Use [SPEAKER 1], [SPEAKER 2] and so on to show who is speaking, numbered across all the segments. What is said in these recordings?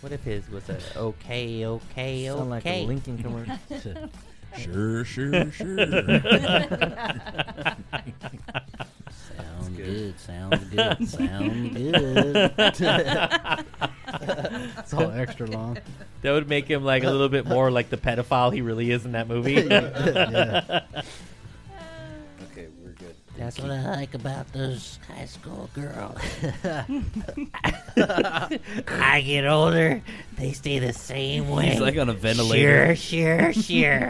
[SPEAKER 1] What if his was a okay, okay,
[SPEAKER 2] Sound like a
[SPEAKER 1] okay?
[SPEAKER 2] Lincoln commercial.
[SPEAKER 3] Sure, sure, sure.
[SPEAKER 2] Sound good. Sound good. Sound good. it's all extra long.
[SPEAKER 1] That would make him like a little bit more like the pedophile he really is in that movie.
[SPEAKER 4] Okay, we're good.
[SPEAKER 2] That's what I like about those high school girls.
[SPEAKER 1] I get older, they stay the same way.
[SPEAKER 3] He's like on a ventilator.
[SPEAKER 1] Sure, sure,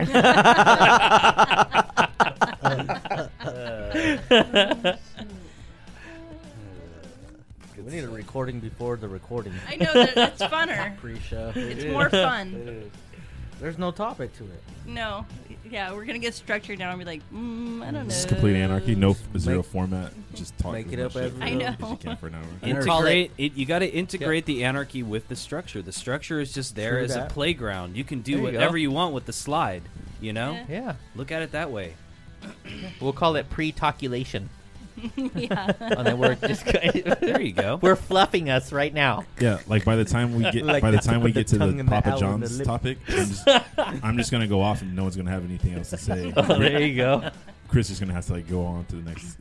[SPEAKER 1] sure.
[SPEAKER 2] we need a recording before the recording
[SPEAKER 5] I know that that's funner.
[SPEAKER 2] pre-show.
[SPEAKER 5] It's more fun.
[SPEAKER 2] There's no topic to it.
[SPEAKER 5] No, yeah, we're gonna get structured now and be like, mm, I don't know.
[SPEAKER 3] This is complete anarchy. No f- zero
[SPEAKER 2] Make-
[SPEAKER 3] format. Just talk.
[SPEAKER 2] make
[SPEAKER 3] as
[SPEAKER 2] it
[SPEAKER 3] much
[SPEAKER 2] up
[SPEAKER 3] shit
[SPEAKER 2] every-
[SPEAKER 5] I
[SPEAKER 3] as
[SPEAKER 5] know.
[SPEAKER 3] you can for an hour.
[SPEAKER 2] And
[SPEAKER 4] Integrate it. You got to integrate the anarchy with the structure. The structure is just there
[SPEAKER 2] True
[SPEAKER 4] as
[SPEAKER 2] that.
[SPEAKER 4] a playground. You can do
[SPEAKER 1] There you go.
[SPEAKER 4] whatever you want with the slide. You know,
[SPEAKER 5] Yeah.
[SPEAKER 1] yeah,
[SPEAKER 4] look at it that way.
[SPEAKER 1] we'll call it pre-toculation
[SPEAKER 5] yeah.
[SPEAKER 1] on that word. Just
[SPEAKER 4] There you go.
[SPEAKER 1] We're fluffing us right now.
[SPEAKER 3] Yeah, like by the time we get
[SPEAKER 2] Like
[SPEAKER 3] by the
[SPEAKER 2] that's
[SPEAKER 3] time
[SPEAKER 2] what
[SPEAKER 3] we
[SPEAKER 2] the
[SPEAKER 3] get to
[SPEAKER 2] tongue
[SPEAKER 3] the
[SPEAKER 2] and the owl
[SPEAKER 3] Papa
[SPEAKER 2] and
[SPEAKER 3] John's
[SPEAKER 2] the lip-
[SPEAKER 3] topic, I'm just, I'm just gonna go off and no one's gonna have anything else to say.
[SPEAKER 2] Oh,
[SPEAKER 1] there you go.
[SPEAKER 3] Chris is gonna have to like go on to the next.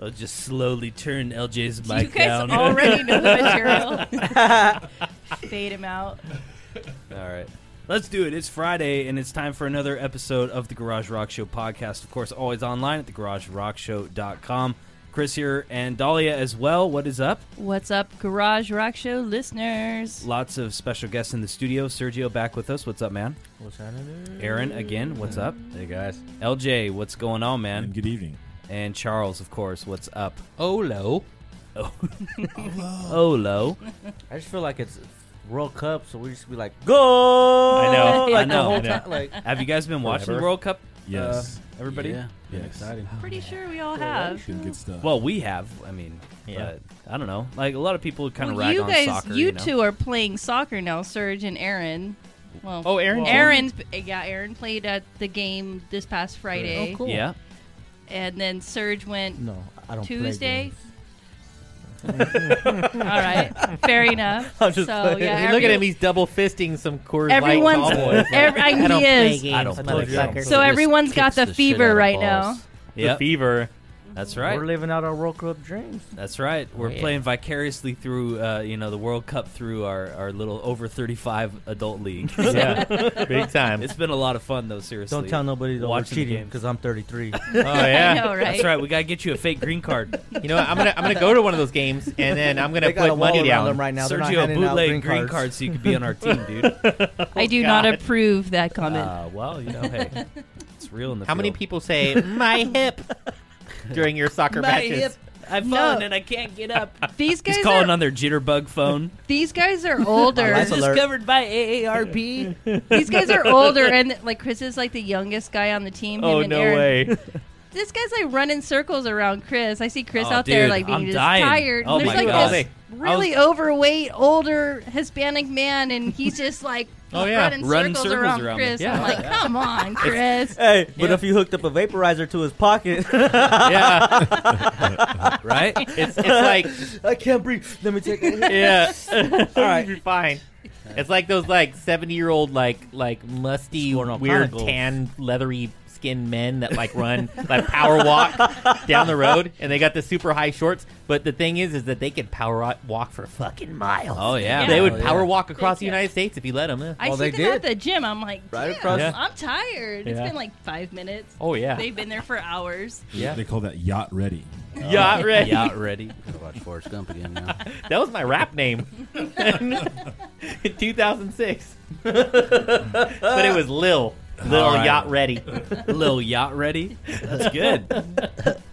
[SPEAKER 4] I'll just slowly turn LJ's
[SPEAKER 5] Do you guys already know the material. Fade him out.
[SPEAKER 4] All right. Let's do it. It's Friday, and it's time for another episode of the Garage Rock Show podcast. Of course, always online at thegaragerockshow.com. Chris here and Dahlia as well. What is up?
[SPEAKER 5] What's up, Garage Rock Show listeners?
[SPEAKER 4] Lots of special guests in the studio. Sergio back with us. What's up, man?
[SPEAKER 2] What's happening?
[SPEAKER 4] Aaron again. What's up?
[SPEAKER 6] Hey guys,
[SPEAKER 4] LJ, what's going on,
[SPEAKER 3] And
[SPEAKER 4] man?
[SPEAKER 3] good evening.
[SPEAKER 4] And Charles, of course. What's up?
[SPEAKER 1] Olo.
[SPEAKER 4] Oh, Olo.
[SPEAKER 2] I just feel like it's World Cup, so we just be like, go!
[SPEAKER 4] I know,
[SPEAKER 2] Like
[SPEAKER 4] I know,
[SPEAKER 2] The whole
[SPEAKER 4] I know.
[SPEAKER 2] Time, like,
[SPEAKER 4] Have you guys been watching the
[SPEAKER 1] Forever.
[SPEAKER 4] World Cup?
[SPEAKER 3] Yes.
[SPEAKER 4] uh, everybody.
[SPEAKER 6] Yeah, been
[SPEAKER 3] Yes.
[SPEAKER 6] exciting.
[SPEAKER 5] Pretty sure we all have.
[SPEAKER 3] Some good stuff.
[SPEAKER 4] Well, we have. I mean,
[SPEAKER 1] Yeah.
[SPEAKER 4] but I don't know. Like a lot of people kind of
[SPEAKER 5] Well,
[SPEAKER 4] rag
[SPEAKER 5] you
[SPEAKER 4] on
[SPEAKER 5] guys,
[SPEAKER 4] soccer.
[SPEAKER 5] you,
[SPEAKER 4] You, know?
[SPEAKER 5] two are playing soccer now, Serge and Aaron. Well,
[SPEAKER 1] Oh, Aaron too?
[SPEAKER 5] Aaron's yeah, Aaron played at the game this past Friday,
[SPEAKER 2] Oh, cool.
[SPEAKER 4] Yeah.
[SPEAKER 5] and then Serge went
[SPEAKER 2] no, I don't play
[SPEAKER 5] Tuesday.
[SPEAKER 2] games.
[SPEAKER 5] All right, fair enough.
[SPEAKER 1] I'm just
[SPEAKER 5] so
[SPEAKER 1] playing.
[SPEAKER 5] yeah,
[SPEAKER 1] You look at him. He's double fisting some Coors
[SPEAKER 5] Everyone's-
[SPEAKER 1] Light Tall Boys.
[SPEAKER 5] every- I-
[SPEAKER 1] I don't
[SPEAKER 5] he
[SPEAKER 1] play
[SPEAKER 5] is.
[SPEAKER 1] games,
[SPEAKER 4] I don't play games.
[SPEAKER 1] motherfucker.
[SPEAKER 5] So
[SPEAKER 6] Just
[SPEAKER 5] everyone's got
[SPEAKER 6] kicks
[SPEAKER 5] the
[SPEAKER 6] shit
[SPEAKER 5] fever
[SPEAKER 6] out of
[SPEAKER 5] right
[SPEAKER 6] balls.
[SPEAKER 1] the
[SPEAKER 4] Yep.
[SPEAKER 1] fever.
[SPEAKER 4] That's right.
[SPEAKER 2] We're living out our World Cup dreams.
[SPEAKER 4] That's right. We're
[SPEAKER 1] yeah.
[SPEAKER 4] playing vicariously through, uh, you know, the World Cup through our, our little over 35 adult league. So
[SPEAKER 1] Yeah, big time.
[SPEAKER 4] It's been a lot of fun, though, seriously.
[SPEAKER 2] Don't tell nobody that we're
[SPEAKER 4] Watching the
[SPEAKER 2] cheating
[SPEAKER 4] games.
[SPEAKER 2] because I'm 33.
[SPEAKER 1] oh yeah.
[SPEAKER 5] I know, right?
[SPEAKER 4] That's right. We got to get you a fake green card.
[SPEAKER 1] You know, what? I'm gonna I'm gonna go to one of those games and then I'm gonna
[SPEAKER 2] they got a
[SPEAKER 1] put
[SPEAKER 2] wall
[SPEAKER 1] money
[SPEAKER 2] around
[SPEAKER 1] down.
[SPEAKER 2] them right now. They're not
[SPEAKER 4] Sergio,
[SPEAKER 2] handing out
[SPEAKER 4] bootleg
[SPEAKER 2] green, cards.
[SPEAKER 4] so you could be on our team, dude.
[SPEAKER 5] I do
[SPEAKER 1] God.
[SPEAKER 5] not approve that comment.
[SPEAKER 4] Uh, well, you know, hey, it's real in the
[SPEAKER 1] How many
[SPEAKER 4] field.
[SPEAKER 1] people say my hip during your soccer
[SPEAKER 4] My
[SPEAKER 1] matches?
[SPEAKER 4] hip. I've
[SPEAKER 5] No.
[SPEAKER 4] fallen and I can't get up.
[SPEAKER 5] these guys
[SPEAKER 4] He's calling
[SPEAKER 5] are
[SPEAKER 4] on their jitterbug phone.
[SPEAKER 5] these guys are older.
[SPEAKER 2] That's alert.
[SPEAKER 4] by AARP.
[SPEAKER 5] these guys are older, and like Chris is like the youngest guy on the team. him
[SPEAKER 1] Oh
[SPEAKER 5] and
[SPEAKER 1] no
[SPEAKER 5] Aaron.
[SPEAKER 1] way!
[SPEAKER 5] This guy's like running circles around Chris. I see Chris
[SPEAKER 4] Oh,
[SPEAKER 5] out there
[SPEAKER 4] dude,
[SPEAKER 5] like being
[SPEAKER 4] I'm
[SPEAKER 5] just
[SPEAKER 4] dying.
[SPEAKER 5] tired.
[SPEAKER 4] Oh,
[SPEAKER 5] There's
[SPEAKER 4] my
[SPEAKER 5] like
[SPEAKER 4] God.
[SPEAKER 5] this really overweight, older Hispanic man, and he's just like
[SPEAKER 1] Oh, yeah.
[SPEAKER 5] running,
[SPEAKER 4] Running
[SPEAKER 5] circles,
[SPEAKER 4] circles
[SPEAKER 5] around,
[SPEAKER 4] around me.
[SPEAKER 5] Chris.
[SPEAKER 1] Yeah.
[SPEAKER 5] I'm like, come on, Chris.
[SPEAKER 2] Hey, but
[SPEAKER 1] Yeah.
[SPEAKER 2] if you hooked up a vaporizer to his pocket,
[SPEAKER 1] Yeah,
[SPEAKER 4] right?
[SPEAKER 1] it's it's like
[SPEAKER 2] I can't breathe. Let me take it.
[SPEAKER 1] yeah. All
[SPEAKER 2] right.
[SPEAKER 1] you're fine. It's like those like 70 year old like like musty
[SPEAKER 2] Scoring on
[SPEAKER 1] weird
[SPEAKER 2] particles.
[SPEAKER 1] tan leathery skinned men that like run like power walk down the road and they got the super high shorts. But the thing is, is that they could power wa- walk for fucking miles.
[SPEAKER 4] Oh, yeah.
[SPEAKER 1] They would
[SPEAKER 2] Oh, yeah.
[SPEAKER 1] power walk across
[SPEAKER 5] They
[SPEAKER 1] the
[SPEAKER 5] could.
[SPEAKER 1] United States if you let them.
[SPEAKER 5] I
[SPEAKER 2] Well, they
[SPEAKER 5] see them
[SPEAKER 2] did.
[SPEAKER 5] at the gym. I'm like,
[SPEAKER 2] Right
[SPEAKER 5] "Damn,
[SPEAKER 2] across-
[SPEAKER 5] I'm tired. It's
[SPEAKER 1] Yeah.
[SPEAKER 5] been like five minutes.
[SPEAKER 1] oh yeah.
[SPEAKER 5] They've been there for hours.
[SPEAKER 1] Yeah.
[SPEAKER 3] They call that yacht ready.
[SPEAKER 1] Yacht ready.
[SPEAKER 4] Yacht ready.
[SPEAKER 6] Gotta watch Forrest Gump again now.
[SPEAKER 1] That was my rap name in 2006. but it was Lil. Lil
[SPEAKER 4] All right.
[SPEAKER 1] Yacht Ready.
[SPEAKER 4] Little yacht ready. That's good.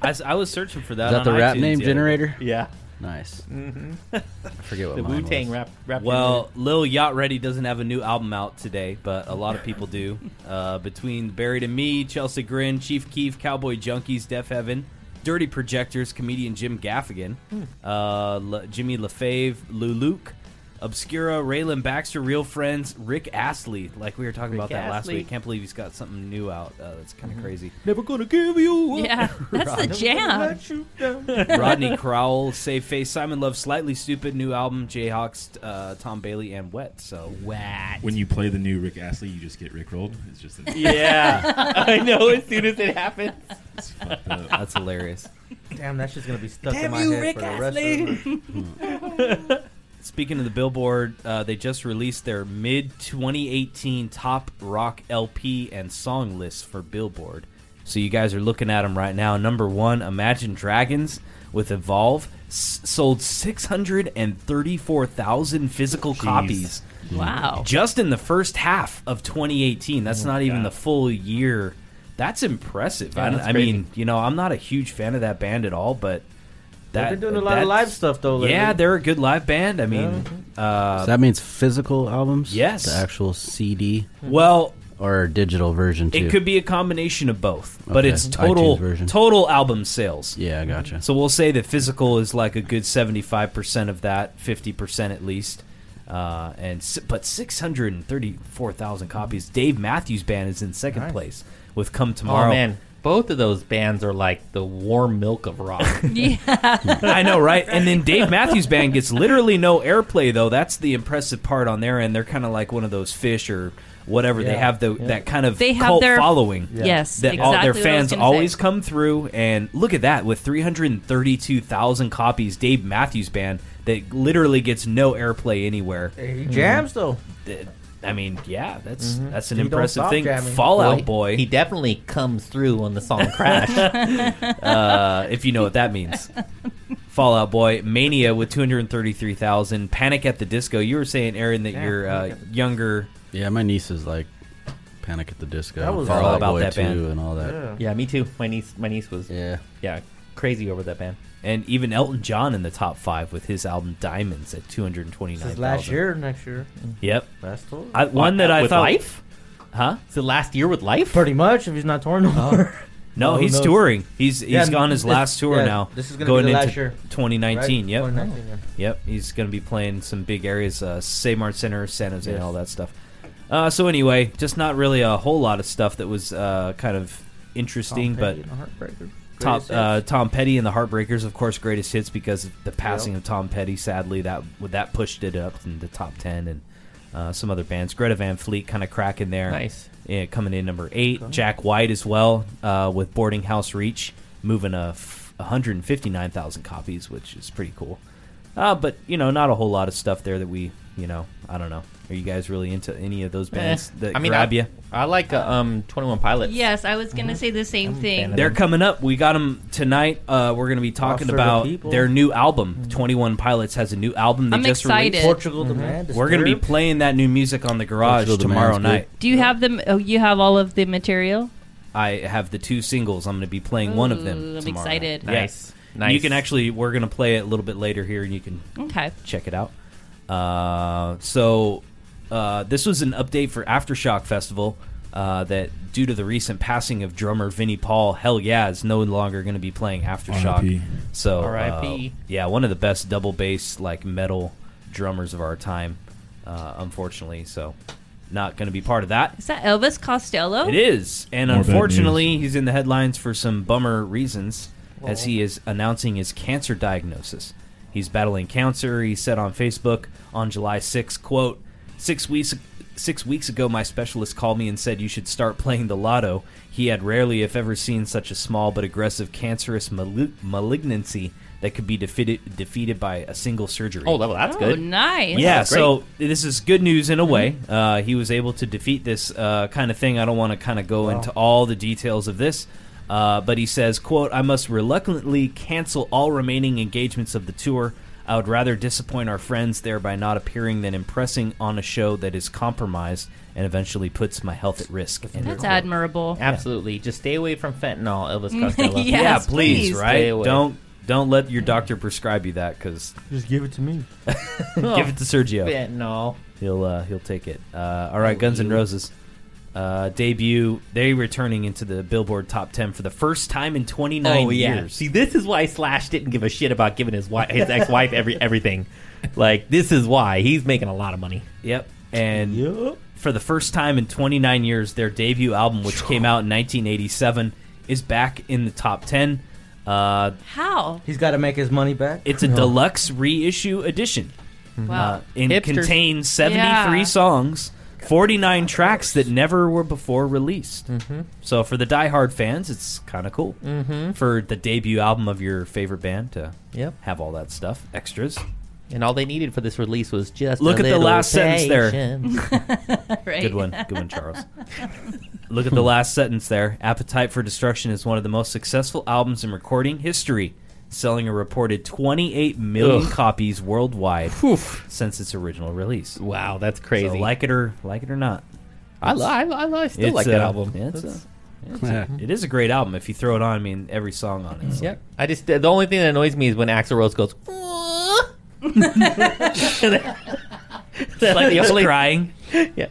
[SPEAKER 4] I, s- I was searching for that.
[SPEAKER 6] Is that
[SPEAKER 4] on
[SPEAKER 6] the rap
[SPEAKER 4] iTunes
[SPEAKER 6] name
[SPEAKER 4] the other
[SPEAKER 6] generator?
[SPEAKER 1] Yeah.
[SPEAKER 6] Nice. Mm-hmm. I forget what
[SPEAKER 1] The
[SPEAKER 6] mine
[SPEAKER 1] Wu Tang
[SPEAKER 6] was.
[SPEAKER 1] rap, rap.
[SPEAKER 4] day. Well, Lil Yacht Ready doesn't have a new album out today, but a lot of people do. Uh, between Buried and Me, Chelsea Grin, Chief Keef, Cowboy Junkies, Def Heaven, Dirty
[SPEAKER 1] Hmm.
[SPEAKER 4] Projectors, comedian Jim Gaffigan, uh, Le- Jimmy LaFave, Luluke, Obscura, Raylan Baxter, Real Friends, Rick Astley. Like we were talking about
[SPEAKER 1] Rick
[SPEAKER 4] that last
[SPEAKER 1] Astley. Mm-hmm.
[SPEAKER 4] week. Can't believe he's got something new out. Uh, that's kind of crazy.
[SPEAKER 2] Never gonna give you up.
[SPEAKER 5] Yeah, that's the
[SPEAKER 4] Right.
[SPEAKER 5] jam.
[SPEAKER 4] Rodney Crowell, Save Face, Simon Love, Slightly Stupid, new album, Jayhawks, uh, Tom Bailey, and Wet. So
[SPEAKER 1] Whack.
[SPEAKER 3] When you play the new Rick Astley, you just get Rick rolled. It's just
[SPEAKER 1] Yeah, I know. As soon as it happens,
[SPEAKER 3] it's fucked up.
[SPEAKER 4] that's hilarious.
[SPEAKER 2] Damn, that shit's gonna be stuck
[SPEAKER 1] Damn
[SPEAKER 2] in my
[SPEAKER 1] you,
[SPEAKER 2] head
[SPEAKER 1] Rick
[SPEAKER 2] for the rest of the
[SPEAKER 4] Speaking of the Billboard, uh, they just released their mid 2018 top rock LP and song list for Billboard. So you guys are looking at them right now. Number one, Imagine Dragons with Evolve s- sold 634,000 physical copies
[SPEAKER 2] Oh.
[SPEAKER 5] Wow.
[SPEAKER 4] just in the first half of 2018. That's not even
[SPEAKER 3] God.
[SPEAKER 4] the full year. That's impressive.
[SPEAKER 1] Yeah,
[SPEAKER 4] I,
[SPEAKER 1] that's
[SPEAKER 4] I mean, you know, I'm not a huge fan of that band at all, but that
[SPEAKER 2] They've been doing a lot of
[SPEAKER 4] that's-
[SPEAKER 2] live stuff though. Lately.
[SPEAKER 4] yeah, they're a good live band. I mean,
[SPEAKER 6] So
[SPEAKER 4] uh,
[SPEAKER 6] that means physical albums?
[SPEAKER 4] Yes.
[SPEAKER 6] The actual CD
[SPEAKER 4] well,
[SPEAKER 6] or digital version too?
[SPEAKER 4] it could be a combination of both, but
[SPEAKER 6] Okay,
[SPEAKER 4] it's total
[SPEAKER 6] iTunes version.
[SPEAKER 4] total album sales.
[SPEAKER 6] Yeah, I gotcha.
[SPEAKER 4] So we'll say that physical is like a good 75% of that, 50% at least. Uh, and s- but 634,000 copies. Dave Matthews Band is in second
[SPEAKER 2] Nice.
[SPEAKER 4] place with Come Tomorrow.
[SPEAKER 1] oh man, both of those bands are like the warm milk of rock.
[SPEAKER 5] Yeah.
[SPEAKER 4] I know, right? And then Dave Matthews Band gets literally no airplay, though. That's the impressive part on their end. They're kind of like one of those fish or whatever. They
[SPEAKER 2] Yeah.
[SPEAKER 4] have the that kind of
[SPEAKER 5] They have
[SPEAKER 4] cult
[SPEAKER 5] their-
[SPEAKER 4] following.
[SPEAKER 2] Yeah.
[SPEAKER 5] Yes.
[SPEAKER 4] That
[SPEAKER 5] exactly
[SPEAKER 4] all their
[SPEAKER 5] what I was
[SPEAKER 4] fans
[SPEAKER 5] gonna
[SPEAKER 4] always
[SPEAKER 5] say.
[SPEAKER 4] come through, and look at that with 332,000 copies. Dave Matthews Band that literally gets no airplay anywhere.
[SPEAKER 2] He jams though.
[SPEAKER 4] Th- I mean, yeah, that's that's an
[SPEAKER 2] He Mm-hmm. don't
[SPEAKER 4] impressive
[SPEAKER 2] stop
[SPEAKER 4] thing.
[SPEAKER 2] jamming.
[SPEAKER 4] Fallout Boy,
[SPEAKER 1] he definitely comes through on the song Crash.
[SPEAKER 4] uh, if you know what that means. Fallout Boy, Mania with 233,000, Panic at the Disco. You were saying, Aaron, that
[SPEAKER 2] Yeah,
[SPEAKER 4] you're
[SPEAKER 2] Panic
[SPEAKER 4] uh, younger.
[SPEAKER 6] yeah, my niece is like Panic at the Disco.
[SPEAKER 2] That was
[SPEAKER 6] and Fall
[SPEAKER 2] all
[SPEAKER 6] Out
[SPEAKER 4] about
[SPEAKER 6] Boy
[SPEAKER 4] that band.
[SPEAKER 6] too and all that.
[SPEAKER 2] Yeah.
[SPEAKER 1] yeah, me too. My niece, my niece was
[SPEAKER 6] Yeah.
[SPEAKER 1] yeah crazy over that band.
[SPEAKER 4] And even Elton John in the top five with his album Diamonds at
[SPEAKER 2] This
[SPEAKER 4] 229,000.
[SPEAKER 2] is last year, or next year.
[SPEAKER 4] Yep.
[SPEAKER 2] Last tour.
[SPEAKER 4] I, one that I
[SPEAKER 1] with
[SPEAKER 4] thought.
[SPEAKER 1] life.
[SPEAKER 4] Huh?
[SPEAKER 1] Is it last year with life?
[SPEAKER 2] Pretty much, if he's not torn no more.
[SPEAKER 4] No,
[SPEAKER 2] Oh, who
[SPEAKER 4] he's
[SPEAKER 2] knows?
[SPEAKER 4] touring. He's he's
[SPEAKER 2] Yeah,
[SPEAKER 4] on his
[SPEAKER 2] this-
[SPEAKER 4] last tour
[SPEAKER 2] yeah,
[SPEAKER 4] now.
[SPEAKER 2] This is gonna
[SPEAKER 4] going
[SPEAKER 2] be the
[SPEAKER 4] into
[SPEAKER 2] last year.
[SPEAKER 4] 2019.
[SPEAKER 2] right? Oh,
[SPEAKER 4] Yep.
[SPEAKER 2] 2019, yeah.
[SPEAKER 4] Yep, he's going to be playing some big areas, uh, Samart Center, San Jose,
[SPEAKER 2] Yes.
[SPEAKER 4] and all that stuff. Uh, so anyway, just not really a whole lot of stuff that was uh, kind of interesting,
[SPEAKER 2] Tom
[SPEAKER 4] but
[SPEAKER 2] Petty and the Heartbreakers.
[SPEAKER 4] top,
[SPEAKER 2] Greatest
[SPEAKER 4] uh,
[SPEAKER 2] hits.
[SPEAKER 4] Tom Petty and the Heartbreakers, of course, greatest hits because of the passing of Tom Petty. Sadly, that that pushed it up in the top ten, and uh, some other bands, Greta Van Fleet, kind of cracking there.
[SPEAKER 1] nice.
[SPEAKER 4] Yeah, coming in number eight. Jack White as well uh, with Boarding House Reach, moving a f- 159,000 copies, which is pretty cool. Uh, but you know, not a whole lot of stuff there that we, you know, I don't know. Are you guys really into any of those bands
[SPEAKER 1] Eh,
[SPEAKER 4] that
[SPEAKER 1] I mean,
[SPEAKER 4] grab
[SPEAKER 1] I,
[SPEAKER 4] you?
[SPEAKER 1] I like uh, um Twenty One Pilots.
[SPEAKER 5] Yes, I was going
[SPEAKER 4] Mm-hmm.
[SPEAKER 5] to say the same
[SPEAKER 1] I'm a fan
[SPEAKER 5] thing.
[SPEAKER 1] of
[SPEAKER 4] They're coming up. We got them tonight. Uh, we're going to be talking
[SPEAKER 2] Officer
[SPEAKER 4] about
[SPEAKER 2] the People. Mm-hmm.
[SPEAKER 4] their new album. Twenty One Pilots has a new album. They
[SPEAKER 5] I'm
[SPEAKER 4] just
[SPEAKER 5] excited.
[SPEAKER 4] Released.
[SPEAKER 2] Portugal
[SPEAKER 1] Mm-hmm.
[SPEAKER 2] the man.
[SPEAKER 4] We're going to be
[SPEAKER 2] Disturbed.
[SPEAKER 4] playing that new music on the garage
[SPEAKER 6] Portugal the
[SPEAKER 4] tomorrow
[SPEAKER 6] Man's good.
[SPEAKER 4] night.
[SPEAKER 5] Do you have them? Oh, you have all of the material?
[SPEAKER 4] I have the two singles. I'm going to be playing one of them.
[SPEAKER 5] Ooh, I'm
[SPEAKER 4] tomorrow night.
[SPEAKER 5] excited.
[SPEAKER 4] Yeah.
[SPEAKER 1] Nice. Nice.
[SPEAKER 4] You can actually, we're going to play it a little bit later here, and you can
[SPEAKER 5] Okay.
[SPEAKER 4] check it out. Uh, so, uh, this was an update for Aftershock Festival uh, that, due to the recent passing of drummer Vinnie Paul, hell yeah, is no longer going to be playing Aftershock.
[SPEAKER 3] R.I.P..
[SPEAKER 4] So, uh,
[SPEAKER 1] R.I.P..
[SPEAKER 4] yeah, one of the best double bass like metal drummers of our time, uh, unfortunately. So, not going to be part of that.
[SPEAKER 5] Is that Elvis Costello?
[SPEAKER 4] It is, and
[SPEAKER 3] More bad
[SPEAKER 4] unfortunately, he's in the headlines for some bummer reasons as he is announcing his cancer diagnosis. He's battling cancer. He said on Facebook on July 6, quote, six weeks six weeks ago, my specialist called me and said you should start playing the lotto. He had rarely, if ever, seen such a small but aggressive cancerous mal- malignancy that could be defeated defeated by a single surgery.
[SPEAKER 1] Oh, well, that's
[SPEAKER 5] oh,
[SPEAKER 1] good.
[SPEAKER 5] nice.
[SPEAKER 4] Yeah,
[SPEAKER 1] That's great.
[SPEAKER 4] so this is good news in a way. Uh, he was able to defeat this uh, kind of thing. I don't want to kind of go into all the details of this, uh, but he says, "quote I must reluctantly cancel all remaining engagements of the tour. I would rather disappoint our friends there by not appearing than impressing on a show that is compromised and eventually puts my health at risk." End
[SPEAKER 5] That's
[SPEAKER 4] quote.
[SPEAKER 5] admirable.
[SPEAKER 1] Absolutely. Just stay away from fentanyl, Elvis Costello.
[SPEAKER 5] Yeah.
[SPEAKER 4] Yeah,
[SPEAKER 5] Yes,
[SPEAKER 4] please,
[SPEAKER 5] please.
[SPEAKER 4] right?
[SPEAKER 1] Stay away.
[SPEAKER 4] Don't don't let your doctor prescribe you that because
[SPEAKER 2] Just give it to me.
[SPEAKER 1] Oh,
[SPEAKER 4] give it to Sergio.
[SPEAKER 1] fentanyl.
[SPEAKER 4] He'll uh, he'll take it. Uh, all right, Guns N' Roses. uh, debut. They returning into the Billboard Top 10 for the first time in 29
[SPEAKER 1] oh yeah.
[SPEAKER 4] years.
[SPEAKER 1] See, this is why Slash didn't give a shit about giving his wife, his ex-wife every everything. Like this is why he's making a lot of money.
[SPEAKER 4] Yep. And for the first time in 29 years, their debut album, which came out in 1987, is back in the top 10. Uh,
[SPEAKER 5] How?
[SPEAKER 2] He's got to make his money back.
[SPEAKER 4] it's a deluxe reissue edition.
[SPEAKER 5] Wow.
[SPEAKER 4] Uh, and
[SPEAKER 1] Hipsters.
[SPEAKER 4] contains 73
[SPEAKER 5] Yeah.
[SPEAKER 4] songs, 49 tracks that never were before released.
[SPEAKER 1] Mm-hmm.
[SPEAKER 4] So for the diehard fans, it's kind of cool. Mm-hmm. For the debut album of your favorite band to
[SPEAKER 1] Yep.
[SPEAKER 4] have all that stuff, extras.
[SPEAKER 1] And all they needed for this release was just
[SPEAKER 4] Look
[SPEAKER 1] a
[SPEAKER 4] at the
[SPEAKER 1] little
[SPEAKER 4] last sentence there.
[SPEAKER 1] patience.
[SPEAKER 5] right.
[SPEAKER 4] Uh, Good one. Good one, Charles. Look at the last sentence there. Appetite for Destruction is one of the most successful albums in recording history, selling a reported 28 million
[SPEAKER 1] Ugh.
[SPEAKER 4] copies worldwide
[SPEAKER 1] Oof.
[SPEAKER 4] since its original release.
[SPEAKER 1] Wow, that's crazy.
[SPEAKER 4] So like it or like it or not,
[SPEAKER 1] I, li- I, li- I, li- I still
[SPEAKER 4] it's,
[SPEAKER 1] like that
[SPEAKER 4] uh,
[SPEAKER 1] album.
[SPEAKER 4] yeah, it's, uh,
[SPEAKER 1] That's-
[SPEAKER 4] it is a great album if you throw it on. I mean, every song on it. It's
[SPEAKER 1] Yep. I just the only thing that annoys me is when Axl Rose goes. That's
[SPEAKER 4] like
[SPEAKER 1] the
[SPEAKER 4] just
[SPEAKER 1] only-
[SPEAKER 4] crying.
[SPEAKER 1] Yeah.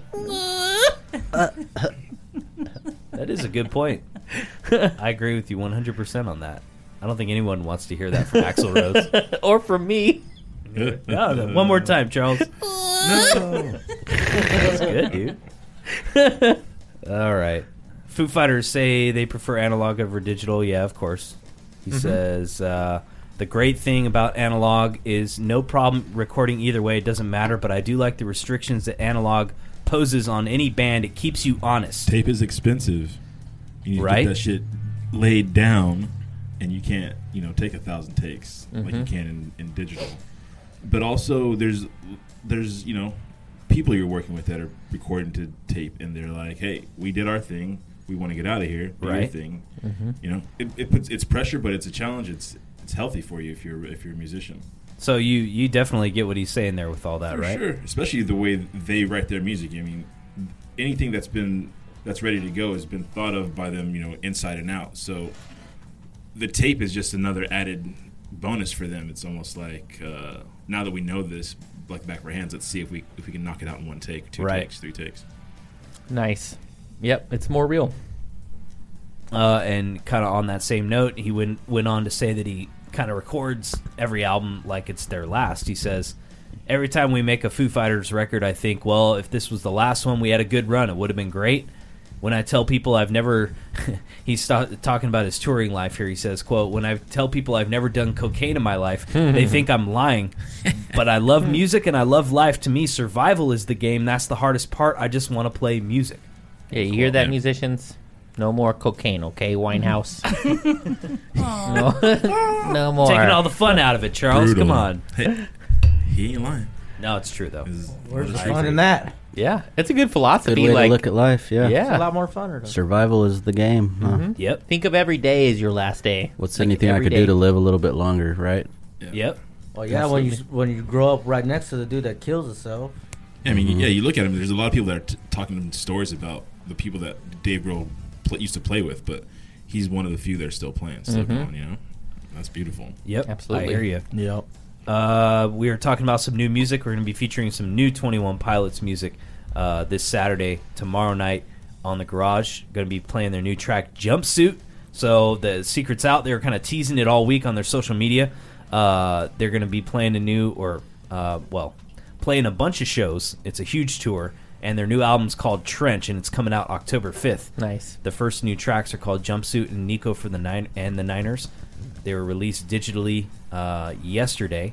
[SPEAKER 4] That is a good point. I agree with you 100 percent on that. I don't think anyone wants to hear that from Axl Rose.
[SPEAKER 1] or from me.
[SPEAKER 4] No, no, Oh, one more time, Charles. That's good, dude. All right. Foo Fighters say they prefer analog over digital. Yeah, of course. He says uh, the great thing about analog is no problem recording either way. It doesn't matter. But I do like the restrictions that analog poses on any band. It keeps you honest.
[SPEAKER 7] Tape is expensive. You need to
[SPEAKER 4] Right.
[SPEAKER 7] get that shit laid down, and you can't, you know, take a thousand takes like
[SPEAKER 4] Mm-hmm.
[SPEAKER 7] you can in, in digital. But also, there's, there's, you know, people you're working with that are recording to tape, and they're like, "Hey, we did our thing. We want to get out of here. Do your
[SPEAKER 4] Right. Mm-hmm.
[SPEAKER 7] thing. You know, it, it puts it's pressure, but it's a challenge. It's it's healthy for you if you're if you're a musician.
[SPEAKER 4] So you you definitely get what he's saying there with all that,
[SPEAKER 7] For
[SPEAKER 4] right?
[SPEAKER 7] sure, especially the way they write their music. I mean, anything that's been that's ready to go has been thought of by them, you know, inside and out. So the tape is just another added bonus for them. It's almost like uh, now that we know this, like the back of our hands, let's see if we if we can knock it out in one take, two
[SPEAKER 4] Right.
[SPEAKER 7] takes, three takes.
[SPEAKER 1] Nice. Yep, it's more real.
[SPEAKER 4] Uh, and kind of on that same note, he went went on to say that he kind of records every album like it's their last. He says, "Every time we make a Foo Fighters record, I think, well, if this was the last one, we had a good run. It would have been great." When I tell people I've never, he's ta- talking about his touring life here. He says, "quote When I tell people I've never done cocaine in my life, they think I'm lying. But I love music and I love life. To me, survival is the game. That's the hardest part. I just want to play music."
[SPEAKER 1] Yeah, you hear that,
[SPEAKER 7] Yeah.
[SPEAKER 1] musicians? No more cocaine, okay, Winehouse. no, no more.
[SPEAKER 4] Taking all the fun out of it, Charles. Come
[SPEAKER 7] Brutal.
[SPEAKER 4] on.
[SPEAKER 7] Hey, he ain't lying.
[SPEAKER 4] No, it's true though.
[SPEAKER 7] This is-
[SPEAKER 2] It's fun in that.
[SPEAKER 1] yeah, it's a good
[SPEAKER 8] Good
[SPEAKER 1] philosophy.
[SPEAKER 8] way
[SPEAKER 1] like,
[SPEAKER 8] to look at life. Yeah.
[SPEAKER 2] It's a
[SPEAKER 1] yeah,
[SPEAKER 2] lot more funner. Though.
[SPEAKER 8] Survival is the game. Huh?
[SPEAKER 4] Yep.
[SPEAKER 1] think of every day as your last day.
[SPEAKER 8] What's
[SPEAKER 1] Like,
[SPEAKER 8] anything I
[SPEAKER 1] every
[SPEAKER 8] could
[SPEAKER 1] day.
[SPEAKER 8] do to live a little bit longer, right?
[SPEAKER 4] Yep.
[SPEAKER 2] Well, yeah, when you when you grow up right next to the dude that kills himself.
[SPEAKER 7] I
[SPEAKER 9] Mm-hmm.
[SPEAKER 7] mean, yeah, you look at him. There's a lot of people that are t- talking stories about the people that Dave Grohl pl- used to play with, but he's one of the few that are still playing, still
[SPEAKER 9] Mm-hmm.
[SPEAKER 7] going. You know, that's beautiful.
[SPEAKER 4] Yep.
[SPEAKER 1] Absolutely.
[SPEAKER 4] I hear you.
[SPEAKER 2] Yep.
[SPEAKER 4] Uh, we are talking about some new music. We're going to be featuring some new Twenty One Pilots music uh, this Saturday, tomorrow night on the Garage. Going to be playing their new track "Jumpsuit." So the secret's out. They were kind of teasing it all week on their social media. Uh, they're going to be playing a new, or uh, well, playing a bunch of shows. It's a huge tour, and their new album's called Trench, and it's coming out October fifth.
[SPEAKER 1] Nice.
[SPEAKER 4] The first new tracks are called "Jumpsuit" and "Nico" for the nine and the Niners. They were released digitally uh, yesterday,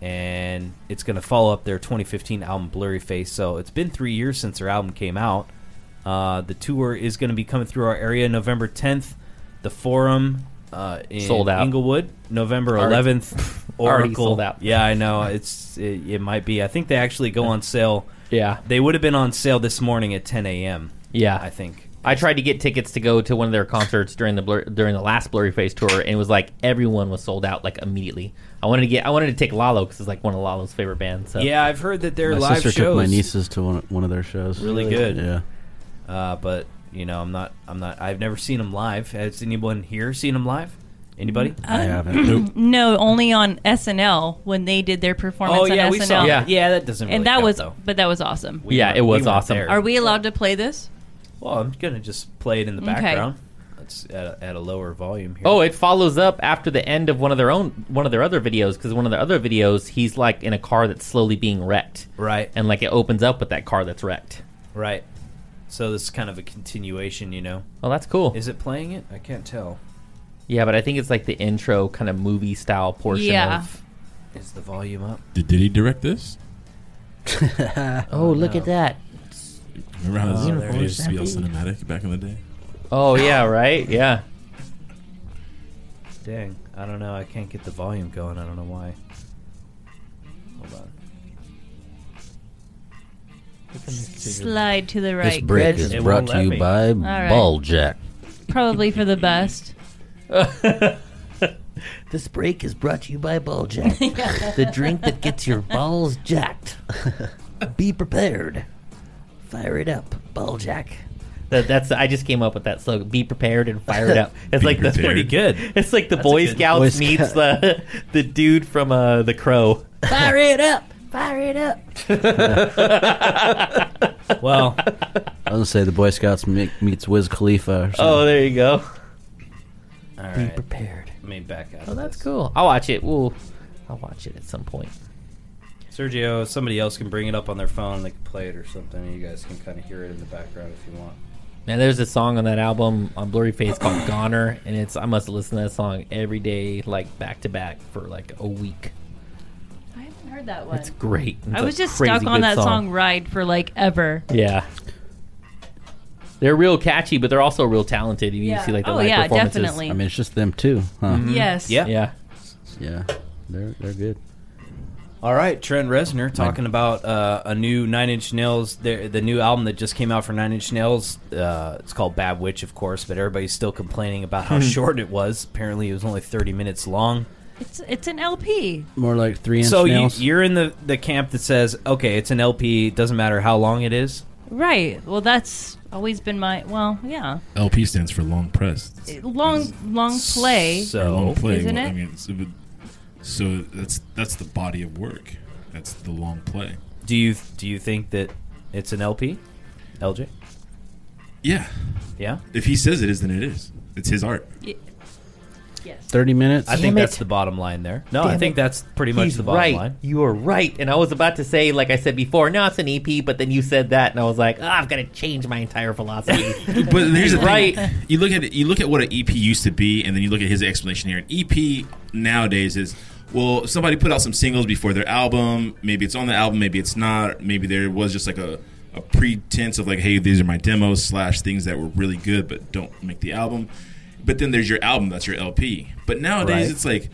[SPEAKER 4] and it's going to follow up their 2015 album "Blurry Face." So it's been three years since their album came out. Uh, the tour is going to be coming through our area November 10th. The Forum uh, in
[SPEAKER 1] Sold out.
[SPEAKER 4] Inglewood, November
[SPEAKER 1] Already-
[SPEAKER 4] 11th.
[SPEAKER 1] already
[SPEAKER 4] Oracle.
[SPEAKER 1] sold out.
[SPEAKER 4] Yeah, I know. It's it, it might be. I think they actually go on sale.
[SPEAKER 1] Yeah,
[SPEAKER 4] They would have been on sale this morning at 10 a.m.
[SPEAKER 1] yeah.
[SPEAKER 4] I think.
[SPEAKER 1] I tried to get tickets to go to one of their concerts during the blur- during the last Blurry Face tour, and it was like everyone was sold out like immediately. I wanted to get I wanted to take Lalo because it's like one of Lalo's favorite bands. So
[SPEAKER 4] Yeah, I've heard that their
[SPEAKER 8] my
[SPEAKER 4] live
[SPEAKER 8] sister
[SPEAKER 4] shows.
[SPEAKER 8] took my nieces to one, one of their shows.
[SPEAKER 4] Really good.
[SPEAKER 8] Yeah.
[SPEAKER 4] Uh, but you know, I'm not. I'm not. I've never seen them live. Has anyone here seen them live? Anybody?
[SPEAKER 5] Mm-hmm.
[SPEAKER 8] I haven't.
[SPEAKER 5] No, only on SNL when they did their performance
[SPEAKER 4] oh
[SPEAKER 5] on
[SPEAKER 4] yeah,
[SPEAKER 5] SNL.
[SPEAKER 4] we saw.
[SPEAKER 1] Yeah.
[SPEAKER 4] Yeah, yeah that doesn't. Really
[SPEAKER 5] And that
[SPEAKER 4] count,
[SPEAKER 5] was,
[SPEAKER 4] though.
[SPEAKER 5] but that was awesome.
[SPEAKER 1] Yeah,
[SPEAKER 4] weren't-
[SPEAKER 1] it was
[SPEAKER 4] weren't
[SPEAKER 1] awesome.
[SPEAKER 4] there.
[SPEAKER 5] Are we allowed to play this?
[SPEAKER 4] Well, I'm gonna just play it in the
[SPEAKER 5] Okay.
[SPEAKER 4] background. Let's at a, at a lower volume here.
[SPEAKER 1] Oh, it follows up after the end of one of their own, one of their other videos, because one of their other videos, he's like in a car that's slowly being wrecked,
[SPEAKER 4] right,
[SPEAKER 1] and like it opens up with that car that's wrecked.
[SPEAKER 4] right. So this is kind of a continuation, you know.
[SPEAKER 1] Oh, that's cool.
[SPEAKER 4] Is it playing it? I can't tell.
[SPEAKER 1] yeah, but I think it's like the intro kind of movie style portion.
[SPEAKER 5] Yeah.
[SPEAKER 1] Of,
[SPEAKER 4] Is the volume up?
[SPEAKER 9] Did, did he direct this?
[SPEAKER 1] oh, look
[SPEAKER 4] no.
[SPEAKER 1] at that.
[SPEAKER 9] Remember how
[SPEAKER 4] Oh,
[SPEAKER 9] this
[SPEAKER 4] there it
[SPEAKER 9] it used to be all cinematic back in the day?
[SPEAKER 1] Oh yeah, right. Yeah.
[SPEAKER 4] Dang, I don't know. I can't get the volume going. I don't know why. Hold on.
[SPEAKER 5] Slide to the
[SPEAKER 8] This
[SPEAKER 5] right.
[SPEAKER 8] brick
[SPEAKER 5] Chris.
[SPEAKER 8] is
[SPEAKER 4] It
[SPEAKER 8] brought
[SPEAKER 4] won't
[SPEAKER 8] to
[SPEAKER 4] let
[SPEAKER 8] you
[SPEAKER 4] me.
[SPEAKER 8] by
[SPEAKER 5] right.
[SPEAKER 8] Ball Jack.
[SPEAKER 5] Probably for the best.
[SPEAKER 8] This break is brought to you by Ball Jack,
[SPEAKER 5] Yeah.
[SPEAKER 8] the drink that gets your balls jacked. Be prepared. Fire it up, Ball Jack.
[SPEAKER 1] That, that's I just came up with that slogan. Be prepared and fired up. It's like the
[SPEAKER 7] prepared.
[SPEAKER 4] Pretty good.
[SPEAKER 1] It's like the
[SPEAKER 4] a
[SPEAKER 1] Boy
[SPEAKER 4] good
[SPEAKER 1] Scouts
[SPEAKER 8] Boy Scout.
[SPEAKER 1] meets the the dude from uh, the Crow.
[SPEAKER 8] Fire it up. Fire it up.
[SPEAKER 4] Well,
[SPEAKER 8] I was gonna say the Boy Scouts me- meets Wiz Khalifa. Or something.
[SPEAKER 1] Oh, there you go.
[SPEAKER 4] all
[SPEAKER 8] Be
[SPEAKER 4] right.
[SPEAKER 8] prepared.
[SPEAKER 4] Let me back out.
[SPEAKER 1] Oh,
[SPEAKER 4] of
[SPEAKER 1] that's
[SPEAKER 4] this.
[SPEAKER 1] cool. I'll watch it. Ooh, I'll watch it at some point.
[SPEAKER 4] Sergio, if somebody else can bring it up on their phone. They can play it or something. and You guys can kind of hear it in the background if you want.
[SPEAKER 1] Man, there's a song on that album on Blurry Face called "Goner," and it's I must listen to that song every day, like back to back for like a week.
[SPEAKER 5] I haven't heard that one.
[SPEAKER 1] It's great. It's
[SPEAKER 5] I
[SPEAKER 1] a
[SPEAKER 5] was just
[SPEAKER 1] crazy
[SPEAKER 5] stuck on
[SPEAKER 1] good
[SPEAKER 5] that song. ride for like ever.
[SPEAKER 1] Yeah. They're real catchy, but they're also real talented. You
[SPEAKER 5] Yeah.
[SPEAKER 1] see, like the
[SPEAKER 5] Oh,
[SPEAKER 1] live
[SPEAKER 5] yeah,
[SPEAKER 1] performances. mm-hmm.
[SPEAKER 5] definitely.
[SPEAKER 8] I mean, it's just them too, huh?
[SPEAKER 4] Mm-hmm.
[SPEAKER 5] Yes.
[SPEAKER 4] Yeah.
[SPEAKER 1] Yeah.
[SPEAKER 8] Yeah, they're they're good.
[SPEAKER 4] All right, Trent Reznor talking about uh, a new Nine Inch Nails, the, the new album that just came out for Nine Inch Nails. Uh, it's called Bad Witch, of course, but everybody's still complaining about how short it was. Apparently, it was only 30 minutes long.
[SPEAKER 5] It's it's an LP.
[SPEAKER 8] More like three inch
[SPEAKER 4] so you,
[SPEAKER 8] nails.
[SPEAKER 4] you're in the, the camp that says, okay, it's an LP, it doesn't matter how long it is.
[SPEAKER 5] Right. Well, that's always been my well, yeah.
[SPEAKER 9] LP stands for long press.
[SPEAKER 5] Long long play.
[SPEAKER 9] Or
[SPEAKER 4] So,
[SPEAKER 9] long play.
[SPEAKER 5] Isn't
[SPEAKER 9] well,
[SPEAKER 5] it?
[SPEAKER 9] I mean, it's, it would- so that's that's the body of work. That's the long play.
[SPEAKER 4] do you do you think that it's an LP, LJ?
[SPEAKER 7] Yeah.
[SPEAKER 4] Yeah,
[SPEAKER 7] If he says it is, then it is. It's his art.
[SPEAKER 5] yes.
[SPEAKER 8] Thirty minutes.
[SPEAKER 4] I think
[SPEAKER 1] it.
[SPEAKER 4] that's the bottom line there. No, I
[SPEAKER 1] Damn
[SPEAKER 4] think
[SPEAKER 1] it.
[SPEAKER 4] that's pretty much
[SPEAKER 1] He's
[SPEAKER 4] the bottom
[SPEAKER 1] right.
[SPEAKER 4] line.
[SPEAKER 1] You are right. And I was about to say, like I said before, no, it's an EP, but then you said that, and I was like, ah, I've got to change my entire philosophy.
[SPEAKER 7] But here's the
[SPEAKER 1] Right.
[SPEAKER 7] thing. You look at it, you look at what an EP used to be, and then you look at his explanation here. An EP nowadays is well, somebody put out some singles before their album. Maybe it's on the album, maybe it's not. Maybe there was just like a, a pretense of like, hey, these are my demos slash things that were really good, but don't make the album. But then there's your album, that's your LP. But nowadays
[SPEAKER 4] Right.
[SPEAKER 7] it's like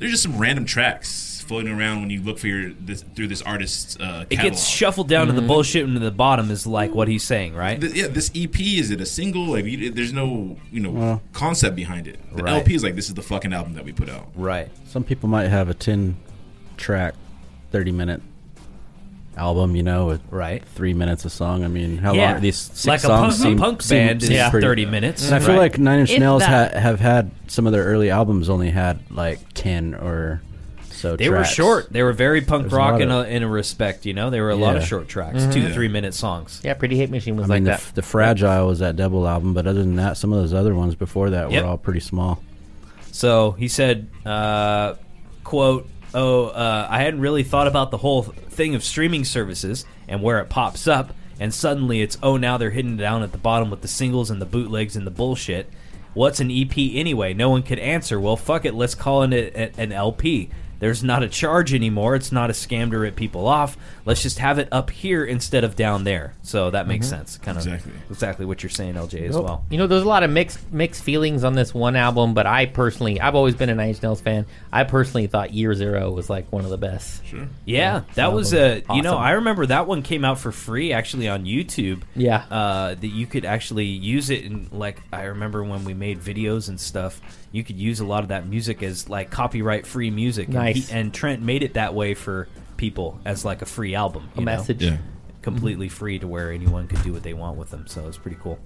[SPEAKER 7] there's just some random tracks floating around when you look for your this, through this artist's uh, catalog.
[SPEAKER 4] It gets shuffled down
[SPEAKER 8] Mm-hmm.
[SPEAKER 4] to the bullshit and to the bottom is like what he's saying, right?
[SPEAKER 7] Th- yeah, this EP is it a single? Like, you, there's no you know
[SPEAKER 8] Well.
[SPEAKER 7] concept behind it. The
[SPEAKER 4] Right.
[SPEAKER 7] LP is like this is the fucking album that we put out.
[SPEAKER 4] Right.
[SPEAKER 8] Some people might have a ten track, thirty minute album. You know, with
[SPEAKER 4] Right.
[SPEAKER 8] three minutes a song. I mean, how
[SPEAKER 4] Yeah.
[SPEAKER 8] long these six
[SPEAKER 4] like a punk,
[SPEAKER 8] songs
[SPEAKER 4] a
[SPEAKER 8] seem
[SPEAKER 4] punk
[SPEAKER 8] seem-
[SPEAKER 4] band
[SPEAKER 8] seem
[SPEAKER 4] is
[SPEAKER 8] pretty-
[SPEAKER 4] 30 minutes.
[SPEAKER 8] And I feel
[SPEAKER 4] right?
[SPEAKER 8] like Nine Inch
[SPEAKER 5] If
[SPEAKER 8] Nails ha-
[SPEAKER 5] that.
[SPEAKER 8] have had some of their early albums only had like ten or so.
[SPEAKER 4] they were
[SPEAKER 8] tracks.
[SPEAKER 4] short. They were very punk
[SPEAKER 8] There's a lot
[SPEAKER 4] rock in a,
[SPEAKER 8] of-
[SPEAKER 4] in a respect, you know? They were a lot of
[SPEAKER 8] Yeah.
[SPEAKER 4] short tracks, two to three minute songs.
[SPEAKER 1] yeah, Pretty Hate Machine was
[SPEAKER 8] I
[SPEAKER 1] like
[SPEAKER 8] mean, the,
[SPEAKER 1] that.
[SPEAKER 8] f- the fragile was that double album, but other than that, some of those other ones before that
[SPEAKER 4] Yep.
[SPEAKER 8] were all pretty small.
[SPEAKER 4] So he said, uh, quote, Oh, uh, I hadn't really thought about the whole thing of streaming services and where it pops up, and suddenly it's, oh, now they're hidden down at the bottom with the singles and the bootlegs and the bullshit. What's an EP anyway? No one could answer. Well, fuck it, let's call it a- a- an LP. There's not a charge anymore. It's not a scam to rip people off. Let's just have it up here instead of down there. So that makes sense. Kind of
[SPEAKER 7] Exactly.
[SPEAKER 4] exactly what you're saying, LJ, as
[SPEAKER 1] Nope.
[SPEAKER 4] well.
[SPEAKER 1] You know, there's a lot of mixed mixed feelings on this one album, but I personally, I've always been a Nine Inch Nails fan. I personally thought Year Zero was like one of the best.
[SPEAKER 7] Sure.
[SPEAKER 4] Yeah, that
[SPEAKER 1] That was
[SPEAKER 4] was a you know
[SPEAKER 1] awesome.
[SPEAKER 4] I remember that one came out for free actually on YouTube.
[SPEAKER 1] Yeah.
[SPEAKER 4] uh, that you could actually use it and like I remember when we made videos and stuff, you could use a lot of that music as like copyright free music. And,
[SPEAKER 1] Nice.
[SPEAKER 4] he- and Trent made it that way for people as like a free album,
[SPEAKER 1] A
[SPEAKER 4] you know?
[SPEAKER 1] message.
[SPEAKER 9] Yeah.
[SPEAKER 4] completely free to where anyone could do what they want with them. So it's pretty cool.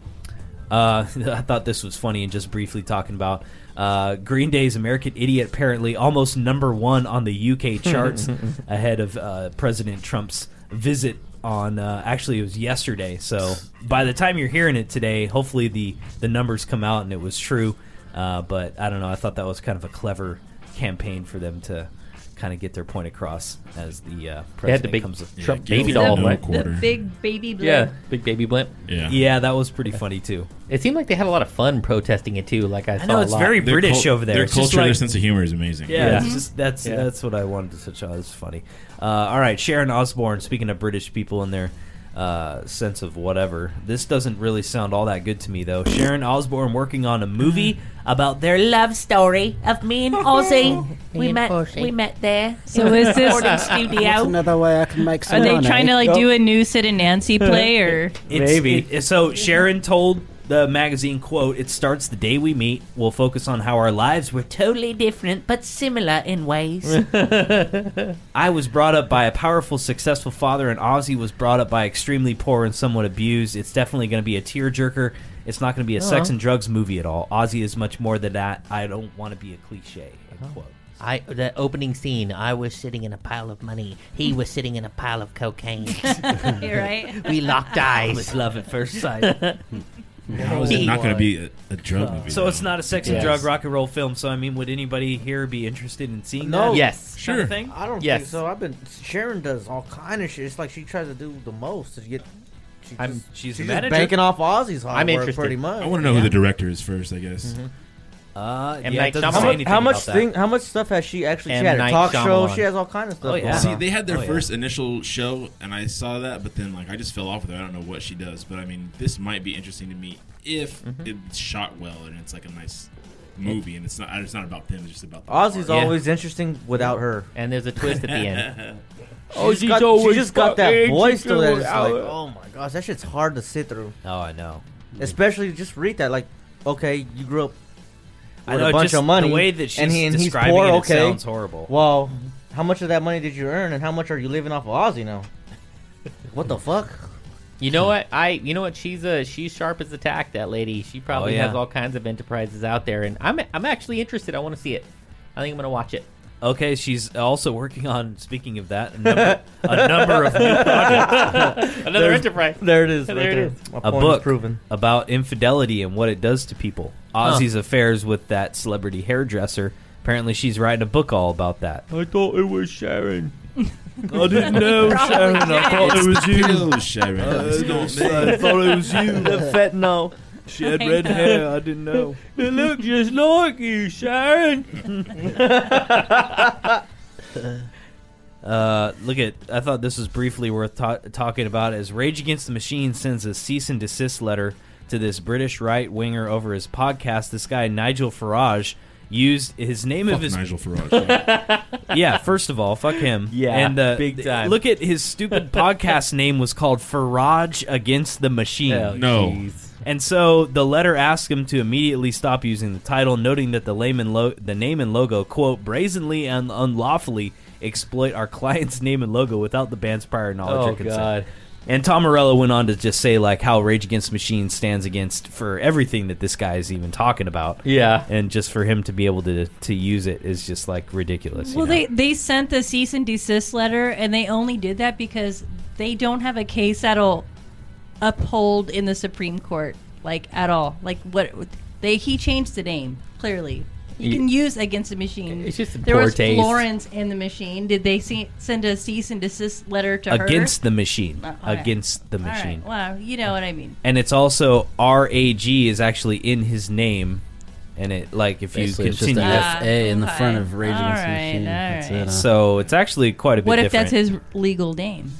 [SPEAKER 4] Uh, I thought this was funny and just briefly talking about uh, Green Day's American Idiot apparently almost number one on the UK charts ahead of uh, President Trump's visit on uh, actually it was yesterday. So by the time you're hearing it today, hopefully the the numbers come out and it was true. Uh, but I don't know. I thought that was kind of a clever campaign for them to kind of get their point across as the uh, president
[SPEAKER 1] They had the big
[SPEAKER 4] comes. Up.
[SPEAKER 1] Trump
[SPEAKER 7] give
[SPEAKER 1] baby
[SPEAKER 7] them
[SPEAKER 1] doll,
[SPEAKER 7] no
[SPEAKER 1] right?
[SPEAKER 7] quarter.
[SPEAKER 5] The big baby blimp.
[SPEAKER 1] Yeah, big baby blimp.
[SPEAKER 7] Yeah.
[SPEAKER 4] Yeah, that was pretty funny too.
[SPEAKER 1] It seemed like they had a lot of fun protesting it too. Like I,
[SPEAKER 4] I
[SPEAKER 1] saw
[SPEAKER 4] know
[SPEAKER 1] a
[SPEAKER 4] it's
[SPEAKER 1] lot.
[SPEAKER 4] very
[SPEAKER 7] Their
[SPEAKER 4] British
[SPEAKER 7] cul-
[SPEAKER 4] over there.
[SPEAKER 7] Their
[SPEAKER 4] It's just
[SPEAKER 7] culture, and their
[SPEAKER 4] like-
[SPEAKER 7] sense of humor is amazing.
[SPEAKER 4] Yeah,
[SPEAKER 1] Yeah.
[SPEAKER 4] It's just, that's
[SPEAKER 1] Yeah.
[SPEAKER 4] that's what I wanted to touch on. It's funny. Uh, all right, Sharon Osbourne. Speaking of British people and their uh, sense of whatever, this doesn't really sound all that good to me though. Sharon Osbourne working on a movie about their love story of me and Ozzy.
[SPEAKER 6] Me
[SPEAKER 10] We
[SPEAKER 6] and
[SPEAKER 10] met.
[SPEAKER 6] Ozzy.
[SPEAKER 10] We met there.
[SPEAKER 5] So is
[SPEAKER 10] Recording
[SPEAKER 5] this?
[SPEAKER 6] That's
[SPEAKER 10] studio.
[SPEAKER 6] another way I can make some
[SPEAKER 5] Are they
[SPEAKER 6] money.
[SPEAKER 5] trying to like do a new Sid and Nancy play or?
[SPEAKER 4] It's,
[SPEAKER 2] Maybe.
[SPEAKER 4] it- so Sharon told the magazine quote, "It starts the day we meet. We'll focus on how our lives were
[SPEAKER 10] Totally different, but similar in ways.
[SPEAKER 4] I was brought up by a powerful, successful father, and Ozzy was brought up by extremely poor and somewhat abused. It's definitely going to be a tearjerker. It's not going to be a
[SPEAKER 2] Uh-huh.
[SPEAKER 4] sex and drugs movie at all. Ozzy is much more than that. I don't want to be a cliche. End
[SPEAKER 2] Uh-huh.
[SPEAKER 4] quote.
[SPEAKER 6] I the opening scene. I was sitting in a pile of money. He was sitting in a pile of cocaine.
[SPEAKER 5] You're right.
[SPEAKER 6] we locked eyes.
[SPEAKER 4] love at first sight.
[SPEAKER 7] How is it not going to be a, a drug movie?
[SPEAKER 4] so
[SPEAKER 7] though?
[SPEAKER 4] it's not a sex and
[SPEAKER 1] Yes.
[SPEAKER 4] drug rock and roll film. So I mean, would anybody here be interested in seeing
[SPEAKER 2] No.
[SPEAKER 4] that?
[SPEAKER 1] Yes.
[SPEAKER 4] Kind of thing?
[SPEAKER 2] I don't
[SPEAKER 1] Yes.
[SPEAKER 2] think so. I've been Sharon does all kind of shit. It's like she tries to do the most to get. She
[SPEAKER 1] I'm-
[SPEAKER 2] just, she's
[SPEAKER 4] she's the
[SPEAKER 2] just
[SPEAKER 4] manager.
[SPEAKER 2] banking off Ozzy's hard
[SPEAKER 1] I'm
[SPEAKER 2] work
[SPEAKER 1] interested.
[SPEAKER 2] pretty much.
[SPEAKER 7] I want to know who the director is first, I guess.
[SPEAKER 4] Mm-hmm. Uh,
[SPEAKER 1] M.
[SPEAKER 4] yeah,
[SPEAKER 1] Night
[SPEAKER 4] it doesn't
[SPEAKER 1] Shyamalan.
[SPEAKER 4] say
[SPEAKER 1] How
[SPEAKER 4] anything
[SPEAKER 2] how much
[SPEAKER 4] about that.
[SPEAKER 2] thing? How much stuff has she actually?
[SPEAKER 1] M.
[SPEAKER 2] She had a
[SPEAKER 1] Night
[SPEAKER 2] talk show.
[SPEAKER 1] Shyamalan.
[SPEAKER 2] She has all kind of stuff.
[SPEAKER 4] Oh, yeah.
[SPEAKER 2] going
[SPEAKER 7] See,
[SPEAKER 2] on.
[SPEAKER 7] they had their
[SPEAKER 4] Oh, yeah.
[SPEAKER 7] first initial show, and I saw that, but then like I just fell off with her. I don't know what she does, but I mean, this might be interesting to me if
[SPEAKER 4] Mm-hmm.
[SPEAKER 7] it's shot well and it's like a nice movie, and it's not. It's not about them. It's just about the
[SPEAKER 2] Ozzy's
[SPEAKER 1] Yeah.
[SPEAKER 2] always interesting without her.
[SPEAKER 1] And there's a twist at the end.
[SPEAKER 2] Oh, she just got, she just got that voice though. That is like, oh my gosh, that shit's hard to sit through.
[SPEAKER 4] Oh, I know.
[SPEAKER 2] Especially just read that. Like, okay, you grew up
[SPEAKER 4] I
[SPEAKER 2] with
[SPEAKER 4] know,
[SPEAKER 2] a bunch
[SPEAKER 4] just
[SPEAKER 2] of money,
[SPEAKER 4] The way that she's
[SPEAKER 2] and, he, and he's
[SPEAKER 4] describing
[SPEAKER 2] poor.
[SPEAKER 4] it, it
[SPEAKER 2] okay,
[SPEAKER 4] sounds horrible.
[SPEAKER 2] well, how much of that money did you earn, and how much are you living off of Ozzy now? what the fuck?
[SPEAKER 1] You know what? I you know what? She's a she's sharp as a tack. That lady. She probably
[SPEAKER 4] Oh, yeah.
[SPEAKER 1] has all kinds of enterprises out there, and I'm I'm actually interested. I want to see it. I think I'm gonna watch it.
[SPEAKER 4] Okay, she's also working on. Speaking of that, a number, a number of new projects
[SPEAKER 1] Another enterprise.
[SPEAKER 2] There it is.
[SPEAKER 1] There it is.
[SPEAKER 2] My
[SPEAKER 4] A
[SPEAKER 2] point
[SPEAKER 4] book.
[SPEAKER 2] is proven.
[SPEAKER 4] about infidelity and what it does to people. Ozzy's affairs with that celebrity hairdresser. Apparently, she's writing a book all about that.
[SPEAKER 1] I thought it was Sharon.
[SPEAKER 4] I didn't know, Sharon. I thought it was
[SPEAKER 7] Pills, Sharon. Oh, It's not me.
[SPEAKER 4] thought it was you. The fentanyl.
[SPEAKER 5] She had red hair.
[SPEAKER 4] I didn't know. They look just like you, Sharon. uh, look at. I thought this was briefly worth ta- talking about as Rage Against the Machine sends a cease and desist letter to this British right winger over his podcast. This guy Nigel Farage used his name
[SPEAKER 7] Fuck
[SPEAKER 4] of his
[SPEAKER 7] Nigel Farage.
[SPEAKER 4] yeah. First of all, fuck him.
[SPEAKER 1] Yeah,
[SPEAKER 4] and uh,
[SPEAKER 1] big
[SPEAKER 4] th-
[SPEAKER 1] time.
[SPEAKER 4] Look at his stupid podcast name was called Farage Against the Machine.
[SPEAKER 7] No.
[SPEAKER 4] And so the letter asked him to immediately stop using the title, noting that the, layman lo- the name and logo, quote, brazenly and unlawfully exploit our client's name and logo without the band's prior knowledge
[SPEAKER 1] Oh
[SPEAKER 4] or consent.
[SPEAKER 1] God.
[SPEAKER 4] And Tom Morello went on to just say, like, how Rage Against the Machine stands against for everything that this guy is even talking about.
[SPEAKER 1] Yeah.
[SPEAKER 4] And just for him to be able to, to use it is just, like, ridiculous. you
[SPEAKER 5] Well,
[SPEAKER 4] know?
[SPEAKER 5] they they sent the cease and desist letter, and they only did that because they don't have a case that'll uphold in the Supreme Court, like at all. Like what they he changed the name clearly. You
[SPEAKER 1] Ye-
[SPEAKER 5] can use against the machine.
[SPEAKER 1] It's just
[SPEAKER 5] there
[SPEAKER 1] poor
[SPEAKER 5] was
[SPEAKER 1] taste.
[SPEAKER 5] Florence in the machine. Did they se- send a cease and desist letter to her?
[SPEAKER 4] Against the Machine.
[SPEAKER 5] Uh, all right.
[SPEAKER 4] Against the
[SPEAKER 5] All right.
[SPEAKER 4] Machine.
[SPEAKER 5] Wow, you know what I mean.
[SPEAKER 4] and it's also R A G is actually in his name, and it like if
[SPEAKER 6] Basically,
[SPEAKER 4] you
[SPEAKER 6] it's just an
[SPEAKER 4] continue,
[SPEAKER 5] Ah,
[SPEAKER 6] F A in the
[SPEAKER 5] okay.
[SPEAKER 6] front of Rage Against the
[SPEAKER 5] All right,
[SPEAKER 6] Machine.
[SPEAKER 5] all
[SPEAKER 6] That's
[SPEAKER 5] right.
[SPEAKER 1] uh,
[SPEAKER 6] it, huh?
[SPEAKER 4] so it's actually quite a bit.
[SPEAKER 5] What if
[SPEAKER 4] different.
[SPEAKER 5] that's his legal name?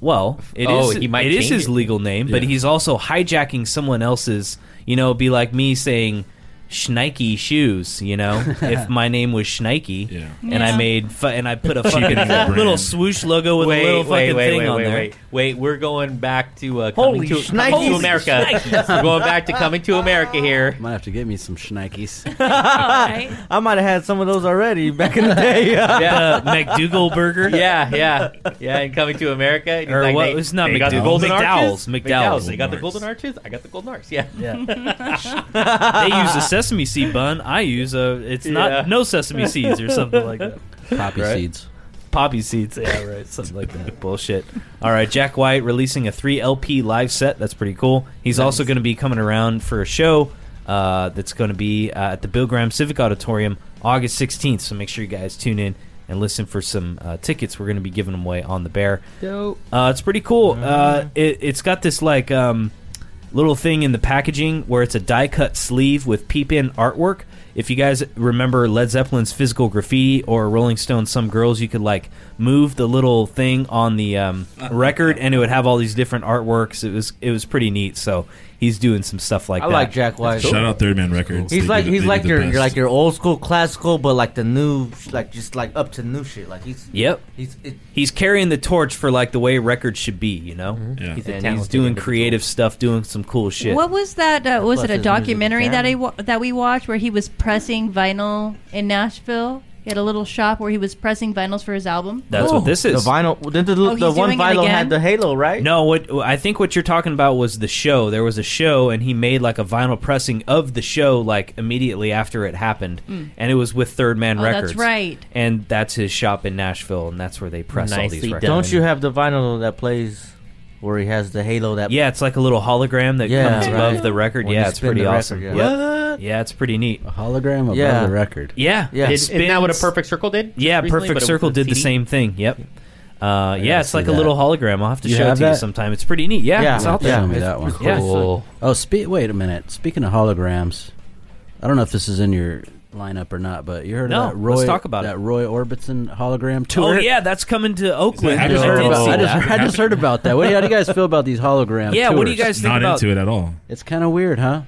[SPEAKER 4] Well, it
[SPEAKER 1] Oh,
[SPEAKER 4] is-
[SPEAKER 1] he might
[SPEAKER 4] it is
[SPEAKER 1] change
[SPEAKER 4] his
[SPEAKER 1] it.
[SPEAKER 4] legal name, but
[SPEAKER 7] Yeah.
[SPEAKER 4] he's also hijacking someone else's. You know, it'd be like me saying Schneike shoes. You know, if my name was Schneike.
[SPEAKER 7] Yeah.
[SPEAKER 4] And I
[SPEAKER 5] Yeah.
[SPEAKER 4] made fu- and I put a
[SPEAKER 7] Cheapening the
[SPEAKER 4] fucking
[SPEAKER 7] brand.
[SPEAKER 4] little swoosh logo with
[SPEAKER 1] Wait,
[SPEAKER 4] a little fucking
[SPEAKER 1] wait, wait,
[SPEAKER 4] thing
[SPEAKER 1] wait,
[SPEAKER 4] on
[SPEAKER 1] wait,
[SPEAKER 4] there.
[SPEAKER 1] wait, wait. We're going back to uh, coming
[SPEAKER 2] Holy
[SPEAKER 1] to
[SPEAKER 2] shnikes.
[SPEAKER 1] coming to America. we're going back to coming to America here.
[SPEAKER 6] Might have to get me some schnikes.
[SPEAKER 5] All right.
[SPEAKER 2] I might have had some of those already back in the day.
[SPEAKER 4] Yeah, McDougal burger.
[SPEAKER 1] Yeah, yeah, yeah. And coming to America. and he's
[SPEAKER 4] Or
[SPEAKER 1] like,
[SPEAKER 4] what-
[SPEAKER 1] they-
[SPEAKER 4] it's not
[SPEAKER 1] they got the
[SPEAKER 4] McDowell's.
[SPEAKER 1] golden
[SPEAKER 4] McDowell's,
[SPEAKER 1] arches.
[SPEAKER 4] McDowell's.
[SPEAKER 1] They got the
[SPEAKER 7] Golden
[SPEAKER 1] golden arches. I got the golden arches. Yeah.
[SPEAKER 4] they use a sesame seed bun. I use a. It's
[SPEAKER 1] Yeah.
[SPEAKER 4] not no sesame seeds or something like that.
[SPEAKER 6] Poppy seeds.
[SPEAKER 4] poppy seeds. Yeah, right. Something like that. Bullshit. All right, Jack White releasing a three LP live set. That's pretty cool. He's also going to be coming around for a show uh, that's going to be uh, at the Bill Graham Civic Auditorium August 16th. So make sure you guys tune in and listen for some uh, tickets. We're going to be giving them away on the bear.
[SPEAKER 1] Dope.
[SPEAKER 4] Uh, it's pretty cool. Uh, it, it's got this like um, little thing in the packaging where it's a die cut sleeve with peep in artwork. If you guys remember Led Zeppelin's physical graffiti or Rolling Stone's Some Girls, you could like move the little thing on the um, record and it would have all these different artworks. It was it was pretty neat. So he's doing some stuff like
[SPEAKER 2] I
[SPEAKER 4] that.
[SPEAKER 2] like Jack White.
[SPEAKER 7] Shout out Third Man Records. They
[SPEAKER 2] He's
[SPEAKER 7] do
[SPEAKER 2] like
[SPEAKER 7] the-
[SPEAKER 2] he's
[SPEAKER 7] they do
[SPEAKER 2] like
[SPEAKER 7] the
[SPEAKER 2] your
[SPEAKER 7] best.
[SPEAKER 2] your- like your old school classical, but like the new sh- like just like up to new shit. Like he's
[SPEAKER 4] Yep.
[SPEAKER 2] he's it,
[SPEAKER 4] He's carrying the torch for like the way records should be, you know?
[SPEAKER 7] Yeah.
[SPEAKER 1] He's a
[SPEAKER 2] And
[SPEAKER 4] And he's
[SPEAKER 1] talented
[SPEAKER 4] doing
[SPEAKER 1] individual.
[SPEAKER 4] creative stuff, doing some cool shit.
[SPEAKER 5] What was that? Uh, was
[SPEAKER 2] Plus
[SPEAKER 5] it a
[SPEAKER 2] his music
[SPEAKER 5] documentary
[SPEAKER 2] is
[SPEAKER 5] that I
[SPEAKER 2] jam.
[SPEAKER 5] wa- that we watched where he was pressing vinyl in Nashville? He had a little shop where he was pressing vinyls for his album.
[SPEAKER 4] That's what this
[SPEAKER 2] Oh, the
[SPEAKER 4] is.
[SPEAKER 2] vinyl. The, the,
[SPEAKER 5] Oh,
[SPEAKER 2] the
[SPEAKER 5] he's
[SPEAKER 2] one
[SPEAKER 5] doing it
[SPEAKER 2] vinyl
[SPEAKER 5] again?
[SPEAKER 2] had the halo, right?
[SPEAKER 4] No, what I think what you're talking about was the show. There was a show, and he made like a vinyl pressing of the show, like immediately after it happened, and it was with Third Man
[SPEAKER 5] Hmm. Oh, that's
[SPEAKER 4] Records.
[SPEAKER 5] right.
[SPEAKER 4] And that's his shop in Nashville, and that's where they press all
[SPEAKER 1] Nicely
[SPEAKER 4] these records.
[SPEAKER 1] done.
[SPEAKER 2] Don't you have the vinyl that plays where he has the halo that?
[SPEAKER 4] Yeah, it's like a little hologram that
[SPEAKER 2] Yeah,
[SPEAKER 4] comes
[SPEAKER 2] right.
[SPEAKER 4] above the record.
[SPEAKER 2] When
[SPEAKER 4] yeah,
[SPEAKER 2] you
[SPEAKER 4] it's
[SPEAKER 2] spin
[SPEAKER 4] pretty
[SPEAKER 2] the
[SPEAKER 4] awesome.
[SPEAKER 2] record,
[SPEAKER 4] Yep.
[SPEAKER 2] yeah.
[SPEAKER 4] yeah. it's pretty neat.
[SPEAKER 8] A hologram above
[SPEAKER 2] Yeah.
[SPEAKER 8] the record.
[SPEAKER 4] Yeah,
[SPEAKER 2] Yeah.
[SPEAKER 4] it
[SPEAKER 2] Did-
[SPEAKER 1] Is- Isn't that what a
[SPEAKER 4] spins-
[SPEAKER 1] perfect circle did?
[SPEAKER 4] Yeah,
[SPEAKER 1] recently, but it
[SPEAKER 4] Perfect
[SPEAKER 1] was
[SPEAKER 4] Circle
[SPEAKER 1] with a
[SPEAKER 4] did the
[SPEAKER 1] CD?
[SPEAKER 4] same thing. Yep. Uh, yeah,
[SPEAKER 8] gotta
[SPEAKER 4] it's like
[SPEAKER 8] see
[SPEAKER 4] a little
[SPEAKER 8] that.
[SPEAKER 4] hologram. I'll have to
[SPEAKER 8] You
[SPEAKER 4] show it
[SPEAKER 8] have
[SPEAKER 4] to you
[SPEAKER 8] that?
[SPEAKER 4] sometime. It's pretty neat. Yeah,
[SPEAKER 2] Yeah.
[SPEAKER 4] it's
[SPEAKER 8] You'll have
[SPEAKER 4] out
[SPEAKER 8] to
[SPEAKER 4] there.
[SPEAKER 8] Show me
[SPEAKER 2] It's-
[SPEAKER 8] that one.
[SPEAKER 2] it's
[SPEAKER 4] Yeah.
[SPEAKER 1] Cool.
[SPEAKER 8] Oh, spe- wait a minute. Speaking of holograms, I don't know if this is in your lineup or not, but you heard
[SPEAKER 4] No,
[SPEAKER 8] of that Roy?
[SPEAKER 4] let's talk about
[SPEAKER 8] that
[SPEAKER 4] it.
[SPEAKER 8] Roy Orbison hologram
[SPEAKER 4] Oh
[SPEAKER 8] tour.
[SPEAKER 4] yeah, that's coming to Oakland.
[SPEAKER 8] I
[SPEAKER 4] I
[SPEAKER 8] just, heard
[SPEAKER 4] did
[SPEAKER 8] about,
[SPEAKER 4] see
[SPEAKER 8] I, just,
[SPEAKER 4] that.
[SPEAKER 8] I just heard about that. What, do you- how do you guys feel about these hologram?
[SPEAKER 4] Yeah, what do you
[SPEAKER 8] tours?
[SPEAKER 4] guys think
[SPEAKER 7] Not
[SPEAKER 4] about?
[SPEAKER 7] into it at all.
[SPEAKER 8] It's kind of weird, huh?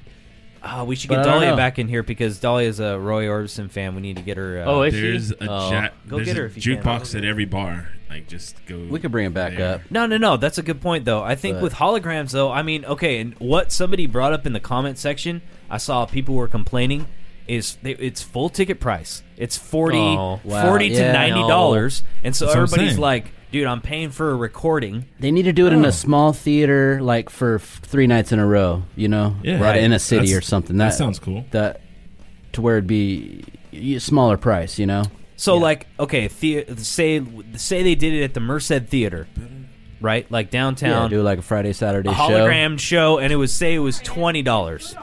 [SPEAKER 4] Oh, we should
[SPEAKER 8] But
[SPEAKER 4] get
[SPEAKER 8] I don't
[SPEAKER 4] Dahlia
[SPEAKER 8] know.
[SPEAKER 4] back in here because Dahlia's a Roy Orbison fan. We need to get her. Uh,
[SPEAKER 1] Oh, is
[SPEAKER 7] There's
[SPEAKER 1] she?
[SPEAKER 7] a,
[SPEAKER 4] Oh.
[SPEAKER 7] jack,
[SPEAKER 4] Go
[SPEAKER 7] there's
[SPEAKER 4] get her
[SPEAKER 7] a
[SPEAKER 4] if you can.
[SPEAKER 7] jukebox at every bar. Like, just go.
[SPEAKER 8] We could bring it back
[SPEAKER 7] there.
[SPEAKER 8] up.
[SPEAKER 4] No, no, no. That's a good point, though. I think
[SPEAKER 8] But-
[SPEAKER 4] with holograms, though, I mean, okay, and what somebody brought up in the comment section, I saw people were complaining is they, it's full ticket price. It's 40,
[SPEAKER 1] Oh,
[SPEAKER 8] wow.
[SPEAKER 4] 40 to
[SPEAKER 8] Yeah.
[SPEAKER 4] ninety dollars, and so
[SPEAKER 7] That's what I'm
[SPEAKER 4] everybody's
[SPEAKER 7] saying.
[SPEAKER 4] like, "Dude, I'm paying for a recording."
[SPEAKER 8] They need to do it
[SPEAKER 7] Oh.
[SPEAKER 8] in a small theater, like for f- three nights in a row. You know,
[SPEAKER 7] Yeah.
[SPEAKER 8] right in a city
[SPEAKER 7] That's-
[SPEAKER 8] or something.
[SPEAKER 7] That
[SPEAKER 8] That,
[SPEAKER 7] sounds cool.
[SPEAKER 8] That to where it'd be y- smaller price. You know,
[SPEAKER 4] So, like, okay, the, say say they did it at the Merced Theater, right? Like
[SPEAKER 8] yeah,
[SPEAKER 4] downtown.
[SPEAKER 8] do like a Friday Saturday
[SPEAKER 4] a
[SPEAKER 8] show.
[SPEAKER 4] hologram show, and it was say it was twenty dollars.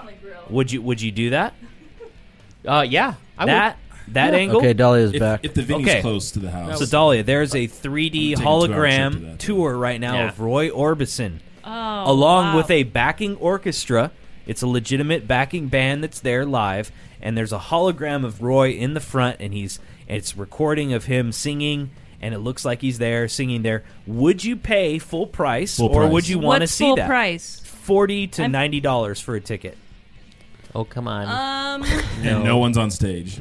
[SPEAKER 4] Would you would you do that?
[SPEAKER 1] Uh, yeah. I
[SPEAKER 4] that that angle?
[SPEAKER 8] Okay, Dahlia's
[SPEAKER 7] If,
[SPEAKER 8] back.
[SPEAKER 7] if the venue's
[SPEAKER 4] Okay.
[SPEAKER 7] close to the house.
[SPEAKER 4] So Dahlia, there's a 3D
[SPEAKER 7] I'm taking a two-hour trip to
[SPEAKER 4] hologram
[SPEAKER 7] that.
[SPEAKER 4] tour right now
[SPEAKER 1] Yeah.
[SPEAKER 4] of Roy Orbison,
[SPEAKER 5] Oh,
[SPEAKER 4] along
[SPEAKER 5] wow.
[SPEAKER 4] with a backing orchestra. It's a legitimate backing band that's there live, and there's a hologram of Roy in the front, and he's it's recording of him singing. And it looks like he's there singing there. Would you pay full price,
[SPEAKER 7] Full
[SPEAKER 4] or
[SPEAKER 7] price.
[SPEAKER 4] would you want to
[SPEAKER 5] What's
[SPEAKER 4] see
[SPEAKER 5] full
[SPEAKER 4] that?
[SPEAKER 5] price?
[SPEAKER 4] Forty to
[SPEAKER 5] I'm-
[SPEAKER 4] ninety dollars for a ticket.
[SPEAKER 1] would. Oh, come on.
[SPEAKER 5] Um,
[SPEAKER 7] and no one's on stage.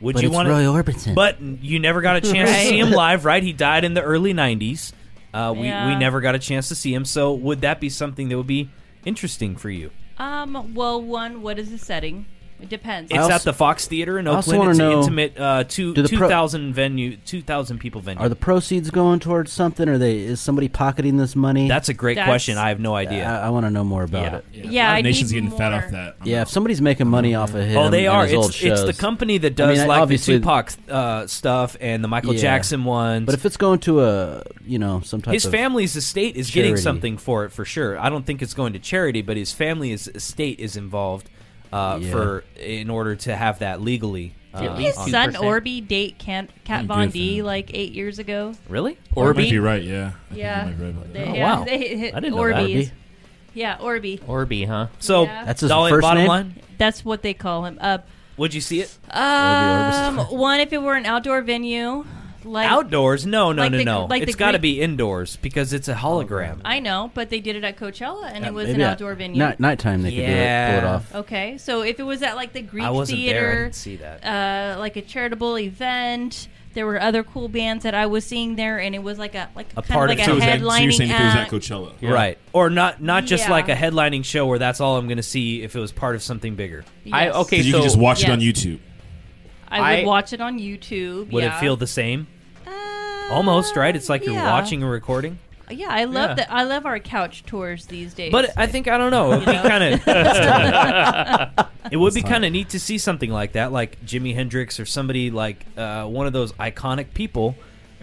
[SPEAKER 4] Would
[SPEAKER 6] But
[SPEAKER 4] you
[SPEAKER 6] it's
[SPEAKER 4] want to?
[SPEAKER 6] Roy Orbison.
[SPEAKER 4] But you never got a chance to
[SPEAKER 5] Right.
[SPEAKER 4] see him live, right? He died in the early 90s. Uh, we, we
[SPEAKER 5] Yeah.
[SPEAKER 4] never got a chance to see him. So would that be something that would be interesting for you?
[SPEAKER 5] um, well, one, what is the setting? It depends.
[SPEAKER 4] It's
[SPEAKER 8] also-
[SPEAKER 4] at the Fox Theater in
[SPEAKER 8] I also
[SPEAKER 4] Oakland.
[SPEAKER 8] wanna
[SPEAKER 4] It's an
[SPEAKER 8] know,
[SPEAKER 4] intimate uh, two,
[SPEAKER 8] do the pro-
[SPEAKER 4] 2,000 venue, 2,000 people venue.
[SPEAKER 8] Are the proceeds going towards something? Or they is somebody pocketing this money?
[SPEAKER 4] That's a great
[SPEAKER 5] That's-
[SPEAKER 4] question. I have no idea.
[SPEAKER 8] I, I want to know more about
[SPEAKER 4] Yeah.
[SPEAKER 8] it.
[SPEAKER 7] Yeah, a
[SPEAKER 5] Yeah,
[SPEAKER 7] lot of
[SPEAKER 5] I
[SPEAKER 7] nations
[SPEAKER 5] need
[SPEAKER 7] getting fat
[SPEAKER 5] more.
[SPEAKER 7] off that. I'm
[SPEAKER 8] Yeah, if somebody's making money off of him,
[SPEAKER 4] oh, they
[SPEAKER 8] and
[SPEAKER 4] are.
[SPEAKER 8] His old
[SPEAKER 4] It's, it's
[SPEAKER 8] shows,
[SPEAKER 4] the company that
[SPEAKER 8] I mean,
[SPEAKER 4] does
[SPEAKER 8] I-
[SPEAKER 4] like the
[SPEAKER 8] obviously-
[SPEAKER 4] Tupac uh, stuff and the Michael
[SPEAKER 8] Yeah.
[SPEAKER 4] Jackson ones.
[SPEAKER 8] But if it's going to a you know some type
[SPEAKER 4] his
[SPEAKER 8] of
[SPEAKER 4] family's estate is getting
[SPEAKER 8] charity.
[SPEAKER 4] something for it for sure. I don't think it's going to charity, but his family's estate is involved uh,
[SPEAKER 8] Yeah.
[SPEAKER 4] for in order to have that legally.
[SPEAKER 1] At
[SPEAKER 4] uh,
[SPEAKER 1] least
[SPEAKER 5] his
[SPEAKER 1] some-
[SPEAKER 5] son
[SPEAKER 4] on-
[SPEAKER 1] 2%.
[SPEAKER 5] Orby date Cat, Cat
[SPEAKER 7] I'm
[SPEAKER 5] Von
[SPEAKER 7] good for
[SPEAKER 5] D
[SPEAKER 7] him.
[SPEAKER 5] like eight years ago.
[SPEAKER 4] really?
[SPEAKER 7] not- You might be
[SPEAKER 1] Orby?
[SPEAKER 7] right. Yeah. I think you
[SPEAKER 5] Yeah.
[SPEAKER 7] might be right about
[SPEAKER 5] They-
[SPEAKER 7] that.
[SPEAKER 4] Oh,
[SPEAKER 5] yeah,
[SPEAKER 4] wow.
[SPEAKER 5] they-
[SPEAKER 4] I didn't know that.
[SPEAKER 5] Orbeez. Yeah, Orby.
[SPEAKER 1] Orby, huh?
[SPEAKER 4] So
[SPEAKER 5] Yeah.
[SPEAKER 8] That's his
[SPEAKER 4] Dolly,
[SPEAKER 8] first
[SPEAKER 4] bottom
[SPEAKER 8] name?
[SPEAKER 4] line.
[SPEAKER 5] That's what they call him. Uh,
[SPEAKER 4] Would you see it
[SPEAKER 5] um, one if it were an outdoor venue, like
[SPEAKER 4] outdoors? No, no,
[SPEAKER 5] like
[SPEAKER 4] no,
[SPEAKER 5] the-
[SPEAKER 4] no.
[SPEAKER 5] like the Oh,
[SPEAKER 4] it's got to
[SPEAKER 5] Greek-
[SPEAKER 4] be indoors because it's a hologram.
[SPEAKER 5] I know, but they did it at Coachella, and it was an
[SPEAKER 8] maybe at
[SPEAKER 5] outdoor venue.
[SPEAKER 8] Night, nighttime, they could do it, pull
[SPEAKER 4] Yeah.
[SPEAKER 8] it off.
[SPEAKER 5] Okay, so if it was at like the Greek
[SPEAKER 4] I wasn't there. I
[SPEAKER 5] theater,
[SPEAKER 4] didn't see that.
[SPEAKER 5] uh, like a charitable event, there were other cool bands that I was seeing there, and it was like a like
[SPEAKER 4] A
[SPEAKER 5] kind
[SPEAKER 4] part
[SPEAKER 5] of
[SPEAKER 4] of
[SPEAKER 5] like
[SPEAKER 4] it.
[SPEAKER 5] a
[SPEAKER 7] So, is that, so you're
[SPEAKER 5] headlining
[SPEAKER 7] saying if it was at
[SPEAKER 5] act.
[SPEAKER 7] Coachella?
[SPEAKER 4] Right, or not? Not just
[SPEAKER 5] Yeah.
[SPEAKER 4] like a headlining show where that's all I'm going to see. If it was part of something bigger,
[SPEAKER 1] I
[SPEAKER 5] Yes.
[SPEAKER 1] okay.
[SPEAKER 7] Because you
[SPEAKER 1] so
[SPEAKER 7] can just watch it on
[SPEAKER 5] Yes.
[SPEAKER 7] YouTube.
[SPEAKER 5] I would
[SPEAKER 1] I-
[SPEAKER 5] watch it on YouTube.
[SPEAKER 4] would
[SPEAKER 5] yeah.
[SPEAKER 4] it feel the same?
[SPEAKER 5] Uh,
[SPEAKER 4] Almost right. It's like you're
[SPEAKER 5] yeah.
[SPEAKER 4] watching a recording.
[SPEAKER 5] Yeah, I love
[SPEAKER 4] Yeah.
[SPEAKER 5] that. I love our couch tours these days.
[SPEAKER 4] But I think I don't know. It'd be
[SPEAKER 5] know?
[SPEAKER 4] kind of. it would be kind of neat to see something like that, like Jimi Hendrix or somebody like uh, one of those iconic people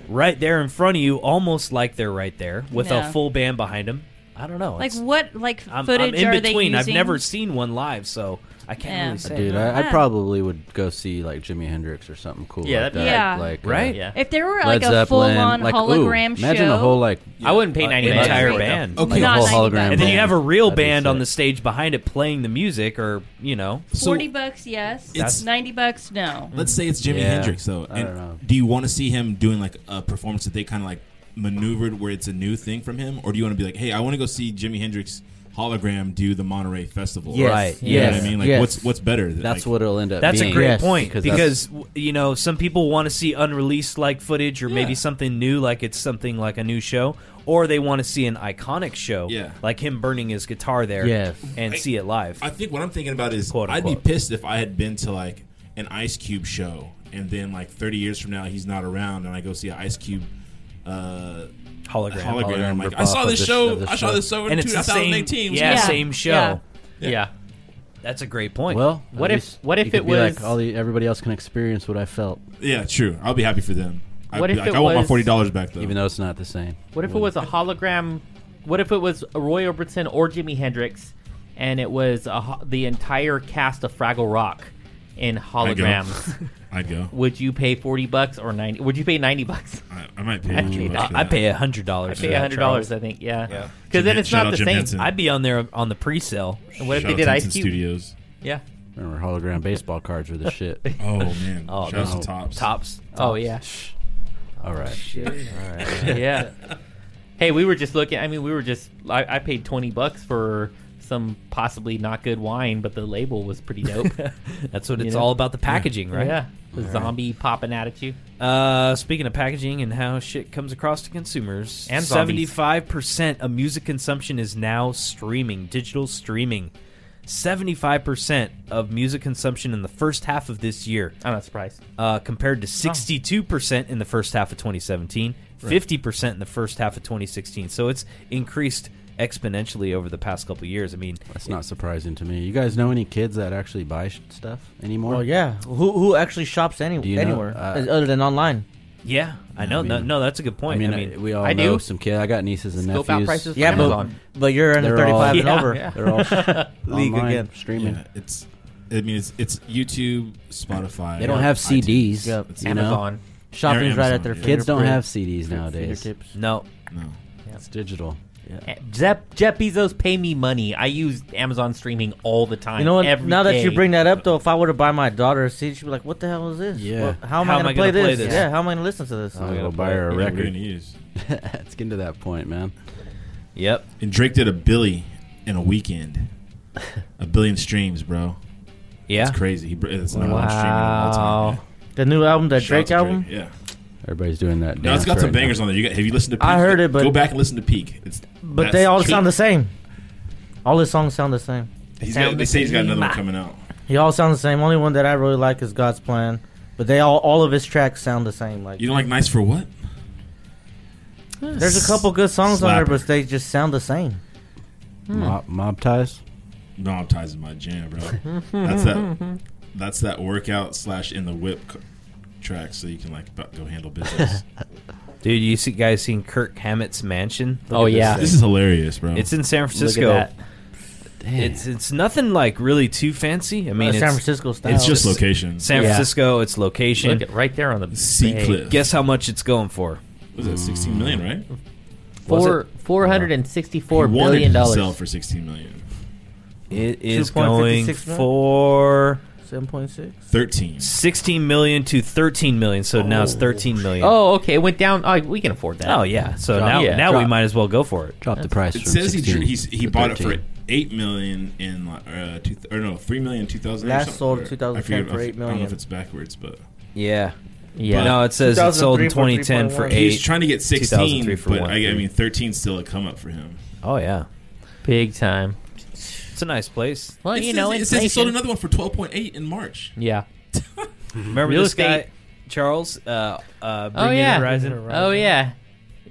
[SPEAKER 4] right there in front of you, almost like they're right there with
[SPEAKER 5] Yeah.
[SPEAKER 4] a full band behind them. I don't know.
[SPEAKER 5] Like
[SPEAKER 4] It's-
[SPEAKER 5] what? Like
[SPEAKER 4] I'm,
[SPEAKER 5] footage
[SPEAKER 4] I'm in
[SPEAKER 5] are
[SPEAKER 4] between.
[SPEAKER 5] they
[SPEAKER 4] I've
[SPEAKER 5] using?
[SPEAKER 4] never seen one live, so I can't
[SPEAKER 5] Yeah.
[SPEAKER 4] really say.
[SPEAKER 8] Dude, I, I
[SPEAKER 5] Yeah.
[SPEAKER 8] probably would go see like Jimi Hendrix or something cool
[SPEAKER 1] Yeah,
[SPEAKER 8] like
[SPEAKER 1] that'd
[SPEAKER 8] that.
[SPEAKER 5] be cool.
[SPEAKER 8] Like, uh,
[SPEAKER 4] Right?
[SPEAKER 1] Yeah.
[SPEAKER 5] If there were
[SPEAKER 8] Led
[SPEAKER 5] like a
[SPEAKER 8] Zeppelin,
[SPEAKER 5] full-on
[SPEAKER 8] like, ooh,
[SPEAKER 5] hologram show,
[SPEAKER 8] Imagine a whole like
[SPEAKER 1] I wouldn't pay
[SPEAKER 8] uh,
[SPEAKER 1] ninety bucks. Oh.
[SPEAKER 4] entire
[SPEAKER 1] for it, though.
[SPEAKER 4] band.
[SPEAKER 8] Like
[SPEAKER 5] Not 90
[SPEAKER 8] a whole
[SPEAKER 5] bucks.
[SPEAKER 8] hologram.
[SPEAKER 4] And then you
[SPEAKER 8] band.
[SPEAKER 4] have a real
[SPEAKER 8] That'd be
[SPEAKER 4] band on
[SPEAKER 8] sick.
[SPEAKER 4] the stage behind it playing the music, or you know,
[SPEAKER 5] forty bucks, yes.
[SPEAKER 4] It's-
[SPEAKER 5] Ninety bucks, no.
[SPEAKER 7] Let's say it's Jimi
[SPEAKER 8] Yeah.
[SPEAKER 7] Hendrix though.
[SPEAKER 8] I don't know.
[SPEAKER 7] And do you want to see him doing like a performance that they kind of like maneuvered where it's a new thing from him, or do you want to be like, hey, I want to go see Jimi Hendrix hologram do the Monterey Festival?
[SPEAKER 8] Yes.
[SPEAKER 4] Right.
[SPEAKER 7] You know
[SPEAKER 8] Yes.
[SPEAKER 7] what I mean? Like,
[SPEAKER 8] Yes.
[SPEAKER 7] what's what's better?
[SPEAKER 8] That's
[SPEAKER 7] like,
[SPEAKER 8] what it'll end up.
[SPEAKER 4] That's
[SPEAKER 8] being.
[SPEAKER 4] a great
[SPEAKER 2] Yes,
[SPEAKER 4] point
[SPEAKER 8] because
[SPEAKER 4] because,
[SPEAKER 8] that's-
[SPEAKER 4] w you know some people want to see unreleased like footage or maybe
[SPEAKER 7] Yeah.
[SPEAKER 4] something new, like it's something like a new show, or they want to see an iconic show,
[SPEAKER 7] Yeah.
[SPEAKER 4] like him burning his guitar there,
[SPEAKER 8] Yes.
[SPEAKER 4] and see it live.
[SPEAKER 7] I think what I'm thinking about is
[SPEAKER 4] Quote,
[SPEAKER 7] I'd
[SPEAKER 4] unquote.
[SPEAKER 7] be pissed if I had been to like an Ice Cube show and then like 30 years from now he's not around and I go see an Ice Cube uh,
[SPEAKER 4] hologram,
[SPEAKER 7] hologram.
[SPEAKER 8] hologram
[SPEAKER 7] I'm like,
[SPEAKER 8] rip-off
[SPEAKER 7] I saw
[SPEAKER 8] of
[SPEAKER 7] this
[SPEAKER 8] this-
[SPEAKER 7] show.
[SPEAKER 8] of this
[SPEAKER 7] I saw
[SPEAKER 8] show."
[SPEAKER 7] this show in
[SPEAKER 4] and it's the same,
[SPEAKER 7] 2019.
[SPEAKER 4] yeah,
[SPEAKER 5] Yeah.
[SPEAKER 4] same show.
[SPEAKER 5] Yeah.
[SPEAKER 1] Yeah.
[SPEAKER 4] That's a great point.
[SPEAKER 8] Well, at
[SPEAKER 1] What if-
[SPEAKER 8] least
[SPEAKER 1] what if
[SPEAKER 8] you could
[SPEAKER 1] it
[SPEAKER 8] be like
[SPEAKER 1] was-
[SPEAKER 8] all the everybody else can experience what I felt,
[SPEAKER 7] Yeah, true. I'll be happy for them. I'd
[SPEAKER 1] What
[SPEAKER 7] be
[SPEAKER 1] if
[SPEAKER 7] like,
[SPEAKER 1] it
[SPEAKER 7] I want my
[SPEAKER 1] was-
[SPEAKER 7] forty dollars back though.
[SPEAKER 8] even though it's not the same.
[SPEAKER 1] What if it was a hologram? What if it was Roy Orbison or Jimi Hendrix, and it was a, ho- the entire cast of Fraggle Rock in
[SPEAKER 7] I'd go.
[SPEAKER 1] holograms?
[SPEAKER 7] I'd go.
[SPEAKER 1] Would you pay forty bucks or ninety? Would you pay ninety bucks?
[SPEAKER 7] I, I might pay.
[SPEAKER 1] Actually,
[SPEAKER 7] too much
[SPEAKER 1] I-
[SPEAKER 7] for
[SPEAKER 4] I
[SPEAKER 7] that.
[SPEAKER 4] pay a hundred dollars.
[SPEAKER 1] Pay hundred dollars, I think. Yeah, because then
[SPEAKER 7] Jim-
[SPEAKER 1] it's
[SPEAKER 7] shout
[SPEAKER 1] not
[SPEAKER 7] out
[SPEAKER 1] the
[SPEAKER 7] Jim
[SPEAKER 1] same.
[SPEAKER 7] Henson.
[SPEAKER 4] I'd be on there on the pre-sale.
[SPEAKER 1] What if
[SPEAKER 7] Shout
[SPEAKER 1] they
[SPEAKER 7] out
[SPEAKER 1] did
[SPEAKER 7] to
[SPEAKER 1] Ice
[SPEAKER 7] Henson
[SPEAKER 1] Cube?
[SPEAKER 7] Studios.
[SPEAKER 1] Yeah.
[SPEAKER 8] Remember hologram baseball cards were the shit.
[SPEAKER 7] Oh man.
[SPEAKER 4] Oh,
[SPEAKER 7] Shout out
[SPEAKER 8] no.
[SPEAKER 7] to Tops.
[SPEAKER 4] Tops.
[SPEAKER 1] Oh yeah.
[SPEAKER 8] All right.
[SPEAKER 1] yeah. Hey, we were just looking. I mean, we were just. I, I paid twenty bucks for some possibly not good wine, but the label was pretty dope.
[SPEAKER 4] That's what
[SPEAKER 1] You
[SPEAKER 4] it's
[SPEAKER 1] know?
[SPEAKER 4] all about—the packaging, right?
[SPEAKER 1] Yeah, the zombie popping out at you.
[SPEAKER 4] Uh, speaking of packaging and how shit comes across to consumers,
[SPEAKER 1] And zombies.
[SPEAKER 4] seventy-five percent of music consumption is now streaming, digital streaming. Seventy-five percent of music consumption in the first half of this year,
[SPEAKER 1] I'm not surprised.
[SPEAKER 4] uh, compared to sixty-two percent in the first half of 2017, fifty percent in the first half of 2016. So it's increased exponentially over the past couple of years. I mean,
[SPEAKER 8] That's not surprising to me. You guys know any kids that actually buy sh- stuff anymore?
[SPEAKER 2] Well, Oh, yeah. Who who actually shops any,
[SPEAKER 8] Do you know,
[SPEAKER 2] anywhere
[SPEAKER 8] uh,
[SPEAKER 2] as- other than online?
[SPEAKER 4] yeah, I know. no,
[SPEAKER 8] mean-
[SPEAKER 4] no, that's a good
[SPEAKER 8] I
[SPEAKER 4] point.
[SPEAKER 8] mean, I we all
[SPEAKER 1] I
[SPEAKER 8] know
[SPEAKER 1] do.
[SPEAKER 8] some kid. I got nieces and
[SPEAKER 1] Scope out
[SPEAKER 8] nephews.
[SPEAKER 1] prices.
[SPEAKER 2] Yeah, but,
[SPEAKER 1] Amazon.
[SPEAKER 2] but you're under
[SPEAKER 8] They're
[SPEAKER 2] 35
[SPEAKER 8] all-
[SPEAKER 2] and
[SPEAKER 1] Yeah,
[SPEAKER 2] over.
[SPEAKER 1] yeah.
[SPEAKER 8] They're all
[SPEAKER 2] League
[SPEAKER 8] online,
[SPEAKER 2] again.
[SPEAKER 8] streaming.
[SPEAKER 7] Yeah, it's. I mean, it's it's YouTube, Spotify.
[SPEAKER 8] They don't have
[SPEAKER 7] iTunes.
[SPEAKER 8] CDs.
[SPEAKER 2] Yep.
[SPEAKER 8] You know?
[SPEAKER 1] Amazon.
[SPEAKER 2] Shopping's
[SPEAKER 7] They're
[SPEAKER 2] right
[SPEAKER 7] Amazon,
[SPEAKER 2] at their
[SPEAKER 7] yeah.
[SPEAKER 8] Kids don't
[SPEAKER 2] fingerprint-
[SPEAKER 8] have CDs nowadays.
[SPEAKER 2] Fingertips.
[SPEAKER 4] no,
[SPEAKER 7] No.
[SPEAKER 8] It's digital.
[SPEAKER 1] Eh, Jeff, Jeff Bezos, pay me money. I use Amazon streaming all the time.
[SPEAKER 2] You know what?
[SPEAKER 1] every
[SPEAKER 2] Now that you
[SPEAKER 1] day.
[SPEAKER 2] bring that up, though, if I were to buy my daughter a CD, she'd be like, "What the hell is this?
[SPEAKER 8] Yeah.
[SPEAKER 2] What- how am
[SPEAKER 4] How
[SPEAKER 2] I going to play, this? Yeah. How am I going to listen to this?
[SPEAKER 8] I'm gonna Oh, buy her a
[SPEAKER 7] Yeah, we're gonna
[SPEAKER 8] record.
[SPEAKER 7] use.
[SPEAKER 8] Let's get to that point, man.
[SPEAKER 4] yep.
[SPEAKER 7] And Drake did a Billy in a weekend. A billion streams, bro.
[SPEAKER 4] Yeah,
[SPEAKER 7] It's crazy. He, br- it's number one streaming of all
[SPEAKER 1] Wow.
[SPEAKER 7] time.
[SPEAKER 2] the new album, the
[SPEAKER 7] Shout out
[SPEAKER 2] Drake
[SPEAKER 7] to
[SPEAKER 2] album.
[SPEAKER 7] Yeah.
[SPEAKER 8] Everybody's doing that.
[SPEAKER 7] No, it's
[SPEAKER 8] dance
[SPEAKER 7] got some
[SPEAKER 8] right now.
[SPEAKER 7] bangers on there. You got, have you listened to Peak?
[SPEAKER 2] I heard it, but-
[SPEAKER 7] Go back and listen to Peak. It's,
[SPEAKER 2] But they all sound the same. All his songs sound the same.
[SPEAKER 7] He's got, they say he's got another one coming out.
[SPEAKER 2] He all sound the same. Only one that I really like is God's Plan. But they all all of his tracks sound the same. Like
[SPEAKER 7] You don't like Nice for What?
[SPEAKER 2] there's a couple good songs on there,
[SPEAKER 7] Slapper.
[SPEAKER 2] but they just sound the same.
[SPEAKER 8] Mob, mob ties.
[SPEAKER 7] No, I'm ties in my jam, bro. that's that. That's that workout slash in the whip c- track, so you can like bu- go handle business.
[SPEAKER 4] Dude, you see guys seen Kirk Hammett's mansion?
[SPEAKER 1] Oh yeah.
[SPEAKER 7] this is hilarious, bro.
[SPEAKER 4] It's in San Francisco.
[SPEAKER 1] Mm. that.
[SPEAKER 4] It's it's nothing like really too fancy. I mean,
[SPEAKER 2] Uh,
[SPEAKER 4] it's
[SPEAKER 2] San Francisco style.
[SPEAKER 7] it's just
[SPEAKER 4] it's-
[SPEAKER 7] location.
[SPEAKER 4] San
[SPEAKER 1] Yeah.
[SPEAKER 4] Francisco. It's location.
[SPEAKER 1] Look at right there on the
[SPEAKER 7] Sea
[SPEAKER 1] bay.
[SPEAKER 7] Cliff.
[SPEAKER 4] Guess how much it's going for?
[SPEAKER 7] was it 16 million, right?
[SPEAKER 1] Four four hundred and sixty four
[SPEAKER 7] he wanted
[SPEAKER 1] billion
[SPEAKER 7] to
[SPEAKER 1] dollars.
[SPEAKER 7] sell for 16 million.
[SPEAKER 4] It is
[SPEAKER 2] 2.56
[SPEAKER 4] going
[SPEAKER 2] million?
[SPEAKER 4] for
[SPEAKER 2] seven point six.
[SPEAKER 7] 13.
[SPEAKER 4] sixteen million to thirteen million. So now it's thirteen million.
[SPEAKER 1] Oh, okay. It went down. Oh, we can afford that.
[SPEAKER 4] Oh, yeah. So now
[SPEAKER 1] Yeah.
[SPEAKER 4] now we
[SPEAKER 1] Drop.
[SPEAKER 4] might as well go for it.
[SPEAKER 8] Drop the price.
[SPEAKER 7] It
[SPEAKER 8] from
[SPEAKER 7] says he
[SPEAKER 8] 16
[SPEAKER 7] dr- he's, he
[SPEAKER 8] to
[SPEAKER 7] bought
[SPEAKER 8] 13.
[SPEAKER 7] it for eight million in like, uh, two, th- or no three million in two thousand.
[SPEAKER 2] Last
[SPEAKER 7] or something,
[SPEAKER 2] sold
[SPEAKER 7] or-
[SPEAKER 2] 2010
[SPEAKER 7] I forget
[SPEAKER 2] for
[SPEAKER 7] if-
[SPEAKER 2] eight
[SPEAKER 7] I don't know
[SPEAKER 2] million.
[SPEAKER 7] if it's backwards, but
[SPEAKER 4] Yeah.
[SPEAKER 1] yeah.
[SPEAKER 7] uh,
[SPEAKER 4] No, it says it sold
[SPEAKER 2] 2003
[SPEAKER 4] in twenty
[SPEAKER 2] for
[SPEAKER 4] ten for
[SPEAKER 2] 3.1.
[SPEAKER 4] eight.
[SPEAKER 7] he's trying to get
[SPEAKER 4] 2003
[SPEAKER 7] sixteen.
[SPEAKER 4] for
[SPEAKER 7] But
[SPEAKER 4] one.
[SPEAKER 7] I, I mean, 13's still a come up for him.
[SPEAKER 4] oh yeah.
[SPEAKER 1] Big time.
[SPEAKER 4] It's a nice place.
[SPEAKER 1] Well,
[SPEAKER 7] It
[SPEAKER 1] you
[SPEAKER 7] says-
[SPEAKER 1] know,
[SPEAKER 7] it says he sold
[SPEAKER 1] inflation.
[SPEAKER 7] another one for twelve point eight in March.
[SPEAKER 1] Yeah.
[SPEAKER 4] Remember
[SPEAKER 1] Real
[SPEAKER 4] this guy,
[SPEAKER 1] estate.
[SPEAKER 4] Charles? Uh,
[SPEAKER 1] Oh
[SPEAKER 4] uh, Bring Me the
[SPEAKER 1] yeah.
[SPEAKER 4] Horizon.
[SPEAKER 1] Oh yeah.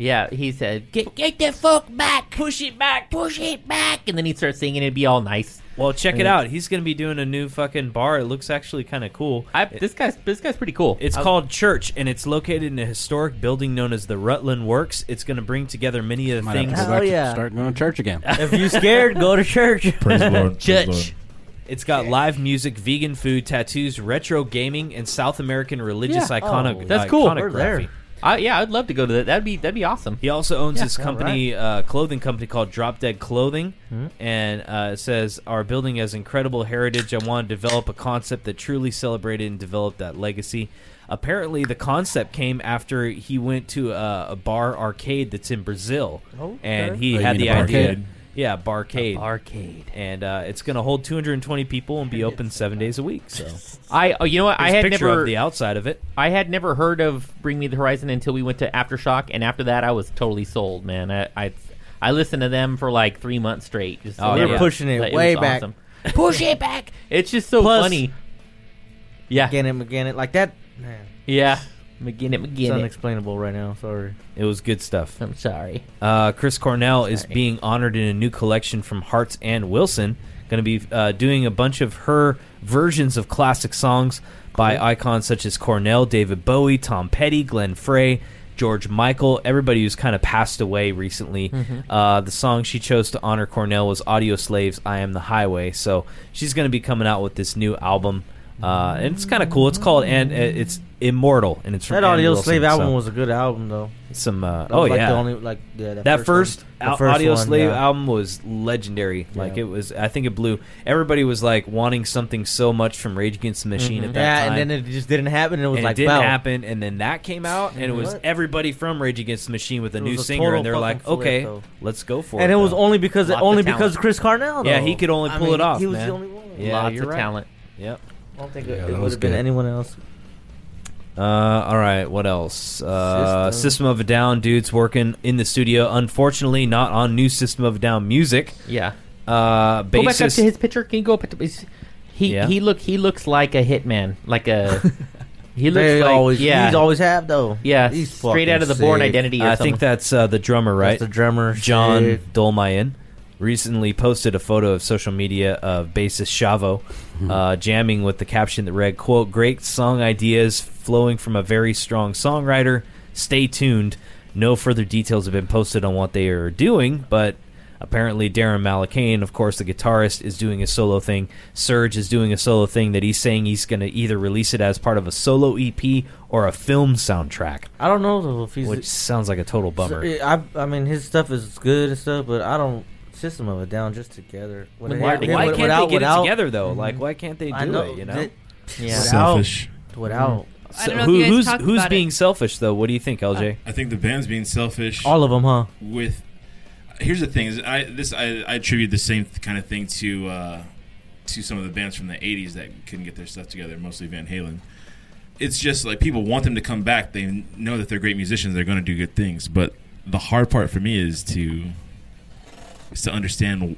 [SPEAKER 1] Yeah, he said, "Get get the fuck back, push it back, push it back," and then he'd start singing. It'd be all nice.
[SPEAKER 4] Well, check it out. He's going to be doing a new fucking bar. It looks actually kind of cool.
[SPEAKER 1] I, this guy's this guy's pretty cool.
[SPEAKER 4] It's
[SPEAKER 1] I-
[SPEAKER 4] called Church, and it's located in a historic building known as the Rutland Works. It's going to bring together many of the
[SPEAKER 8] Might have to
[SPEAKER 4] things.
[SPEAKER 8] go
[SPEAKER 2] Hell
[SPEAKER 8] back to
[SPEAKER 2] yeah.
[SPEAKER 8] start going to church again.
[SPEAKER 2] If you scared, go to church.
[SPEAKER 7] Praise the Lord. Praise the
[SPEAKER 1] Church.
[SPEAKER 4] It's got live music, vegan food, tattoos, retro gaming, and South American religious
[SPEAKER 1] Yeah.
[SPEAKER 4] icono-
[SPEAKER 2] Oh,
[SPEAKER 1] that's cool.
[SPEAKER 4] iconography.
[SPEAKER 2] We're there.
[SPEAKER 1] I, yeah, I'd love to go to that. That'd be that'd be awesome.
[SPEAKER 4] He also owns
[SPEAKER 2] Yeah,
[SPEAKER 4] his
[SPEAKER 2] all
[SPEAKER 4] company, uh, clothing company called Drop Dead Clothing,
[SPEAKER 2] Hmm.
[SPEAKER 4] and uh, it says our building has incredible heritage. I want to develop a concept that truly celebrated and developed that legacy. Apparently, the concept came after he went to a, a bar arcade that's in Brazil,
[SPEAKER 2] Okay.
[SPEAKER 4] and he
[SPEAKER 8] Oh, you
[SPEAKER 4] had
[SPEAKER 8] mean
[SPEAKER 4] the
[SPEAKER 8] a
[SPEAKER 4] idea.
[SPEAKER 8] barcade?
[SPEAKER 4] Yeah, barcade.
[SPEAKER 1] Arcade.
[SPEAKER 4] and uh, it's going to hold 220 people and be open seven days a week. So
[SPEAKER 1] I oh, you know what? I
[SPEAKER 4] Here's a
[SPEAKER 1] had
[SPEAKER 4] picture
[SPEAKER 1] never
[SPEAKER 4] of the outside of it.
[SPEAKER 1] I had never heard of Bring Me the Horizon until we went to Aftershock, and after that, I was totally sold, man. I I, I listened to them for like three months straight. Just
[SPEAKER 4] Oh, They're
[SPEAKER 2] pushing it
[SPEAKER 1] Like,
[SPEAKER 2] way
[SPEAKER 1] was
[SPEAKER 2] back.
[SPEAKER 1] awesome. Push it back. It's just so
[SPEAKER 2] Plus-
[SPEAKER 1] funny. Yeah,
[SPEAKER 2] Again and again, it like that. Man,
[SPEAKER 1] yeah. McGinnis,
[SPEAKER 2] it's
[SPEAKER 1] McGinnis.
[SPEAKER 2] unexplainable right now. Sorry.
[SPEAKER 4] It was good stuff.
[SPEAKER 1] I'm sorry.
[SPEAKER 4] Uh, Chris Cornell is being honored in a new collection from Hearts and Wilson. Going to be uh, doing a bunch of her versions of classic songs by icons such as Cornell, David Bowie, Tom Petty, Glenn Frey, George Michael, everybody who's kind of passed away recently.
[SPEAKER 2] Hmm.
[SPEAKER 4] Uh, the song she chose to honor Cornell was Audio Slaves' I Am the Highway. So she's going to be coming out with this new album. Uh, and it's kind of cool. It's called and uh, it's Immortal, and it's from
[SPEAKER 2] That
[SPEAKER 4] Ann
[SPEAKER 2] Audio
[SPEAKER 4] Wilson,
[SPEAKER 2] Slave
[SPEAKER 4] so
[SPEAKER 2] album was a good album though.
[SPEAKER 4] some. Uh,
[SPEAKER 2] That
[SPEAKER 4] oh
[SPEAKER 2] was, like,
[SPEAKER 4] yeah,
[SPEAKER 2] The only, like, yeah, that,
[SPEAKER 4] that first,
[SPEAKER 2] one-
[SPEAKER 4] au-
[SPEAKER 2] the first
[SPEAKER 4] audio
[SPEAKER 2] one,
[SPEAKER 4] slave
[SPEAKER 2] yeah.
[SPEAKER 4] album was legendary like
[SPEAKER 2] Yeah.
[SPEAKER 4] it was i think it blew everybody was like wanting something so much from rage against the machine at that
[SPEAKER 2] Mm-hmm. Yeah,
[SPEAKER 4] time
[SPEAKER 2] and then it just didn't happen. And it was
[SPEAKER 4] And
[SPEAKER 2] like,
[SPEAKER 4] didn't
[SPEAKER 2] wow.
[SPEAKER 4] happen and then that came out and it was
[SPEAKER 2] What?
[SPEAKER 4] everybody from rage against the machine with a
[SPEAKER 2] It
[SPEAKER 4] new
[SPEAKER 2] was a
[SPEAKER 4] singer
[SPEAKER 2] total
[SPEAKER 4] and they're
[SPEAKER 2] fucking
[SPEAKER 4] like
[SPEAKER 2] flip,
[SPEAKER 4] okay
[SPEAKER 2] though.
[SPEAKER 4] let's go for
[SPEAKER 2] And
[SPEAKER 4] it
[SPEAKER 2] it was
[SPEAKER 4] though.
[SPEAKER 2] only because
[SPEAKER 1] Lots of
[SPEAKER 2] only
[SPEAKER 1] talent.
[SPEAKER 2] because Chris Cornell.
[SPEAKER 4] yeah
[SPEAKER 2] though.
[SPEAKER 4] he could only
[SPEAKER 2] I
[SPEAKER 4] pull
[SPEAKER 2] mean,
[SPEAKER 4] it off
[SPEAKER 2] He was
[SPEAKER 4] man.
[SPEAKER 2] the only one.
[SPEAKER 4] Yeah,
[SPEAKER 1] Lots
[SPEAKER 4] you're
[SPEAKER 1] of
[SPEAKER 4] right.
[SPEAKER 1] talent.
[SPEAKER 4] yep
[SPEAKER 2] I don't think
[SPEAKER 8] Yeah,
[SPEAKER 2] it,
[SPEAKER 8] that
[SPEAKER 2] it would
[SPEAKER 8] was
[SPEAKER 2] have been
[SPEAKER 8] good.
[SPEAKER 2] anyone else.
[SPEAKER 4] Uh, all right, what else? Uh, System. of a Down dudes working in the studio. Unfortunately, not on new System of a Down music.
[SPEAKER 1] Yeah.
[SPEAKER 4] Uh, bassist,
[SPEAKER 1] Go back up to his picture. Can you go up to his? He
[SPEAKER 4] Yeah.
[SPEAKER 1] he look he looks like a hitman, like a. He looks
[SPEAKER 2] They
[SPEAKER 1] like
[SPEAKER 2] always,
[SPEAKER 1] yeah
[SPEAKER 2] he's always have though.
[SPEAKER 1] yeah
[SPEAKER 2] he's
[SPEAKER 1] straight out of the
[SPEAKER 2] fucking
[SPEAKER 1] Born
[SPEAKER 2] sick.
[SPEAKER 1] Identity. Or
[SPEAKER 4] I
[SPEAKER 1] something.
[SPEAKER 4] think that's uh, the drummer, right?
[SPEAKER 2] That's the drummer
[SPEAKER 4] John
[SPEAKER 2] sick.
[SPEAKER 4] Dolmayan recently posted a photo of social media of bassist Chavo uh, jamming with the caption that read, quote, great song ideas flowing from a very strong songwriter. Stay tuned. No further details have been posted on what they are doing, but apparently Darren Malakane, of course, the guitarist, is doing a solo thing. Surge is doing a solo thing that he's saying he's going to either release it as part of a solo EP or a film soundtrack,
[SPEAKER 2] I don't know though if he's
[SPEAKER 4] which sounds like a total bummer.
[SPEAKER 2] I, I mean, his stuff is good and stuff, but I don't System of a Down just together. When
[SPEAKER 1] Why- why
[SPEAKER 2] they- they-
[SPEAKER 4] why
[SPEAKER 1] with-
[SPEAKER 4] can't
[SPEAKER 2] without-
[SPEAKER 4] they get
[SPEAKER 2] without-
[SPEAKER 4] it together though? Like, why can't they
[SPEAKER 2] I
[SPEAKER 4] do it? You Mm-hmm. know,
[SPEAKER 2] that- yeah.
[SPEAKER 7] Lord.
[SPEAKER 2] Without,
[SPEAKER 7] Selfish.
[SPEAKER 2] without
[SPEAKER 5] I don't
[SPEAKER 4] So
[SPEAKER 5] know if
[SPEAKER 4] who-
[SPEAKER 5] you guys
[SPEAKER 4] who's
[SPEAKER 5] talked
[SPEAKER 4] who's
[SPEAKER 5] about
[SPEAKER 4] being
[SPEAKER 5] it.
[SPEAKER 4] selfish though? What do you think, LJ?
[SPEAKER 7] I think the band's being selfish.
[SPEAKER 2] all of them, huh?
[SPEAKER 7] with here's the thing is I this I, I attribute the same kind of thing to uh, to some of the bands from the 80s that couldn't get their stuff together mostly Van Halen it's just like people want them to come back they know that they're great musicians they're going to do good things but the hard part for me is to is to understand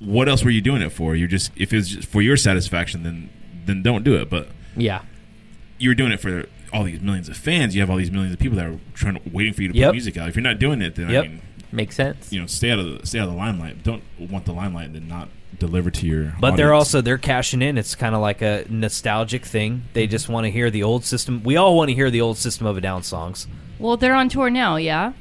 [SPEAKER 7] what else were you doing it for you're just if it's just for your satisfaction then then don't do it but
[SPEAKER 1] yeah
[SPEAKER 7] you were doing it for all these millions of fans you have all these millions of people that are trying to waiting for you to
[SPEAKER 4] Yep.
[SPEAKER 7] put music out if you're not doing it then
[SPEAKER 4] Yep.
[SPEAKER 7] I mean
[SPEAKER 1] makes sense.
[SPEAKER 7] you know stay out of the stay out of the limelight. Don't want the limelight and then not deliver to your.
[SPEAKER 4] But they're
[SPEAKER 7] audience.
[SPEAKER 4] also they're cashing in. It's kind of like a nostalgic thing. They
[SPEAKER 7] Mm-hmm.
[SPEAKER 4] just want to hear the old system. We all want to hear the old System of a Down songs.
[SPEAKER 5] Well, they're on tour now, yeah?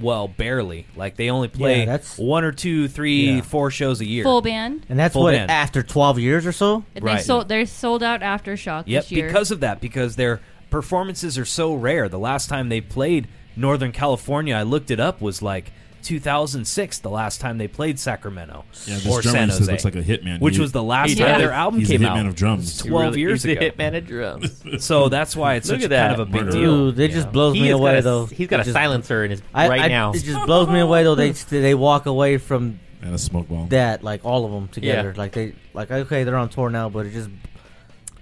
[SPEAKER 4] Well, barely. Like they only play
[SPEAKER 2] Yeah, that's-
[SPEAKER 4] one or two, three,
[SPEAKER 2] Yeah.
[SPEAKER 4] four shows a year.
[SPEAKER 5] Full band.
[SPEAKER 2] And that's
[SPEAKER 4] Full
[SPEAKER 2] what
[SPEAKER 4] band.
[SPEAKER 2] after twelve years or so.
[SPEAKER 5] And
[SPEAKER 4] Right.
[SPEAKER 5] They sold. They sold out aftershock
[SPEAKER 4] Yep,
[SPEAKER 5] this year.
[SPEAKER 4] because of that, because their performances are so rare. The last time they played Northern California, I looked it up, was like 2006. The last time they played Sacramento
[SPEAKER 7] yeah, this
[SPEAKER 4] or
[SPEAKER 7] drummer
[SPEAKER 4] San
[SPEAKER 7] just
[SPEAKER 4] Jose,
[SPEAKER 7] looks like a hitman,
[SPEAKER 4] which
[SPEAKER 7] He-
[SPEAKER 4] was the last
[SPEAKER 1] he
[SPEAKER 4] time
[SPEAKER 1] does.
[SPEAKER 4] their album
[SPEAKER 7] he's
[SPEAKER 4] came
[SPEAKER 7] a hitman
[SPEAKER 4] out.
[SPEAKER 7] of drums.
[SPEAKER 4] 12 years
[SPEAKER 1] he's
[SPEAKER 4] ago.
[SPEAKER 1] a hitman of drums.
[SPEAKER 4] So that's why it's
[SPEAKER 1] Look at
[SPEAKER 4] such kind
[SPEAKER 1] that.
[SPEAKER 4] of a big
[SPEAKER 7] Murderer.
[SPEAKER 4] deal.
[SPEAKER 2] Dude, it
[SPEAKER 4] you know?
[SPEAKER 2] just blows
[SPEAKER 1] He
[SPEAKER 2] me
[SPEAKER 1] has got
[SPEAKER 2] away
[SPEAKER 1] a-
[SPEAKER 2] though.
[SPEAKER 1] He's got
[SPEAKER 2] It
[SPEAKER 1] a
[SPEAKER 2] just-
[SPEAKER 1] silencer in his
[SPEAKER 2] I-
[SPEAKER 1] right
[SPEAKER 2] I-
[SPEAKER 1] now.
[SPEAKER 2] It just blows me away though. They they walk away from
[SPEAKER 7] and a smoke bomb.
[SPEAKER 2] that like all of them together.
[SPEAKER 1] Yeah.
[SPEAKER 2] Like they like okay, they're on tour now, but it just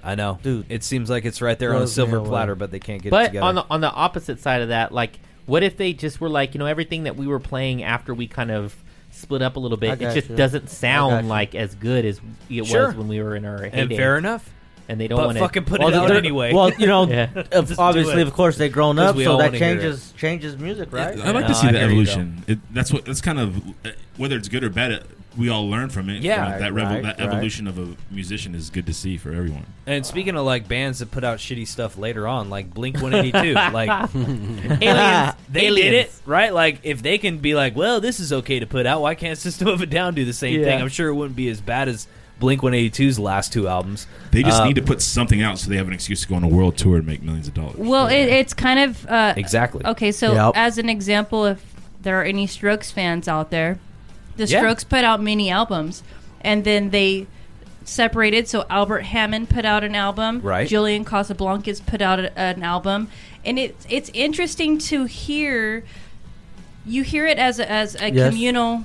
[SPEAKER 4] I know,
[SPEAKER 2] Dude.
[SPEAKER 4] It seems like it's right there on a
[SPEAKER 2] Blows me
[SPEAKER 4] silver
[SPEAKER 2] away.
[SPEAKER 4] platter, but they can't get it
[SPEAKER 1] but
[SPEAKER 4] together.
[SPEAKER 1] on the on the opposite side of that, like, what if they just were like, you know, everything that we were playing after we kind of split up a little
[SPEAKER 2] I
[SPEAKER 1] bit, it
[SPEAKER 2] got
[SPEAKER 1] just
[SPEAKER 2] you.
[SPEAKER 1] doesn't
[SPEAKER 2] got
[SPEAKER 1] sound
[SPEAKER 2] you.
[SPEAKER 1] like as good as it
[SPEAKER 4] Sure.
[SPEAKER 1] was when we were in our
[SPEAKER 4] and
[SPEAKER 1] heyday.
[SPEAKER 4] fair enough.
[SPEAKER 1] and they don't
[SPEAKER 4] But
[SPEAKER 1] want to
[SPEAKER 4] fucking put
[SPEAKER 2] Well,
[SPEAKER 4] it out
[SPEAKER 2] they're-
[SPEAKER 4] anyway.
[SPEAKER 2] Well, you know,
[SPEAKER 1] Yeah.
[SPEAKER 2] of-
[SPEAKER 4] Just do
[SPEAKER 2] obviously,
[SPEAKER 4] it.
[SPEAKER 2] of course, they've grown
[SPEAKER 4] 'Cause
[SPEAKER 2] up,
[SPEAKER 4] we
[SPEAKER 2] so
[SPEAKER 4] all
[SPEAKER 2] that
[SPEAKER 4] wanna hear it.
[SPEAKER 2] changes changes music, right?
[SPEAKER 3] I like
[SPEAKER 4] Yeah,
[SPEAKER 3] to see
[SPEAKER 4] I
[SPEAKER 3] the
[SPEAKER 4] hear you,
[SPEAKER 3] evolution. It, that's what. That's kind of uh, whether it's good or bad. It, we all learn from it.
[SPEAKER 4] Yeah.
[SPEAKER 3] Uh, that
[SPEAKER 2] Right,
[SPEAKER 3] revo-
[SPEAKER 2] right,
[SPEAKER 3] that
[SPEAKER 2] right.
[SPEAKER 3] evolution of a musician is good to see for everyone.
[SPEAKER 4] And speaking of like bands that put out shitty stuff later on, like Blink One Eighty Two, like aliens, they did it right. Like if they can be like, well, this is okay to put out. Why can't System of a Down do the same
[SPEAKER 1] Yeah.
[SPEAKER 4] thing? I'm sure it wouldn't be as bad as Blink 182's last two albums.
[SPEAKER 3] They just
[SPEAKER 4] Uh,
[SPEAKER 3] need to put something out so they have an excuse to go on a world tour and make millions of dollars.
[SPEAKER 5] Well, it, it's kind of uh,
[SPEAKER 4] Exactly.
[SPEAKER 5] Okay, so
[SPEAKER 8] Yep.
[SPEAKER 5] as an example, if there are any Strokes fans out there, the
[SPEAKER 4] Yeah.
[SPEAKER 5] Strokes put out many albums, and then they separated. So Albert Hammond put out an album.
[SPEAKER 4] Right.
[SPEAKER 5] Julian Casablancas put out a, an album, and it's it's interesting to hear. You hear it as a, as a
[SPEAKER 2] Yes.
[SPEAKER 5] communal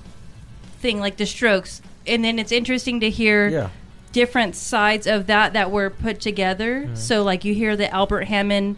[SPEAKER 5] thing, like the Strokes, and then it's interesting to hear
[SPEAKER 2] Yeah.
[SPEAKER 5] different sides of that that were put together.
[SPEAKER 3] Mm-hmm.
[SPEAKER 5] So like you hear the Albert Hammond,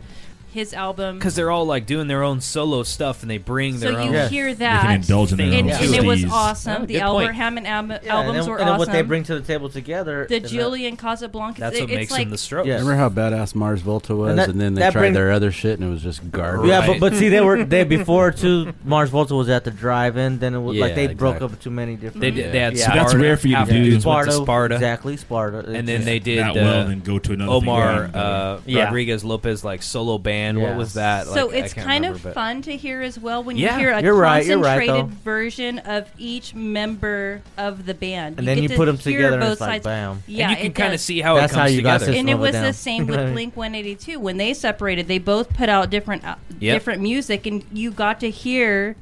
[SPEAKER 5] his album.
[SPEAKER 4] because they're all like doing their own solo stuff and they bring
[SPEAKER 5] So
[SPEAKER 4] their
[SPEAKER 5] you
[SPEAKER 4] own.
[SPEAKER 2] Yeah.
[SPEAKER 5] hear
[SPEAKER 3] They
[SPEAKER 5] that,
[SPEAKER 3] can indulge in their
[SPEAKER 5] and,
[SPEAKER 3] own
[SPEAKER 5] and it was
[SPEAKER 3] steez.
[SPEAKER 5] awesome.
[SPEAKER 1] Oh,
[SPEAKER 5] the
[SPEAKER 1] good
[SPEAKER 5] Albert
[SPEAKER 1] point.
[SPEAKER 5] Hammond ab-
[SPEAKER 2] Yeah,
[SPEAKER 5] albums
[SPEAKER 2] and then,
[SPEAKER 5] were
[SPEAKER 2] and then
[SPEAKER 5] awesome.
[SPEAKER 2] what they bring to the table together.
[SPEAKER 5] the
[SPEAKER 2] and that-
[SPEAKER 5] Julian Casablanca.
[SPEAKER 4] That's
[SPEAKER 5] it-
[SPEAKER 4] what
[SPEAKER 5] it's
[SPEAKER 4] makes
[SPEAKER 5] like,
[SPEAKER 4] them the Strokes.
[SPEAKER 2] Yeah.
[SPEAKER 8] Remember how badass Mars Volta was, and,
[SPEAKER 2] that-
[SPEAKER 8] then they
[SPEAKER 2] that
[SPEAKER 8] tried
[SPEAKER 2] bring-
[SPEAKER 8] their other shit, and it was just garbage.
[SPEAKER 2] Yeah,
[SPEAKER 4] Right.
[SPEAKER 2] but, but see, they were they before too. Mars Volta was at the drive-in. Then it was like
[SPEAKER 8] Yeah,
[SPEAKER 2] they broke
[SPEAKER 8] exactly.
[SPEAKER 2] up too many different.
[SPEAKER 4] They, did, they had
[SPEAKER 2] Yeah.
[SPEAKER 3] So
[SPEAKER 4] Sparta.
[SPEAKER 3] that's rare for you to
[SPEAKER 4] after
[SPEAKER 3] do.
[SPEAKER 4] dudes went
[SPEAKER 2] Sparta,
[SPEAKER 4] Sparta.
[SPEAKER 2] exactly Sparta,
[SPEAKER 4] And then they did
[SPEAKER 3] that well,
[SPEAKER 4] uh,
[SPEAKER 3] then go to another thing
[SPEAKER 4] Omar
[SPEAKER 3] around it.
[SPEAKER 4] uh,
[SPEAKER 1] Yeah.
[SPEAKER 4] Rodriguez Lopez like solo band. What
[SPEAKER 2] Yeah.
[SPEAKER 4] was that?
[SPEAKER 5] so
[SPEAKER 4] Like, I
[SPEAKER 5] it's
[SPEAKER 4] can't
[SPEAKER 5] kind
[SPEAKER 4] remember,
[SPEAKER 5] of
[SPEAKER 4] but-
[SPEAKER 5] fun to hear as well when
[SPEAKER 4] Yeah.
[SPEAKER 5] you hear a
[SPEAKER 2] You're right, you're
[SPEAKER 5] concentrated
[SPEAKER 2] right, though.
[SPEAKER 5] version of each member of the band.
[SPEAKER 2] and then
[SPEAKER 5] get
[SPEAKER 2] you
[SPEAKER 5] to
[SPEAKER 2] put them
[SPEAKER 5] hear
[SPEAKER 2] together, and
[SPEAKER 5] both
[SPEAKER 2] it's like
[SPEAKER 5] sides.
[SPEAKER 2] bam.
[SPEAKER 5] Yeah,
[SPEAKER 4] and you can
[SPEAKER 5] kind of
[SPEAKER 4] see how
[SPEAKER 2] That's
[SPEAKER 4] it
[SPEAKER 2] how
[SPEAKER 4] comes
[SPEAKER 2] you got
[SPEAKER 4] together.
[SPEAKER 2] this.
[SPEAKER 5] and it
[SPEAKER 2] Slow it
[SPEAKER 5] was
[SPEAKER 2] down.
[SPEAKER 5] the same with Blink 182 when they separated. They both put out different uh,
[SPEAKER 4] Yep.
[SPEAKER 5] different music, and you got to hear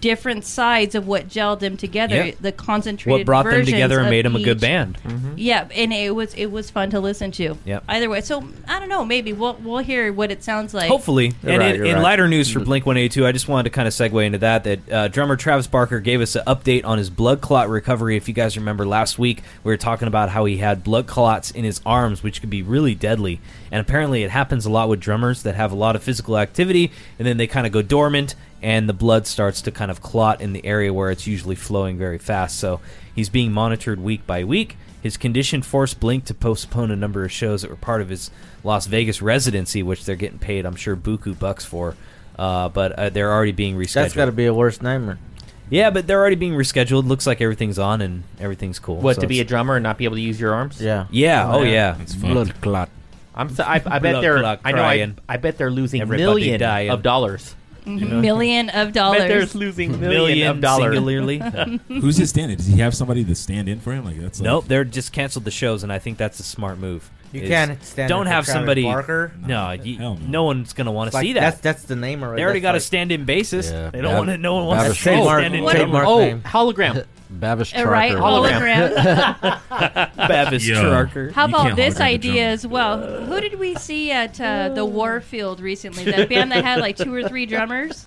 [SPEAKER 5] different sides of what gelled them together.
[SPEAKER 4] Yeah.
[SPEAKER 5] The concentrated
[SPEAKER 4] what brought them
[SPEAKER 5] versions
[SPEAKER 4] together and
[SPEAKER 5] of
[SPEAKER 4] made them a good
[SPEAKER 5] each. Mm-hmm.
[SPEAKER 4] band.
[SPEAKER 5] Yeah, and it was it was fun to listen to.
[SPEAKER 4] Yep.
[SPEAKER 5] Either way, so I don't know. Maybe we'll we'll hear what it sounds like.
[SPEAKER 4] Hopefully,
[SPEAKER 2] You're
[SPEAKER 4] and
[SPEAKER 2] right,
[SPEAKER 4] in,
[SPEAKER 2] you're
[SPEAKER 4] in
[SPEAKER 2] right. Mm-hmm.
[SPEAKER 4] lighter news for Blink One Eighty Two, I just wanted to kind of segue into that. That uh, drummer Travis Barker gave us an update on his blood clot recovery. If you guys remember last week, we were talking about how he had blood clots in his arms, which could be really deadly. And apparently, it happens a lot with drummers that have a lot of physical activity, and then they kind of go dormant, and the blood starts to kind of clot in the area where it's usually flowing very fast. So he's being monitored week by week. His condition forced Blink to postpone a number of shows that were part of his Las Vegas residency, which they're getting paid, I'm sure, buku bucks for. Uh, but uh, they're already being rescheduled.
[SPEAKER 2] That's got to be a worst nightmare.
[SPEAKER 4] yeah, but they're already being rescheduled. Looks like everything's on and everything's cool.
[SPEAKER 1] what
[SPEAKER 4] So
[SPEAKER 1] to be a
[SPEAKER 4] it's-
[SPEAKER 1] drummer and not be able to use your arms.
[SPEAKER 2] Yeah.
[SPEAKER 4] yeah, oh yeah.
[SPEAKER 3] That's fucked.
[SPEAKER 8] blood clot.
[SPEAKER 1] I'm so, I, I bet
[SPEAKER 4] Blood
[SPEAKER 1] they're
[SPEAKER 4] clot
[SPEAKER 1] I know I,
[SPEAKER 4] crying.
[SPEAKER 1] I bet they're losing
[SPEAKER 4] Everybody
[SPEAKER 1] million
[SPEAKER 4] dying.
[SPEAKER 1] of dollars.
[SPEAKER 5] Mm-hmm. million of
[SPEAKER 1] I bet
[SPEAKER 5] dollars.
[SPEAKER 1] they're losing million
[SPEAKER 4] Million
[SPEAKER 1] of dollars.
[SPEAKER 4] singularly.
[SPEAKER 3] Who's his stand-in? Does he have somebody to stand in for him? Like that's like,
[SPEAKER 4] nope, they're just canceled the shows, and I think that's a smart move.
[SPEAKER 2] You
[SPEAKER 4] Is-
[SPEAKER 2] can't stand. in
[SPEAKER 4] Don't
[SPEAKER 2] for
[SPEAKER 4] have
[SPEAKER 2] Travis
[SPEAKER 4] somebody.
[SPEAKER 2] Barker.
[SPEAKER 4] No, you, no.
[SPEAKER 3] Hell no.
[SPEAKER 4] one's gonna want
[SPEAKER 2] It's
[SPEAKER 4] to
[SPEAKER 2] like,
[SPEAKER 4] see that.
[SPEAKER 2] That's that's the name already.
[SPEAKER 4] they already
[SPEAKER 2] That's
[SPEAKER 4] got a
[SPEAKER 2] like-
[SPEAKER 4] stand-in bassist.
[SPEAKER 8] Yeah,
[SPEAKER 4] they don't
[SPEAKER 8] Bav-
[SPEAKER 4] want to. No one wants to
[SPEAKER 8] Bav-
[SPEAKER 4] see a
[SPEAKER 2] Trademark-
[SPEAKER 4] stand-in
[SPEAKER 5] What-
[SPEAKER 4] drummer.
[SPEAKER 2] trademark
[SPEAKER 1] Oh,
[SPEAKER 2] name.
[SPEAKER 1] hologram.
[SPEAKER 8] Bavish
[SPEAKER 5] Uh, right, hologram.
[SPEAKER 4] Bavis
[SPEAKER 3] Yo.
[SPEAKER 4] Trucker.
[SPEAKER 5] How
[SPEAKER 3] You
[SPEAKER 5] about
[SPEAKER 3] can't
[SPEAKER 5] this
[SPEAKER 3] hologram the
[SPEAKER 5] idea
[SPEAKER 3] drummer.
[SPEAKER 5] as well? Who did we see at uh, the Warfield recently? That band that had like two or three drummers,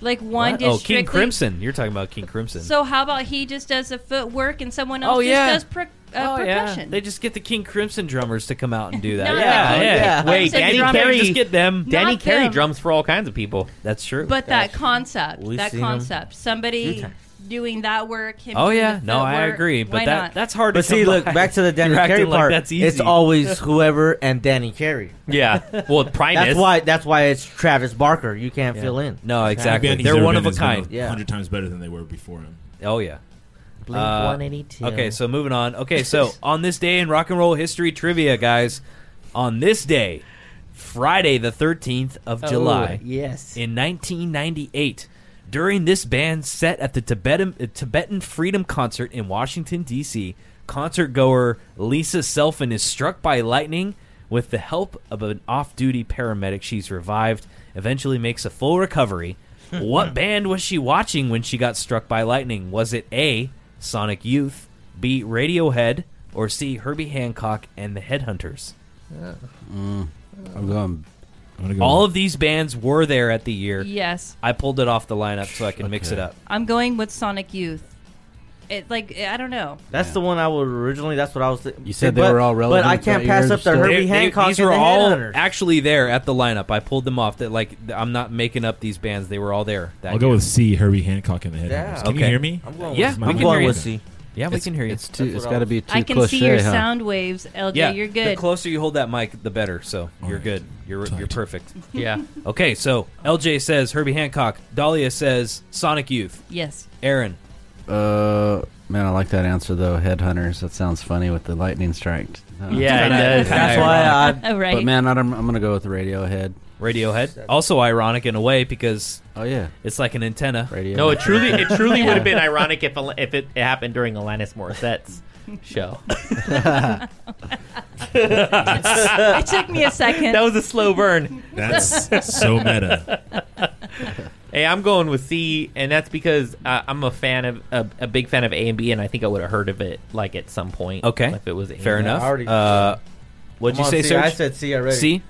[SPEAKER 5] like one
[SPEAKER 4] What?
[SPEAKER 5] just
[SPEAKER 4] Oh, King
[SPEAKER 5] strictly-
[SPEAKER 4] Crimson. You're talking about King Crimson.
[SPEAKER 5] So how about he just does the footwork and someone else
[SPEAKER 4] Oh,
[SPEAKER 5] just
[SPEAKER 4] yeah.
[SPEAKER 5] does per- uh, percussion?
[SPEAKER 4] They just get the King Crimson drummers to come out and do that.
[SPEAKER 5] No,
[SPEAKER 4] yeah,
[SPEAKER 5] no,
[SPEAKER 4] yeah.
[SPEAKER 2] yeah.
[SPEAKER 5] I'm
[SPEAKER 1] Wait,
[SPEAKER 5] saying
[SPEAKER 1] Danny
[SPEAKER 5] drummers.
[SPEAKER 1] Carey-
[SPEAKER 4] Just get them.
[SPEAKER 5] No.
[SPEAKER 1] Danny
[SPEAKER 5] Not
[SPEAKER 1] Carey
[SPEAKER 5] them.
[SPEAKER 1] drums for all kinds of people.
[SPEAKER 4] That's true.
[SPEAKER 5] But that concept,
[SPEAKER 2] We've
[SPEAKER 5] that
[SPEAKER 2] seen 'em
[SPEAKER 5] concept,
[SPEAKER 2] few
[SPEAKER 5] somebody
[SPEAKER 2] times.
[SPEAKER 5] doing that work. Him
[SPEAKER 4] oh
[SPEAKER 5] doing
[SPEAKER 4] yeah,
[SPEAKER 5] the
[SPEAKER 4] no, I
[SPEAKER 5] footwork,
[SPEAKER 4] agree. But
[SPEAKER 5] why
[SPEAKER 4] that
[SPEAKER 5] not?
[SPEAKER 4] that's hard
[SPEAKER 2] But
[SPEAKER 4] to
[SPEAKER 2] see,
[SPEAKER 4] come
[SPEAKER 2] look
[SPEAKER 4] by.
[SPEAKER 2] back to the Danny
[SPEAKER 4] You're acting
[SPEAKER 2] Carey
[SPEAKER 4] like
[SPEAKER 2] part.
[SPEAKER 4] that's easy.
[SPEAKER 2] It's always whoever and Danny Carey.
[SPEAKER 1] Yeah. Well, Primus.
[SPEAKER 2] That's why. That's why it's Travis Barker. You can't fill in.
[SPEAKER 4] No, exactly.
[SPEAKER 3] Band he's
[SPEAKER 4] They're
[SPEAKER 3] ever
[SPEAKER 4] one
[SPEAKER 3] been
[SPEAKER 4] of a
[SPEAKER 3] has
[SPEAKER 4] kind.
[SPEAKER 3] Been
[SPEAKER 2] Yeah.
[SPEAKER 3] hundred times better than they were before him.
[SPEAKER 4] Oh yeah.
[SPEAKER 6] Blink
[SPEAKER 4] Uh,
[SPEAKER 6] 182.
[SPEAKER 4] Okay, so moving on. Okay, so on this day in rock and roll history trivia, guys, on this day, Friday the 13th of
[SPEAKER 10] Oh,
[SPEAKER 4] July,
[SPEAKER 6] Yes.
[SPEAKER 4] in 1998 during this band's set at the Tibetan, uh, Tibetan Freedom Concert in Washington, D.C. Concert goer Lisa Selfin is struck by lightning. With the help of an off duty paramedic, she's revived, eventually makes a full recovery. what band was she watching when she got struck by lightning? Was it A, Sonic Youth, B, Radiohead, or C, Herbie Hancock and the Headhunters?
[SPEAKER 8] I'm going.
[SPEAKER 3] I'm
[SPEAKER 7] Hmm.
[SPEAKER 3] gonna go
[SPEAKER 4] All of these bands were there at the year.
[SPEAKER 5] yes,
[SPEAKER 4] I pulled it off the lineup so I can mix it up.
[SPEAKER 5] I'm going with Sonic Youth. It like I don't know.
[SPEAKER 2] That's the one I would originally. That's what I was. Th-
[SPEAKER 8] You said they
[SPEAKER 2] but-
[SPEAKER 8] were all relevant
[SPEAKER 2] But I
[SPEAKER 8] to
[SPEAKER 2] can't
[SPEAKER 8] that
[SPEAKER 2] pass
[SPEAKER 8] year
[SPEAKER 2] up the
[SPEAKER 8] still.
[SPEAKER 2] Herbie Hancock
[SPEAKER 4] these
[SPEAKER 2] and
[SPEAKER 4] were
[SPEAKER 2] the
[SPEAKER 4] all
[SPEAKER 2] Headhunters.
[SPEAKER 4] actually there at the lineup. I pulled them off. That like I'm not making up these bands. They were all there. That
[SPEAKER 3] I'll go with C. Herbie Hancock in the head.
[SPEAKER 2] Yeah.
[SPEAKER 3] Can
[SPEAKER 4] Okay.
[SPEAKER 3] you hear me?
[SPEAKER 2] I'm going
[SPEAKER 4] Yeah,
[SPEAKER 2] with-
[SPEAKER 4] we
[SPEAKER 2] I'm
[SPEAKER 4] can
[SPEAKER 2] going
[SPEAKER 4] hear
[SPEAKER 2] with
[SPEAKER 4] you.
[SPEAKER 2] C.
[SPEAKER 11] Yeah, we
[SPEAKER 8] It's-
[SPEAKER 11] can hear you.
[SPEAKER 8] It's too.
[SPEAKER 11] That's
[SPEAKER 8] It's
[SPEAKER 11] what
[SPEAKER 8] got to
[SPEAKER 11] I'll-
[SPEAKER 8] be too
[SPEAKER 5] I can
[SPEAKER 8] cliche,
[SPEAKER 5] see your
[SPEAKER 8] huh?
[SPEAKER 5] sound waves, LJ.
[SPEAKER 4] yeah,
[SPEAKER 5] You're
[SPEAKER 4] The
[SPEAKER 5] good.
[SPEAKER 4] closer you hold that mic, the better. So you're good. You're you're perfect.
[SPEAKER 1] Yeah.
[SPEAKER 4] Okay, so LJ says Herbie Hancock. Dahlia says Sonic Youth.
[SPEAKER 5] yes.
[SPEAKER 4] Aaron.
[SPEAKER 8] Uh, man, I like that answer though. Headhunters. That sounds funny with the lightning strike. Uh,
[SPEAKER 1] Yeah, it does.
[SPEAKER 8] That's
[SPEAKER 4] Kinda
[SPEAKER 8] why I.
[SPEAKER 5] Oh, right.
[SPEAKER 8] But man, I'm, I'm gonna go with Radiohead.
[SPEAKER 4] Radiohead. Also ironic in a way because
[SPEAKER 8] Oh yeah,
[SPEAKER 4] it's like an antenna.
[SPEAKER 8] Radiohead.
[SPEAKER 1] No, it truly, it truly would have been ironic if Al- if it happened during Alanis Morissette's show.
[SPEAKER 5] it took me a second.
[SPEAKER 1] That was a slow burn.
[SPEAKER 3] That's so meta.
[SPEAKER 1] Hey, I'm going with C, and that's because uh, I'm a fan of a, a big fan of A and B, and I think I would have heard of it like at some point.
[SPEAKER 4] Okay.
[SPEAKER 1] if it was A
[SPEAKER 4] Fair
[SPEAKER 1] and B.
[SPEAKER 4] enough.
[SPEAKER 2] already-
[SPEAKER 4] uh, what'd
[SPEAKER 2] Come
[SPEAKER 4] you
[SPEAKER 2] on,
[SPEAKER 4] say,
[SPEAKER 2] see, I
[SPEAKER 4] Serge?
[SPEAKER 2] said C already.
[SPEAKER 4] C.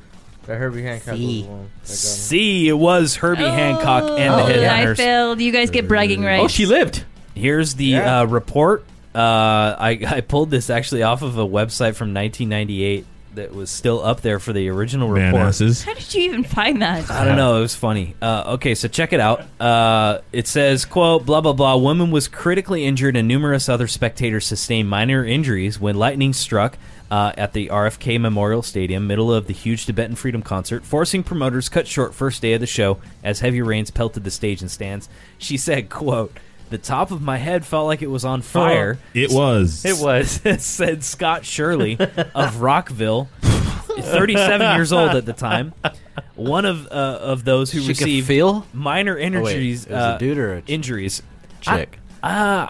[SPEAKER 2] The Herbie Hancock. was
[SPEAKER 6] C.
[SPEAKER 2] the one that got me.
[SPEAKER 4] C. It was Herbie Hancock and the
[SPEAKER 5] Oh, I
[SPEAKER 4] Headhunters.
[SPEAKER 5] failed. You guys get bragging rights.
[SPEAKER 1] Oh, she lived.
[SPEAKER 4] Here's the
[SPEAKER 2] Yeah.
[SPEAKER 4] uh, report. Uh, I, I pulled this actually off of a website from 1998 that was still up there for the original report.
[SPEAKER 5] How did you even find that?
[SPEAKER 4] I don't know. It was funny. Uh, okay, so check it out. Uh, it says, "quote blah blah blah." Woman was critically injured, and numerous other spectators sustained minor injuries when lightning struck uh, at the RFK Memorial Stadium, middle of the huge Tibetan Freedom concert, forcing promoters cut short first day of the show as heavy rains pelted the stage and stands. She said, "quote The top of my head felt like it was on fire."
[SPEAKER 3] It was.
[SPEAKER 1] It was.
[SPEAKER 4] said Scott Shirley of Rockville, 37 years old at the time. One of uh, of those who
[SPEAKER 8] She could
[SPEAKER 4] received
[SPEAKER 8] feel? Oh,
[SPEAKER 4] minor injuries.
[SPEAKER 8] it was a
[SPEAKER 4] uh,
[SPEAKER 8] dude or a ch-
[SPEAKER 4] injuries?
[SPEAKER 8] Chick.
[SPEAKER 4] Uh,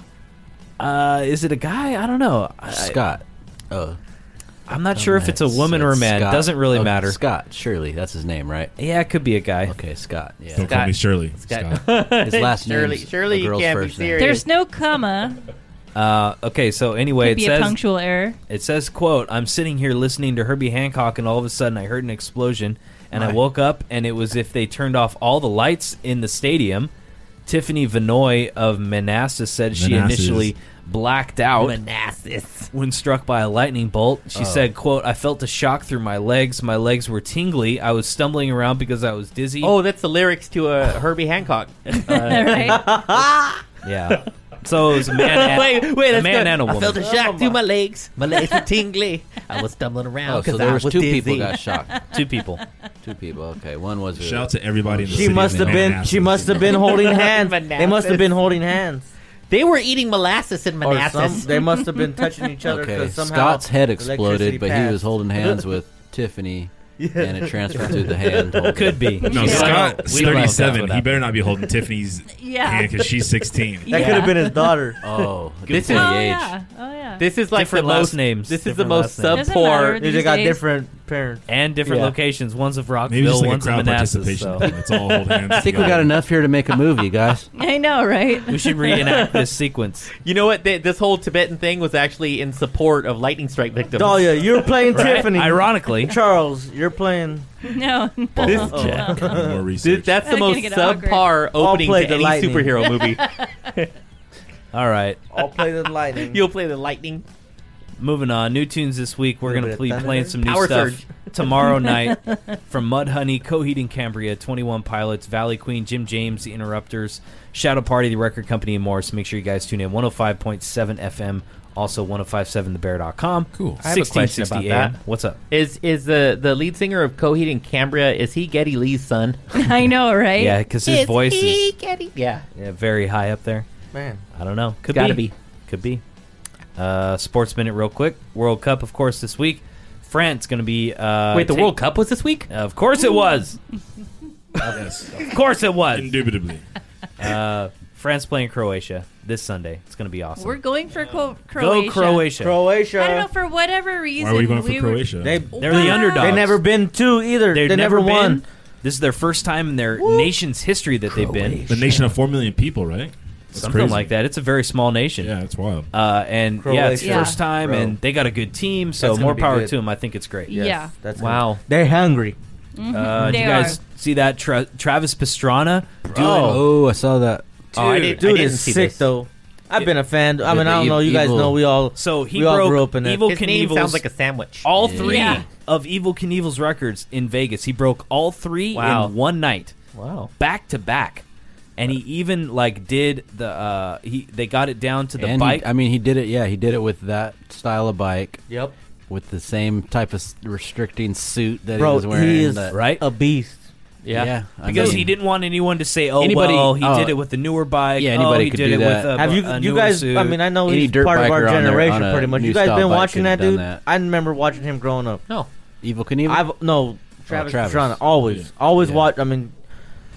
[SPEAKER 4] uh, is it a guy? I don't know. I,
[SPEAKER 8] Scott. Oh,
[SPEAKER 4] I'm not sure if it's a woman or a man.
[SPEAKER 8] Scott.
[SPEAKER 4] Doesn't really
[SPEAKER 8] Oh,
[SPEAKER 4] matter.
[SPEAKER 8] Scott. Surely that's his name, right?
[SPEAKER 4] Yeah, it could be a guy.
[SPEAKER 8] Okay, Scott. Yeah.
[SPEAKER 3] Don't call me
[SPEAKER 1] Scott.
[SPEAKER 3] Shirley.
[SPEAKER 1] Scott.
[SPEAKER 3] Scott.
[SPEAKER 8] His last name.
[SPEAKER 1] Surely, surely you can't be serious.
[SPEAKER 5] There's no comma.
[SPEAKER 4] Uh, okay, so anyway,
[SPEAKER 5] Could
[SPEAKER 4] it
[SPEAKER 5] be a
[SPEAKER 4] says
[SPEAKER 5] punctual error.
[SPEAKER 4] It says, quote, I'm sitting here listening to Herbie Hancock and all of a sudden I heard an explosion and I woke up and it was if they turned off all the lights in the stadium. Tiffany Vanoy of Manassas said she
[SPEAKER 3] Manassas.
[SPEAKER 4] initially blacked out
[SPEAKER 1] Manassas.
[SPEAKER 4] when struck by a lightning bolt.
[SPEAKER 1] Oh.
[SPEAKER 4] She said, quote, I felt a shock through my legs. My legs were tingly. I was stumbling around because I was dizzy.
[SPEAKER 1] Oh, that's the lyrics to a Herbie Hancock. Uh,
[SPEAKER 5] right?
[SPEAKER 4] yeah. So it was a man and,
[SPEAKER 1] wait, wait,
[SPEAKER 4] a
[SPEAKER 1] that's
[SPEAKER 4] man
[SPEAKER 1] good.
[SPEAKER 4] and a
[SPEAKER 1] I felt
[SPEAKER 4] woman.
[SPEAKER 1] a shock through my legs. My legs were tingly. I was stumbling around
[SPEAKER 8] Oh,
[SPEAKER 1] because
[SPEAKER 8] so there
[SPEAKER 1] I
[SPEAKER 8] was
[SPEAKER 1] was
[SPEAKER 8] two
[SPEAKER 1] dizzy.
[SPEAKER 8] people got shocked.
[SPEAKER 4] Two people.
[SPEAKER 8] Two people. Okay, one was. a-
[SPEAKER 3] Shout out to everybody in the
[SPEAKER 2] She
[SPEAKER 3] city
[SPEAKER 2] must have
[SPEAKER 3] named
[SPEAKER 2] been.
[SPEAKER 3] Manassas.
[SPEAKER 2] She must have been holding hands. they must have
[SPEAKER 1] Manassas.
[SPEAKER 2] been holding hands.
[SPEAKER 1] They were eating molasses in
[SPEAKER 2] Or some,
[SPEAKER 1] Manassas.
[SPEAKER 2] they must have been touching each other
[SPEAKER 8] Okay,
[SPEAKER 2] because somehow
[SPEAKER 8] Scott's head
[SPEAKER 2] electricity
[SPEAKER 8] exploded, but he
[SPEAKER 2] passed.
[SPEAKER 8] was holding hands with Tiffany, and it transferred through the hand. holding.
[SPEAKER 4] Could be.
[SPEAKER 3] No,
[SPEAKER 4] She's like, "Oh,
[SPEAKER 3] Scott's
[SPEAKER 4] we don't know if that's
[SPEAKER 3] 37.
[SPEAKER 4] what
[SPEAKER 3] He
[SPEAKER 4] happened."
[SPEAKER 3] better not be holding Tiffany's
[SPEAKER 5] Yeah.
[SPEAKER 3] hand because she's 16.
[SPEAKER 2] That could have been his daughter.
[SPEAKER 8] Oh, good
[SPEAKER 1] This
[SPEAKER 8] point.
[SPEAKER 1] is-
[SPEAKER 5] Oh
[SPEAKER 8] The
[SPEAKER 5] yeah. Oh yeah.
[SPEAKER 1] This is like
[SPEAKER 4] Different
[SPEAKER 1] the
[SPEAKER 4] last
[SPEAKER 1] most,
[SPEAKER 4] names,
[SPEAKER 1] This is the
[SPEAKER 4] different
[SPEAKER 1] most
[SPEAKER 4] last names.
[SPEAKER 1] sub
[SPEAKER 5] Doesn't
[SPEAKER 1] poor.
[SPEAKER 5] matter.
[SPEAKER 2] They
[SPEAKER 5] These
[SPEAKER 2] just got
[SPEAKER 5] days-
[SPEAKER 2] different parents.
[SPEAKER 4] and different
[SPEAKER 1] Yeah.
[SPEAKER 4] locations. One's of
[SPEAKER 3] Maybe just
[SPEAKER 4] Rockville,
[SPEAKER 3] like a
[SPEAKER 4] one's of
[SPEAKER 3] crowd
[SPEAKER 4] Manassas.
[SPEAKER 3] participation
[SPEAKER 4] So
[SPEAKER 3] thing. Let's all hold hands.
[SPEAKER 8] I think we got enough here to make a movie, guys.
[SPEAKER 5] I know, right?
[SPEAKER 4] we should reenact this sequence.
[SPEAKER 1] You know what? They, this whole Tibetan thing was actually in support of lightning strike victims.
[SPEAKER 2] Dahlia, you're playing
[SPEAKER 4] Right?
[SPEAKER 2] Tiffany.
[SPEAKER 4] Ironically,
[SPEAKER 2] Charles, you're playing.
[SPEAKER 5] No. no.
[SPEAKER 2] Jack.
[SPEAKER 3] More
[SPEAKER 1] Dude,
[SPEAKER 3] research.
[SPEAKER 1] that's the
[SPEAKER 5] I'm gonna
[SPEAKER 1] most
[SPEAKER 5] get awkward.
[SPEAKER 1] subpar
[SPEAKER 2] I'll
[SPEAKER 1] opening
[SPEAKER 2] play
[SPEAKER 1] to
[SPEAKER 2] the
[SPEAKER 1] any
[SPEAKER 2] lightning.
[SPEAKER 1] superhero movie.
[SPEAKER 4] all right.
[SPEAKER 2] I'll play the lightning.
[SPEAKER 1] You'll play the lightning.
[SPEAKER 4] Moving on. New tunes this week. We're
[SPEAKER 2] Little
[SPEAKER 4] gonna
[SPEAKER 2] bit
[SPEAKER 4] be
[SPEAKER 2] of
[SPEAKER 4] playing
[SPEAKER 2] thunder.
[SPEAKER 4] some new
[SPEAKER 1] Power
[SPEAKER 4] stuff
[SPEAKER 1] surge.
[SPEAKER 4] tomorrow night from Mudhoney, Coheed and Cambria, Twenty One Pilots, Valley Queen, Jim James, The Interrupters, Shadow Party, The Record Company, and more. So make sure you guys tune in. One hundred five point seven FM. Also, 1057thebear.com. Cool.
[SPEAKER 1] I have a question about that.
[SPEAKER 4] What's up?
[SPEAKER 1] Is is the the lead singer of Coheed and Cambria? Is he Getty Lee's son?
[SPEAKER 5] I know, right?
[SPEAKER 4] Yeah, because his voice is
[SPEAKER 1] Getty? Yeah,
[SPEAKER 4] yeah, very high up there.
[SPEAKER 2] Man,
[SPEAKER 4] I don't know. Could
[SPEAKER 1] gotta
[SPEAKER 4] be.
[SPEAKER 1] be.
[SPEAKER 4] Could be. Uh, sports minute, real quick. World Cup, of course, this week. France going to be. Uh,
[SPEAKER 1] Wait, the
[SPEAKER 4] take-
[SPEAKER 1] World Cup was this week.
[SPEAKER 4] Of course it was.
[SPEAKER 3] yes.
[SPEAKER 4] Of course it was.
[SPEAKER 3] Indubitably.
[SPEAKER 4] Uh, France playing Croatia this Sunday. It's going to be awesome.
[SPEAKER 5] We're going for co- Croatia.
[SPEAKER 4] Go Croatia.
[SPEAKER 2] Croatia.
[SPEAKER 5] I don't know for whatever reason
[SPEAKER 3] Why are we going for
[SPEAKER 5] we were-
[SPEAKER 3] Croatia?
[SPEAKER 2] They
[SPEAKER 4] They're the
[SPEAKER 5] Wow.
[SPEAKER 4] underdogs.
[SPEAKER 2] they never been two either.
[SPEAKER 4] They've
[SPEAKER 2] they never,
[SPEAKER 4] been.
[SPEAKER 2] won.
[SPEAKER 4] This is their first time in their nation's history that they've been.
[SPEAKER 3] the nation of 4 million people, right? That's
[SPEAKER 4] Something
[SPEAKER 3] crazy.
[SPEAKER 4] like that. It's a very small nation.
[SPEAKER 3] Yeah, it's wild.
[SPEAKER 4] Uh, and yeah, it's
[SPEAKER 2] Croatia.
[SPEAKER 4] first time,
[SPEAKER 2] Bro.
[SPEAKER 4] and they got a good team, so
[SPEAKER 2] That's gonna
[SPEAKER 4] more
[SPEAKER 2] be
[SPEAKER 4] power
[SPEAKER 2] good.
[SPEAKER 4] to them. I think it's great.
[SPEAKER 5] Yeah.
[SPEAKER 2] That's
[SPEAKER 1] Wow.
[SPEAKER 2] They're hungry.
[SPEAKER 4] Uh, did
[SPEAKER 5] They
[SPEAKER 4] you guys
[SPEAKER 5] are.
[SPEAKER 4] see that Tra- Travis Pastrana doing
[SPEAKER 8] Oh, I saw that.
[SPEAKER 1] Oh, I didn't- I
[SPEAKER 2] Dude
[SPEAKER 1] didn't
[SPEAKER 2] is
[SPEAKER 1] see
[SPEAKER 2] sick
[SPEAKER 1] this.
[SPEAKER 2] though. I've been a fan. I
[SPEAKER 8] Yeah,
[SPEAKER 2] mean,
[SPEAKER 8] the
[SPEAKER 2] I don't
[SPEAKER 8] ev-
[SPEAKER 2] know. You guys
[SPEAKER 8] evil-
[SPEAKER 2] know we all.
[SPEAKER 4] so he
[SPEAKER 2] we all
[SPEAKER 4] broke
[SPEAKER 2] grew up in it.
[SPEAKER 4] Evil
[SPEAKER 1] His name
[SPEAKER 4] Knievel's
[SPEAKER 1] sounds like a sandwich.
[SPEAKER 4] all
[SPEAKER 8] Yeah.
[SPEAKER 4] three
[SPEAKER 5] Yeah.
[SPEAKER 4] of Evil Knievel's records in Vegas. He broke all three
[SPEAKER 1] Wow.
[SPEAKER 4] in one night,
[SPEAKER 1] Wow.
[SPEAKER 4] back to back. and he even like did the uh he they got it down to the
[SPEAKER 8] And he-
[SPEAKER 4] bike.
[SPEAKER 8] I mean, he did it. Yeah, he did it with that style of bike,
[SPEAKER 2] Yep.
[SPEAKER 8] with the same type of s- restricting suit that he
[SPEAKER 2] Bro,
[SPEAKER 8] was wearing.
[SPEAKER 2] he is
[SPEAKER 8] that-
[SPEAKER 4] right?
[SPEAKER 2] a beast.
[SPEAKER 8] Yeah,
[SPEAKER 1] yeah.
[SPEAKER 8] I
[SPEAKER 4] because
[SPEAKER 8] mean,
[SPEAKER 4] he didn't want anyone to say, "Oh,
[SPEAKER 8] Anybody-
[SPEAKER 4] well, he
[SPEAKER 8] oh,
[SPEAKER 4] did it with the newer bike."
[SPEAKER 8] yeah,
[SPEAKER 4] Oh,
[SPEAKER 8] anybody
[SPEAKER 4] he
[SPEAKER 8] could
[SPEAKER 4] did
[SPEAKER 8] do
[SPEAKER 4] it
[SPEAKER 8] that.
[SPEAKER 4] With a,
[SPEAKER 2] Have you,
[SPEAKER 4] a
[SPEAKER 2] you
[SPEAKER 4] newer
[SPEAKER 2] guys?
[SPEAKER 4] Suit.
[SPEAKER 2] I mean, I know
[SPEAKER 8] Any
[SPEAKER 2] he's
[SPEAKER 8] dirt
[SPEAKER 2] part of
[SPEAKER 8] biker
[SPEAKER 2] our
[SPEAKER 8] on their-
[SPEAKER 2] generation,
[SPEAKER 8] on a
[SPEAKER 2] pretty much.
[SPEAKER 8] new
[SPEAKER 2] You guys
[SPEAKER 8] style
[SPEAKER 2] been
[SPEAKER 8] bike
[SPEAKER 2] watching
[SPEAKER 8] could've
[SPEAKER 2] that
[SPEAKER 8] done
[SPEAKER 2] dude?
[SPEAKER 8] that.
[SPEAKER 2] I remember watching him growing up.
[SPEAKER 1] No.
[SPEAKER 8] Evil Knievel.
[SPEAKER 2] I've no Travis,
[SPEAKER 8] Travis.
[SPEAKER 2] Pastrana, always, always
[SPEAKER 8] Yeah.
[SPEAKER 2] watch. I mean,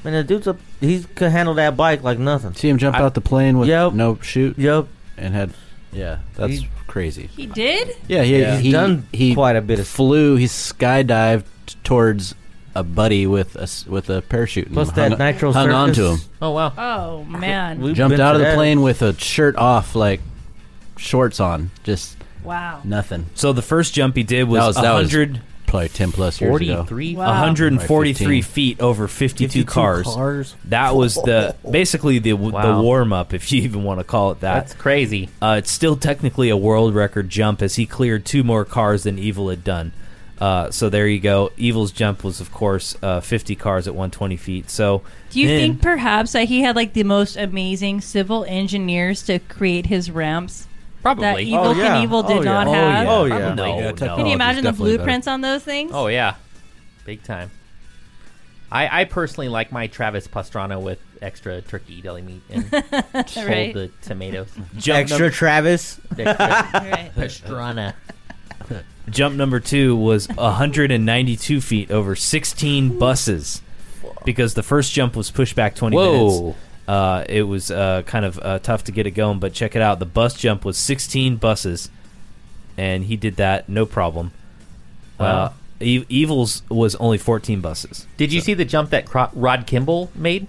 [SPEAKER 2] man, the dude's a he can handle that bike like nothing.
[SPEAKER 8] See him jump out the plane with
[SPEAKER 2] Yep.
[SPEAKER 8] no shoot
[SPEAKER 2] Yep,
[SPEAKER 8] and had. Yeah, that's
[SPEAKER 2] He-
[SPEAKER 8] crazy.
[SPEAKER 5] He did?
[SPEAKER 8] Yeah, he,
[SPEAKER 2] he's
[SPEAKER 8] he
[SPEAKER 2] done
[SPEAKER 8] he
[SPEAKER 2] quite a bit of.
[SPEAKER 8] flew. He skydived towards a buddy with a s- with a parachute. and
[SPEAKER 2] Plus
[SPEAKER 8] hung
[SPEAKER 2] that
[SPEAKER 8] on-
[SPEAKER 2] nitro
[SPEAKER 8] hung
[SPEAKER 2] circus.
[SPEAKER 8] on to him.
[SPEAKER 1] Oh wow.
[SPEAKER 5] Oh man!
[SPEAKER 2] We've
[SPEAKER 8] jumped
[SPEAKER 2] been
[SPEAKER 8] out
[SPEAKER 2] to
[SPEAKER 8] of the
[SPEAKER 2] that.
[SPEAKER 8] plane with a shirt off, like shorts on, just
[SPEAKER 5] Wow.
[SPEAKER 8] nothing.
[SPEAKER 4] so the first jump he did was,
[SPEAKER 8] That was- that was
[SPEAKER 4] 100,
[SPEAKER 8] Probably ten plus years ago.
[SPEAKER 1] Forty-three.
[SPEAKER 5] Wow.
[SPEAKER 4] 143
[SPEAKER 8] Right, 15.
[SPEAKER 4] feet over 52, cars.
[SPEAKER 2] cars.
[SPEAKER 4] That was the basically the
[SPEAKER 1] Wow.
[SPEAKER 4] the warm up, if you even want to call it that.
[SPEAKER 1] That's crazy.
[SPEAKER 4] Uh, it's still technically a world record jump as he cleared two more cars than Evil had done. Uh, so there you go. Evil's jump was, of course, uh, 50 cars at 120 feet. So
[SPEAKER 5] Do you
[SPEAKER 4] then-
[SPEAKER 5] think perhaps that he had like the most amazing civil engineers to create his ramps that
[SPEAKER 1] Probably.
[SPEAKER 5] Evil
[SPEAKER 2] Oh, yeah.
[SPEAKER 5] Knievel did
[SPEAKER 2] Oh, yeah.
[SPEAKER 5] not
[SPEAKER 8] Oh,
[SPEAKER 5] have?
[SPEAKER 8] yeah.
[SPEAKER 2] Oh
[SPEAKER 4] I
[SPEAKER 2] yeah.
[SPEAKER 4] don't know.
[SPEAKER 8] Yeah,
[SPEAKER 4] no.
[SPEAKER 8] technology.
[SPEAKER 5] Can you
[SPEAKER 8] Oh,
[SPEAKER 5] imagine the
[SPEAKER 8] it's definitely
[SPEAKER 5] blueprints on those things?
[SPEAKER 1] Oh yeah, big time. I, I personally like my Travis Pastrana with extra turkey deli meat and fold
[SPEAKER 5] Right.
[SPEAKER 1] the tomatoes.
[SPEAKER 4] jump
[SPEAKER 2] Extra Travis.
[SPEAKER 1] Extra
[SPEAKER 5] Right.
[SPEAKER 1] Pastrana.
[SPEAKER 4] Jump number two was 192 feet over 16 buses because the first jump was pushed back 20 minutes. Uh, it was uh, kind of uh, tough to get it going, but check it out. The bus jump was 16 buses, and he did that no problem. Uh,
[SPEAKER 1] Wow.
[SPEAKER 4] e- Evil's was only 14 buses.
[SPEAKER 1] Did you see the jump that Cro- Rod Kimball made?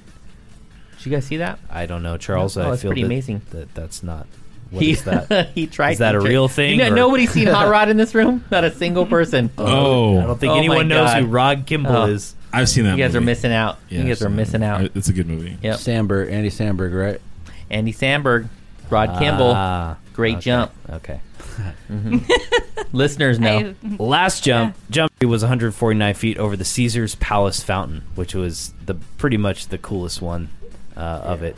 [SPEAKER 1] Did you guys see that?
[SPEAKER 4] I don't know, Charles.
[SPEAKER 1] Oh,
[SPEAKER 4] I
[SPEAKER 1] that's
[SPEAKER 4] feel
[SPEAKER 1] pretty
[SPEAKER 4] that,
[SPEAKER 1] amazing.
[SPEAKER 4] That that's not what
[SPEAKER 1] he,
[SPEAKER 4] is that.
[SPEAKER 1] he tried.
[SPEAKER 4] Is that
[SPEAKER 1] to
[SPEAKER 4] a
[SPEAKER 1] trick-
[SPEAKER 4] real thing,
[SPEAKER 1] You know,
[SPEAKER 4] or-
[SPEAKER 1] nobody's seen Hot Rod in this room. Not a single person.
[SPEAKER 4] I
[SPEAKER 3] Oh,
[SPEAKER 4] don't think
[SPEAKER 1] Oh my
[SPEAKER 4] anyone knows
[SPEAKER 1] God.
[SPEAKER 4] who Rod Kimball
[SPEAKER 1] Oh.
[SPEAKER 4] is.
[SPEAKER 3] I've seen that.
[SPEAKER 1] you guys are
[SPEAKER 3] movie.
[SPEAKER 1] missing out.
[SPEAKER 3] Yeah,
[SPEAKER 1] you
[SPEAKER 3] I've
[SPEAKER 1] guys
[SPEAKER 3] seen
[SPEAKER 1] are
[SPEAKER 3] that
[SPEAKER 1] missing
[SPEAKER 3] movie.
[SPEAKER 1] out.
[SPEAKER 3] It's a good movie.
[SPEAKER 1] Yep.
[SPEAKER 8] Sandberg, Andy Sandberg, right?
[SPEAKER 1] Andy Samberg, Rod Kimball,
[SPEAKER 4] Ah,
[SPEAKER 1] great
[SPEAKER 4] okay,
[SPEAKER 1] jump.
[SPEAKER 4] Okay.
[SPEAKER 1] Mm-hmm. Listeners know.
[SPEAKER 5] I-
[SPEAKER 4] Last jump, jump three was 149 feet over the Caesar's Palace fountain, which was the pretty much the coolest one uh, of it.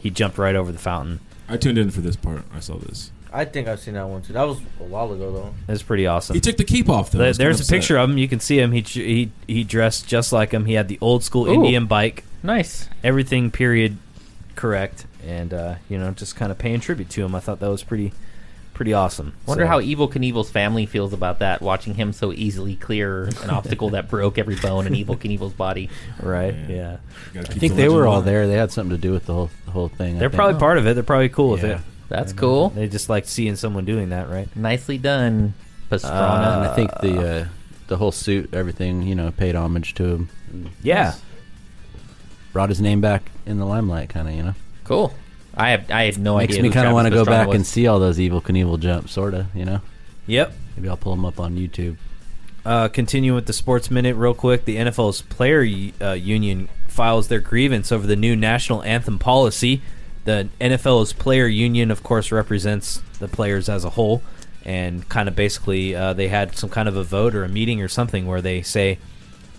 [SPEAKER 4] He jumped right over the fountain.
[SPEAKER 3] I tuned in for this part. I saw this.
[SPEAKER 2] I think I've seen that one too. That was a while ago though.
[SPEAKER 4] It was pretty awesome.
[SPEAKER 3] He took the cape off though. I
[SPEAKER 4] There-
[SPEAKER 3] was kinda
[SPEAKER 4] There's a
[SPEAKER 3] upset.
[SPEAKER 4] picture of him. You can see him. He he he dressed just like him. He had the old school
[SPEAKER 1] Ooh.
[SPEAKER 4] Indian bike,
[SPEAKER 1] Nice.
[SPEAKER 4] everything period correct, and uh, you know just kind of paying tribute to him. I thought that was pretty pretty awesome.
[SPEAKER 1] Wonder
[SPEAKER 4] So-
[SPEAKER 1] how e- Evil Knievel's family feels about that, watching him so easily clear an obstacle that broke every bone in Evil Knievel's body.
[SPEAKER 4] right?
[SPEAKER 3] Yeah.
[SPEAKER 4] Yeah,
[SPEAKER 3] Gotta
[SPEAKER 8] I
[SPEAKER 3] keep
[SPEAKER 8] think
[SPEAKER 3] the
[SPEAKER 8] they
[SPEAKER 3] legend
[SPEAKER 8] were all
[SPEAKER 3] alive.
[SPEAKER 8] there. They had something to do with the whole the whole thing. I
[SPEAKER 4] they're
[SPEAKER 8] think.
[SPEAKER 4] probably part of it. They're probably cool with
[SPEAKER 8] Yeah.
[SPEAKER 4] it.
[SPEAKER 1] Oh. That's cool.
[SPEAKER 4] They just like seeing someone doing that, right?
[SPEAKER 1] Nicely done,
[SPEAKER 8] And
[SPEAKER 1] Pastrana.
[SPEAKER 8] I think the uh, the whole suit, everything, you know, paid homage to him.
[SPEAKER 4] Yeah.
[SPEAKER 8] Brought his name back in the limelight, kind of, you know.
[SPEAKER 1] cool. I have I had no
[SPEAKER 8] Makes
[SPEAKER 1] idea.
[SPEAKER 8] me kind of want
[SPEAKER 1] want
[SPEAKER 8] to go back and see all those evil Knievel jumps, sorta, you know.
[SPEAKER 4] Yep.
[SPEAKER 8] Maybe I'll pull them up on YouTube.
[SPEAKER 4] Uh, continue with the sports minute real quick. The NFL's player uh, union files their grievance over the new national anthem policy. The NFL's player union, of course, represents the players as a whole, and kind of basically uh, they had some kind of a vote or a meeting or something where they say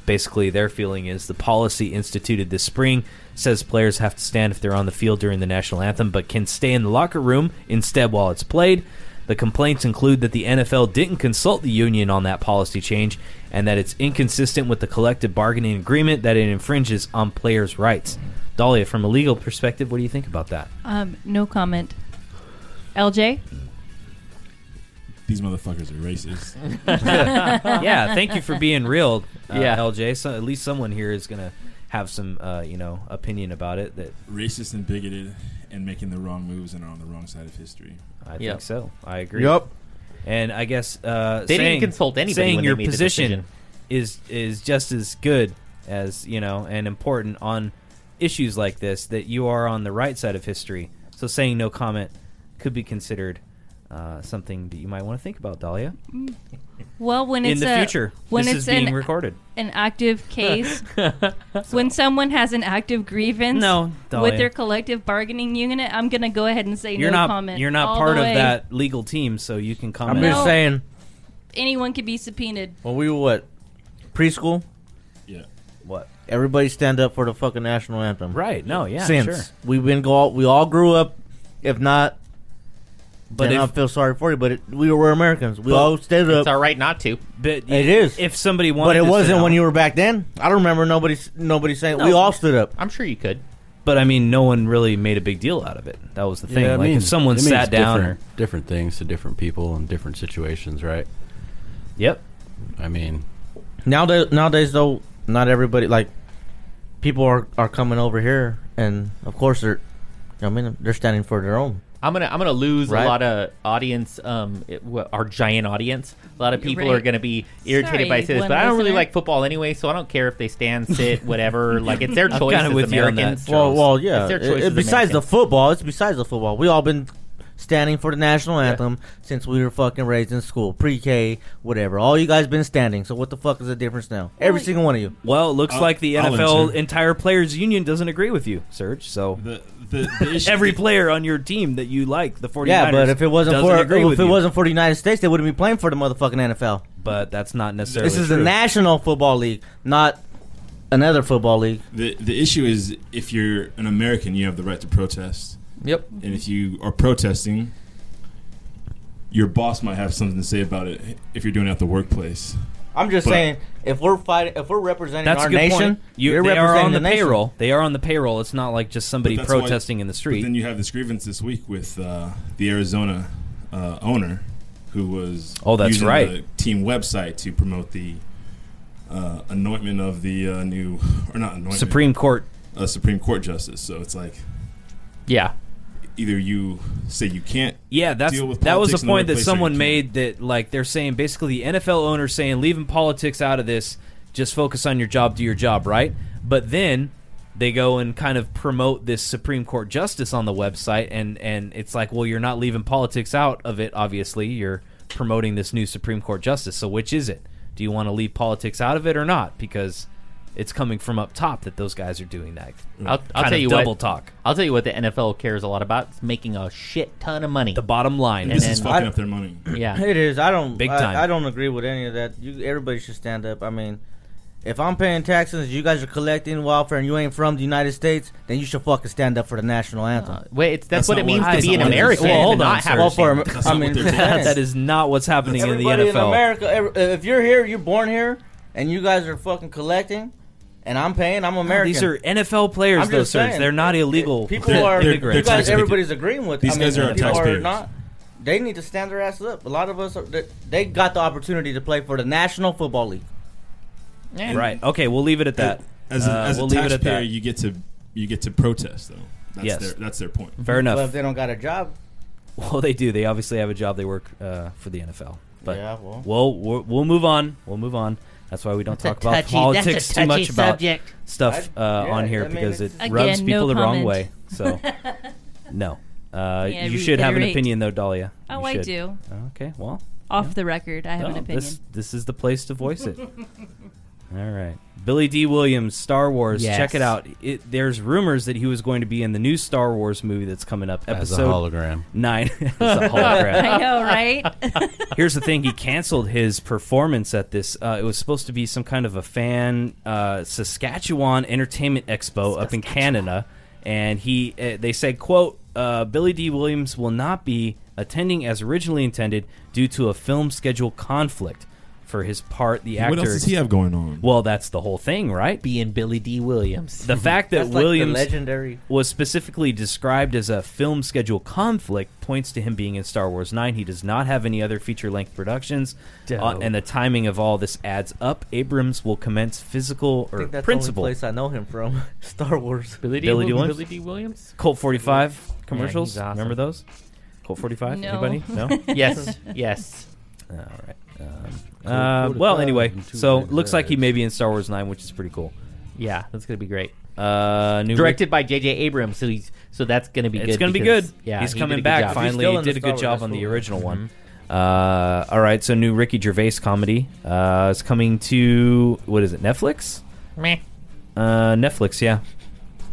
[SPEAKER 4] basically their feeling is the policy instituted this spring says players have to stand if they're on the field during the national anthem but can stay in the locker room instead while it's played the complaints include that the NFL didn't consult the union on that policy change and that it's inconsistent with the collective bargaining agreement that it infringes on players' rights. Dahlia, from a legal perspective, what do you think about that?
[SPEAKER 5] Um, no comment. LJ,
[SPEAKER 3] These motherfuckers are racist.
[SPEAKER 4] yeah, thank you for being real, uh,
[SPEAKER 1] Yeah.
[SPEAKER 4] LJ. So at least someone here is going to have some, uh, you know, opinion about it that
[SPEAKER 3] racist and bigoted, and making the wrong moves and are on the wrong side of history.
[SPEAKER 4] I
[SPEAKER 1] Yep.
[SPEAKER 4] think so. I agree. And I guess uh,
[SPEAKER 1] They didn't
[SPEAKER 4] saying-
[SPEAKER 1] consult anybody
[SPEAKER 4] Saying
[SPEAKER 1] when they
[SPEAKER 4] your
[SPEAKER 1] made the
[SPEAKER 4] position
[SPEAKER 1] decision.
[SPEAKER 4] is is just as good as you know and important on issues like this that you are on the right side of history. So saying no comment could be considered uh, something that you might want to think about, Dahlia,
[SPEAKER 5] well, when
[SPEAKER 4] in
[SPEAKER 5] it's
[SPEAKER 4] the
[SPEAKER 5] a,
[SPEAKER 4] future.
[SPEAKER 5] when
[SPEAKER 4] this
[SPEAKER 5] it's
[SPEAKER 4] is being
[SPEAKER 5] an,
[SPEAKER 4] recorded.
[SPEAKER 5] an active case, when someone has an active grievance
[SPEAKER 4] No, Dahlia.
[SPEAKER 5] with their collective bargaining unit, I'm gonna go ahead and say
[SPEAKER 4] You're
[SPEAKER 5] no
[SPEAKER 4] not
[SPEAKER 5] comment.
[SPEAKER 4] you're not
[SPEAKER 5] all
[SPEAKER 4] part
[SPEAKER 5] the
[SPEAKER 4] of
[SPEAKER 5] way.
[SPEAKER 4] that legal team, so you can
[SPEAKER 2] I'm
[SPEAKER 4] comment.
[SPEAKER 5] No.
[SPEAKER 2] just saying.
[SPEAKER 5] Anyone could be subpoenaed.
[SPEAKER 2] When we were what preschool,
[SPEAKER 3] Yeah.
[SPEAKER 2] What? Everybody stand up for the fucking national anthem.
[SPEAKER 4] Right. No. Yeah.
[SPEAKER 2] Since
[SPEAKER 4] Sure.
[SPEAKER 2] we've been go, we all grew up. If not,
[SPEAKER 4] But
[SPEAKER 2] but I
[SPEAKER 4] if,
[SPEAKER 2] don't feel sorry for you. But it, we were Americans. We
[SPEAKER 4] But
[SPEAKER 2] all stood
[SPEAKER 1] It's
[SPEAKER 2] up.
[SPEAKER 1] all right not to.
[SPEAKER 4] but
[SPEAKER 2] It is.
[SPEAKER 4] If somebody wanted,
[SPEAKER 2] But it
[SPEAKER 4] to sit
[SPEAKER 2] wasn't when
[SPEAKER 4] out-
[SPEAKER 2] you were back then. I don't remember nobody s- nobody saying we all stood up.
[SPEAKER 1] I'm sure you could.
[SPEAKER 4] But I mean, no one really made a big deal out of it. That was the thing.
[SPEAKER 8] Yeah, it
[SPEAKER 4] like
[SPEAKER 8] means-
[SPEAKER 4] if someone
[SPEAKER 8] it means
[SPEAKER 4] sat down, or,
[SPEAKER 8] different, different things to different people and different situations, right?
[SPEAKER 4] yep.
[SPEAKER 8] I mean,
[SPEAKER 2] Nowadays, nowadays though, not everybody like people are are coming over here, and of course they're. I mean, they're standing for their own.
[SPEAKER 1] I'm gonna I'm gonna lose
[SPEAKER 2] Right.
[SPEAKER 1] a lot of audience. Um, it, wha- our giant audience. A lot of people
[SPEAKER 5] Right.
[SPEAKER 1] are gonna be irritated
[SPEAKER 5] Sorry,
[SPEAKER 1] by this,
[SPEAKER 5] one
[SPEAKER 1] but I don't really
[SPEAKER 5] listener.
[SPEAKER 1] like football anyway, so I don't care if they stand, sit, whatever. like it's their
[SPEAKER 4] I'm
[SPEAKER 1] choice
[SPEAKER 4] kinda
[SPEAKER 1] as
[SPEAKER 4] with you on that,
[SPEAKER 1] Americans.
[SPEAKER 4] Charles.
[SPEAKER 2] Well, well, yeah.
[SPEAKER 1] It's their
[SPEAKER 2] It-
[SPEAKER 1] choice
[SPEAKER 2] it-
[SPEAKER 1] as
[SPEAKER 2] besides the
[SPEAKER 1] Americans.
[SPEAKER 2] football, it's besides the football. We all been standing for the national anthem since we were fucking raised in school, pre-K, whatever. All you guys been standing. So what the fuck is the difference now? Every single one of you.
[SPEAKER 4] Well, it looks
[SPEAKER 7] I'll-
[SPEAKER 4] like the
[SPEAKER 7] I'll
[SPEAKER 4] NFL
[SPEAKER 7] answer.
[SPEAKER 4] entire players union doesn't agree with you, Serge. So
[SPEAKER 7] The, the, the issue,
[SPEAKER 4] every player on your team that you like, the 49ers,
[SPEAKER 2] Yeah, but if it wasn't
[SPEAKER 4] doesn't
[SPEAKER 2] for
[SPEAKER 4] agree
[SPEAKER 2] if
[SPEAKER 4] with
[SPEAKER 2] it
[SPEAKER 4] you.
[SPEAKER 2] wasn't for the United States, they wouldn't be playing for the motherfucking NFL.
[SPEAKER 4] but that's not necessarily.
[SPEAKER 2] This is
[SPEAKER 4] true.
[SPEAKER 2] the National Football League, not another football league.
[SPEAKER 7] the the issue is if you're an American, you have the right to protest,
[SPEAKER 1] Yep.
[SPEAKER 7] and if you are protesting, your boss might have something to say about it if you're doing it at the workplace.
[SPEAKER 2] I'm just
[SPEAKER 7] But-
[SPEAKER 2] saying, if we're fighting, if we're representing
[SPEAKER 4] That's
[SPEAKER 2] our
[SPEAKER 4] a good
[SPEAKER 2] nation,
[SPEAKER 4] point. You,
[SPEAKER 2] you're
[SPEAKER 4] they are
[SPEAKER 2] representing
[SPEAKER 4] on the,
[SPEAKER 2] nation.
[SPEAKER 4] payroll. They are on the payroll. It's not like just somebody
[SPEAKER 7] But that's why-
[SPEAKER 4] protesting in the
[SPEAKER 7] But then
[SPEAKER 4] street.
[SPEAKER 7] you have this grievance this week with uh, the Arizona uh, owner, who was
[SPEAKER 4] Oh, that's
[SPEAKER 7] using
[SPEAKER 4] right.
[SPEAKER 7] the team website to promote the uh, anointment of the uh, new or not anointment
[SPEAKER 4] Supreme Court.
[SPEAKER 7] uh, Supreme Court justice. So it's like
[SPEAKER 1] Yeah.
[SPEAKER 7] either you say you can't
[SPEAKER 4] Yeah, that's
[SPEAKER 7] deal with
[SPEAKER 4] that was
[SPEAKER 7] politics
[SPEAKER 4] the
[SPEAKER 7] in the
[SPEAKER 4] point that
[SPEAKER 7] workplace or you
[SPEAKER 4] someone
[SPEAKER 7] can't.
[SPEAKER 4] made that like they're saying basically the NFL owners saying leaving politics out of this, just focus on your job, do your job, right? But then they go and kind of promote this Supreme Court justice on the website and and it's like, well, you're not leaving politics out of it obviously. You're promoting this new Supreme Court justice. So which is it? Do you want to leave politics out of it or not? Because it's coming from up top that those guys are doing that.
[SPEAKER 1] I'll, I'll
[SPEAKER 4] Kind
[SPEAKER 1] tell
[SPEAKER 4] of
[SPEAKER 1] you
[SPEAKER 4] double
[SPEAKER 1] what.
[SPEAKER 4] talk.
[SPEAKER 1] I'll tell you what the NFL cares a lot about. It's making a shit ton of money.
[SPEAKER 4] The bottom line.
[SPEAKER 1] And
[SPEAKER 7] This
[SPEAKER 1] then-
[SPEAKER 7] is fucking
[SPEAKER 2] I-
[SPEAKER 7] up their money.
[SPEAKER 1] yeah.
[SPEAKER 2] It is. I don't.
[SPEAKER 4] Big
[SPEAKER 2] I-
[SPEAKER 4] time.
[SPEAKER 2] I, don't agree with any of that. You, everybody should stand up. I mean, if I'm paying taxes, you guys are collecting welfare, and you ain't from the United States, then you should fucking stand up for the national anthem.
[SPEAKER 1] Uh, wait, it's that's,
[SPEAKER 7] That's
[SPEAKER 1] what
[SPEAKER 7] not
[SPEAKER 1] it means
[SPEAKER 7] what-
[SPEAKER 1] to
[SPEAKER 4] that's
[SPEAKER 1] be
[SPEAKER 4] not
[SPEAKER 1] an
[SPEAKER 4] what it is.
[SPEAKER 1] American
[SPEAKER 4] Well,
[SPEAKER 1] and
[SPEAKER 4] hold on,
[SPEAKER 1] not have
[SPEAKER 4] sir.
[SPEAKER 1] a
[SPEAKER 2] well, for
[SPEAKER 1] shame.
[SPEAKER 2] Am-
[SPEAKER 7] That's
[SPEAKER 2] I
[SPEAKER 7] not
[SPEAKER 2] mean,
[SPEAKER 7] what they're doing.
[SPEAKER 2] yes.
[SPEAKER 4] that is not what's happening in the
[SPEAKER 2] everybody
[SPEAKER 4] NFL.
[SPEAKER 2] in America. ev- If you're here, you're born here, and you guys are fucking collecting, and I'm paying. I'm
[SPEAKER 4] No,
[SPEAKER 2] American.
[SPEAKER 4] These are NFL players,
[SPEAKER 2] I'm
[SPEAKER 4] though,
[SPEAKER 2] just
[SPEAKER 4] sirs.
[SPEAKER 2] saying,
[SPEAKER 4] They're not
[SPEAKER 2] it-
[SPEAKER 4] illegal.
[SPEAKER 2] it- People
[SPEAKER 7] They're-
[SPEAKER 2] are.
[SPEAKER 7] they're-
[SPEAKER 2] you
[SPEAKER 7] they're
[SPEAKER 2] guys,
[SPEAKER 7] taxpayers.
[SPEAKER 2] everybody's agreeing with.
[SPEAKER 7] These
[SPEAKER 2] I mean,
[SPEAKER 7] guys are our
[SPEAKER 2] people
[SPEAKER 7] taxpayers.
[SPEAKER 2] not. They need to stand their asses up. A lot of us, are, they, they got the opportunity to play for the National Football League.
[SPEAKER 4] right. Okay, we'll leave it at that.
[SPEAKER 7] As a,
[SPEAKER 4] Uh,
[SPEAKER 7] as a
[SPEAKER 4] we'll leave it at
[SPEAKER 7] taxpayer,
[SPEAKER 4] that.
[SPEAKER 7] you get to you get to protest though. That's
[SPEAKER 4] Yes.
[SPEAKER 7] their that's their point.
[SPEAKER 4] Fair
[SPEAKER 2] But if
[SPEAKER 4] enough.
[SPEAKER 2] they don't got a job,
[SPEAKER 4] Well, they do. They obviously have a job. They work uh, for the NFL. But
[SPEAKER 2] yeah, well,
[SPEAKER 4] we'll, we'll we'll move on. We'll move on. That's why we don't
[SPEAKER 10] That's a
[SPEAKER 4] talk about
[SPEAKER 10] touchy-
[SPEAKER 4] politics
[SPEAKER 10] that's a
[SPEAKER 4] too much
[SPEAKER 10] touchy
[SPEAKER 4] about
[SPEAKER 10] subject.
[SPEAKER 4] stuff uh,
[SPEAKER 2] I- yeah,
[SPEAKER 4] on here
[SPEAKER 2] I mean,
[SPEAKER 4] because it
[SPEAKER 2] it's-
[SPEAKER 5] Again,
[SPEAKER 4] rubs
[SPEAKER 5] no
[SPEAKER 4] people the wrong
[SPEAKER 5] comment.
[SPEAKER 4] way. So, no. Uh,
[SPEAKER 5] Yeah,
[SPEAKER 4] you should have an
[SPEAKER 5] reiterate.
[SPEAKER 4] opinion, though, Dahlia.
[SPEAKER 5] Oh,
[SPEAKER 4] You
[SPEAKER 5] I
[SPEAKER 4] should.
[SPEAKER 5] do.
[SPEAKER 4] Okay, well,
[SPEAKER 5] Off the record, I have an
[SPEAKER 4] No,
[SPEAKER 5] opinion.
[SPEAKER 4] This, this is the place to voice it. All right. Billy D. Williams, Star Wars.
[SPEAKER 1] Yes.
[SPEAKER 4] Check it out. It, there's rumors that he was going to be in the new Star Wars movie that's coming up,
[SPEAKER 8] as a
[SPEAKER 4] episode
[SPEAKER 8] hologram.
[SPEAKER 4] nine. It's a hologram.
[SPEAKER 5] I know, right?
[SPEAKER 4] Here's the thing: he canceled his performance at this. Uh, it was supposed to be some kind of a fan uh, Saskatchewan Entertainment Expo up in Canada, and he uh, they said, "quote uh, Billy D. Williams will not be attending as originally intended due to a film schedule conflict." For his part, the actor.
[SPEAKER 7] What else does he have going on?
[SPEAKER 4] Well, that's the whole thing, right?
[SPEAKER 1] Being Billy D. Williams.
[SPEAKER 4] The fact that
[SPEAKER 2] that's like the
[SPEAKER 4] Williams
[SPEAKER 2] legendary.
[SPEAKER 4] was specifically described as a film schedule conflict points to him being in Star Wars 9. He does not have any other feature length productions,
[SPEAKER 1] Dope.
[SPEAKER 4] uh, and the timing of all this adds up. Abrams will commence physical
[SPEAKER 2] I
[SPEAKER 4] or
[SPEAKER 2] think that's
[SPEAKER 4] principal.
[SPEAKER 2] the only place I know him from. Star Wars.
[SPEAKER 1] Billy D.
[SPEAKER 4] Billy D.
[SPEAKER 1] Wil-
[SPEAKER 4] Williams?
[SPEAKER 1] Billy D. Williams.
[SPEAKER 4] Colt 45 commercials.
[SPEAKER 1] he's awesome.
[SPEAKER 4] Remember those? Colt 45?
[SPEAKER 5] No.
[SPEAKER 4] Anybody? No?
[SPEAKER 1] Yes. Yes.
[SPEAKER 4] All right. Um, uh, well,
[SPEAKER 8] 45
[SPEAKER 4] anyway,
[SPEAKER 8] and two
[SPEAKER 4] so
[SPEAKER 8] big
[SPEAKER 4] looks like he
[SPEAKER 8] legs.
[SPEAKER 4] may be in Star Wars 9, which is pretty cool.
[SPEAKER 1] Yeah, that's gonna be great.
[SPEAKER 4] Uh, new
[SPEAKER 1] Directed by J.J. Abrams, so he's so that's gonna be good.
[SPEAKER 4] It's going to be
[SPEAKER 1] because-
[SPEAKER 4] good.
[SPEAKER 1] Yeah,
[SPEAKER 4] he's
[SPEAKER 1] he
[SPEAKER 4] coming
[SPEAKER 1] did a good
[SPEAKER 4] back
[SPEAKER 1] job.
[SPEAKER 4] finally.
[SPEAKER 2] still
[SPEAKER 4] He
[SPEAKER 2] in the
[SPEAKER 4] did a
[SPEAKER 2] Star
[SPEAKER 4] good
[SPEAKER 2] Wars,
[SPEAKER 4] job
[SPEAKER 2] that's
[SPEAKER 4] on the
[SPEAKER 2] cool.
[SPEAKER 4] original one. Uh, all right, so new Ricky Gervais comedy uh, is coming to what is it? Netflix?
[SPEAKER 1] Meh.
[SPEAKER 4] Uh, Netflix, yeah.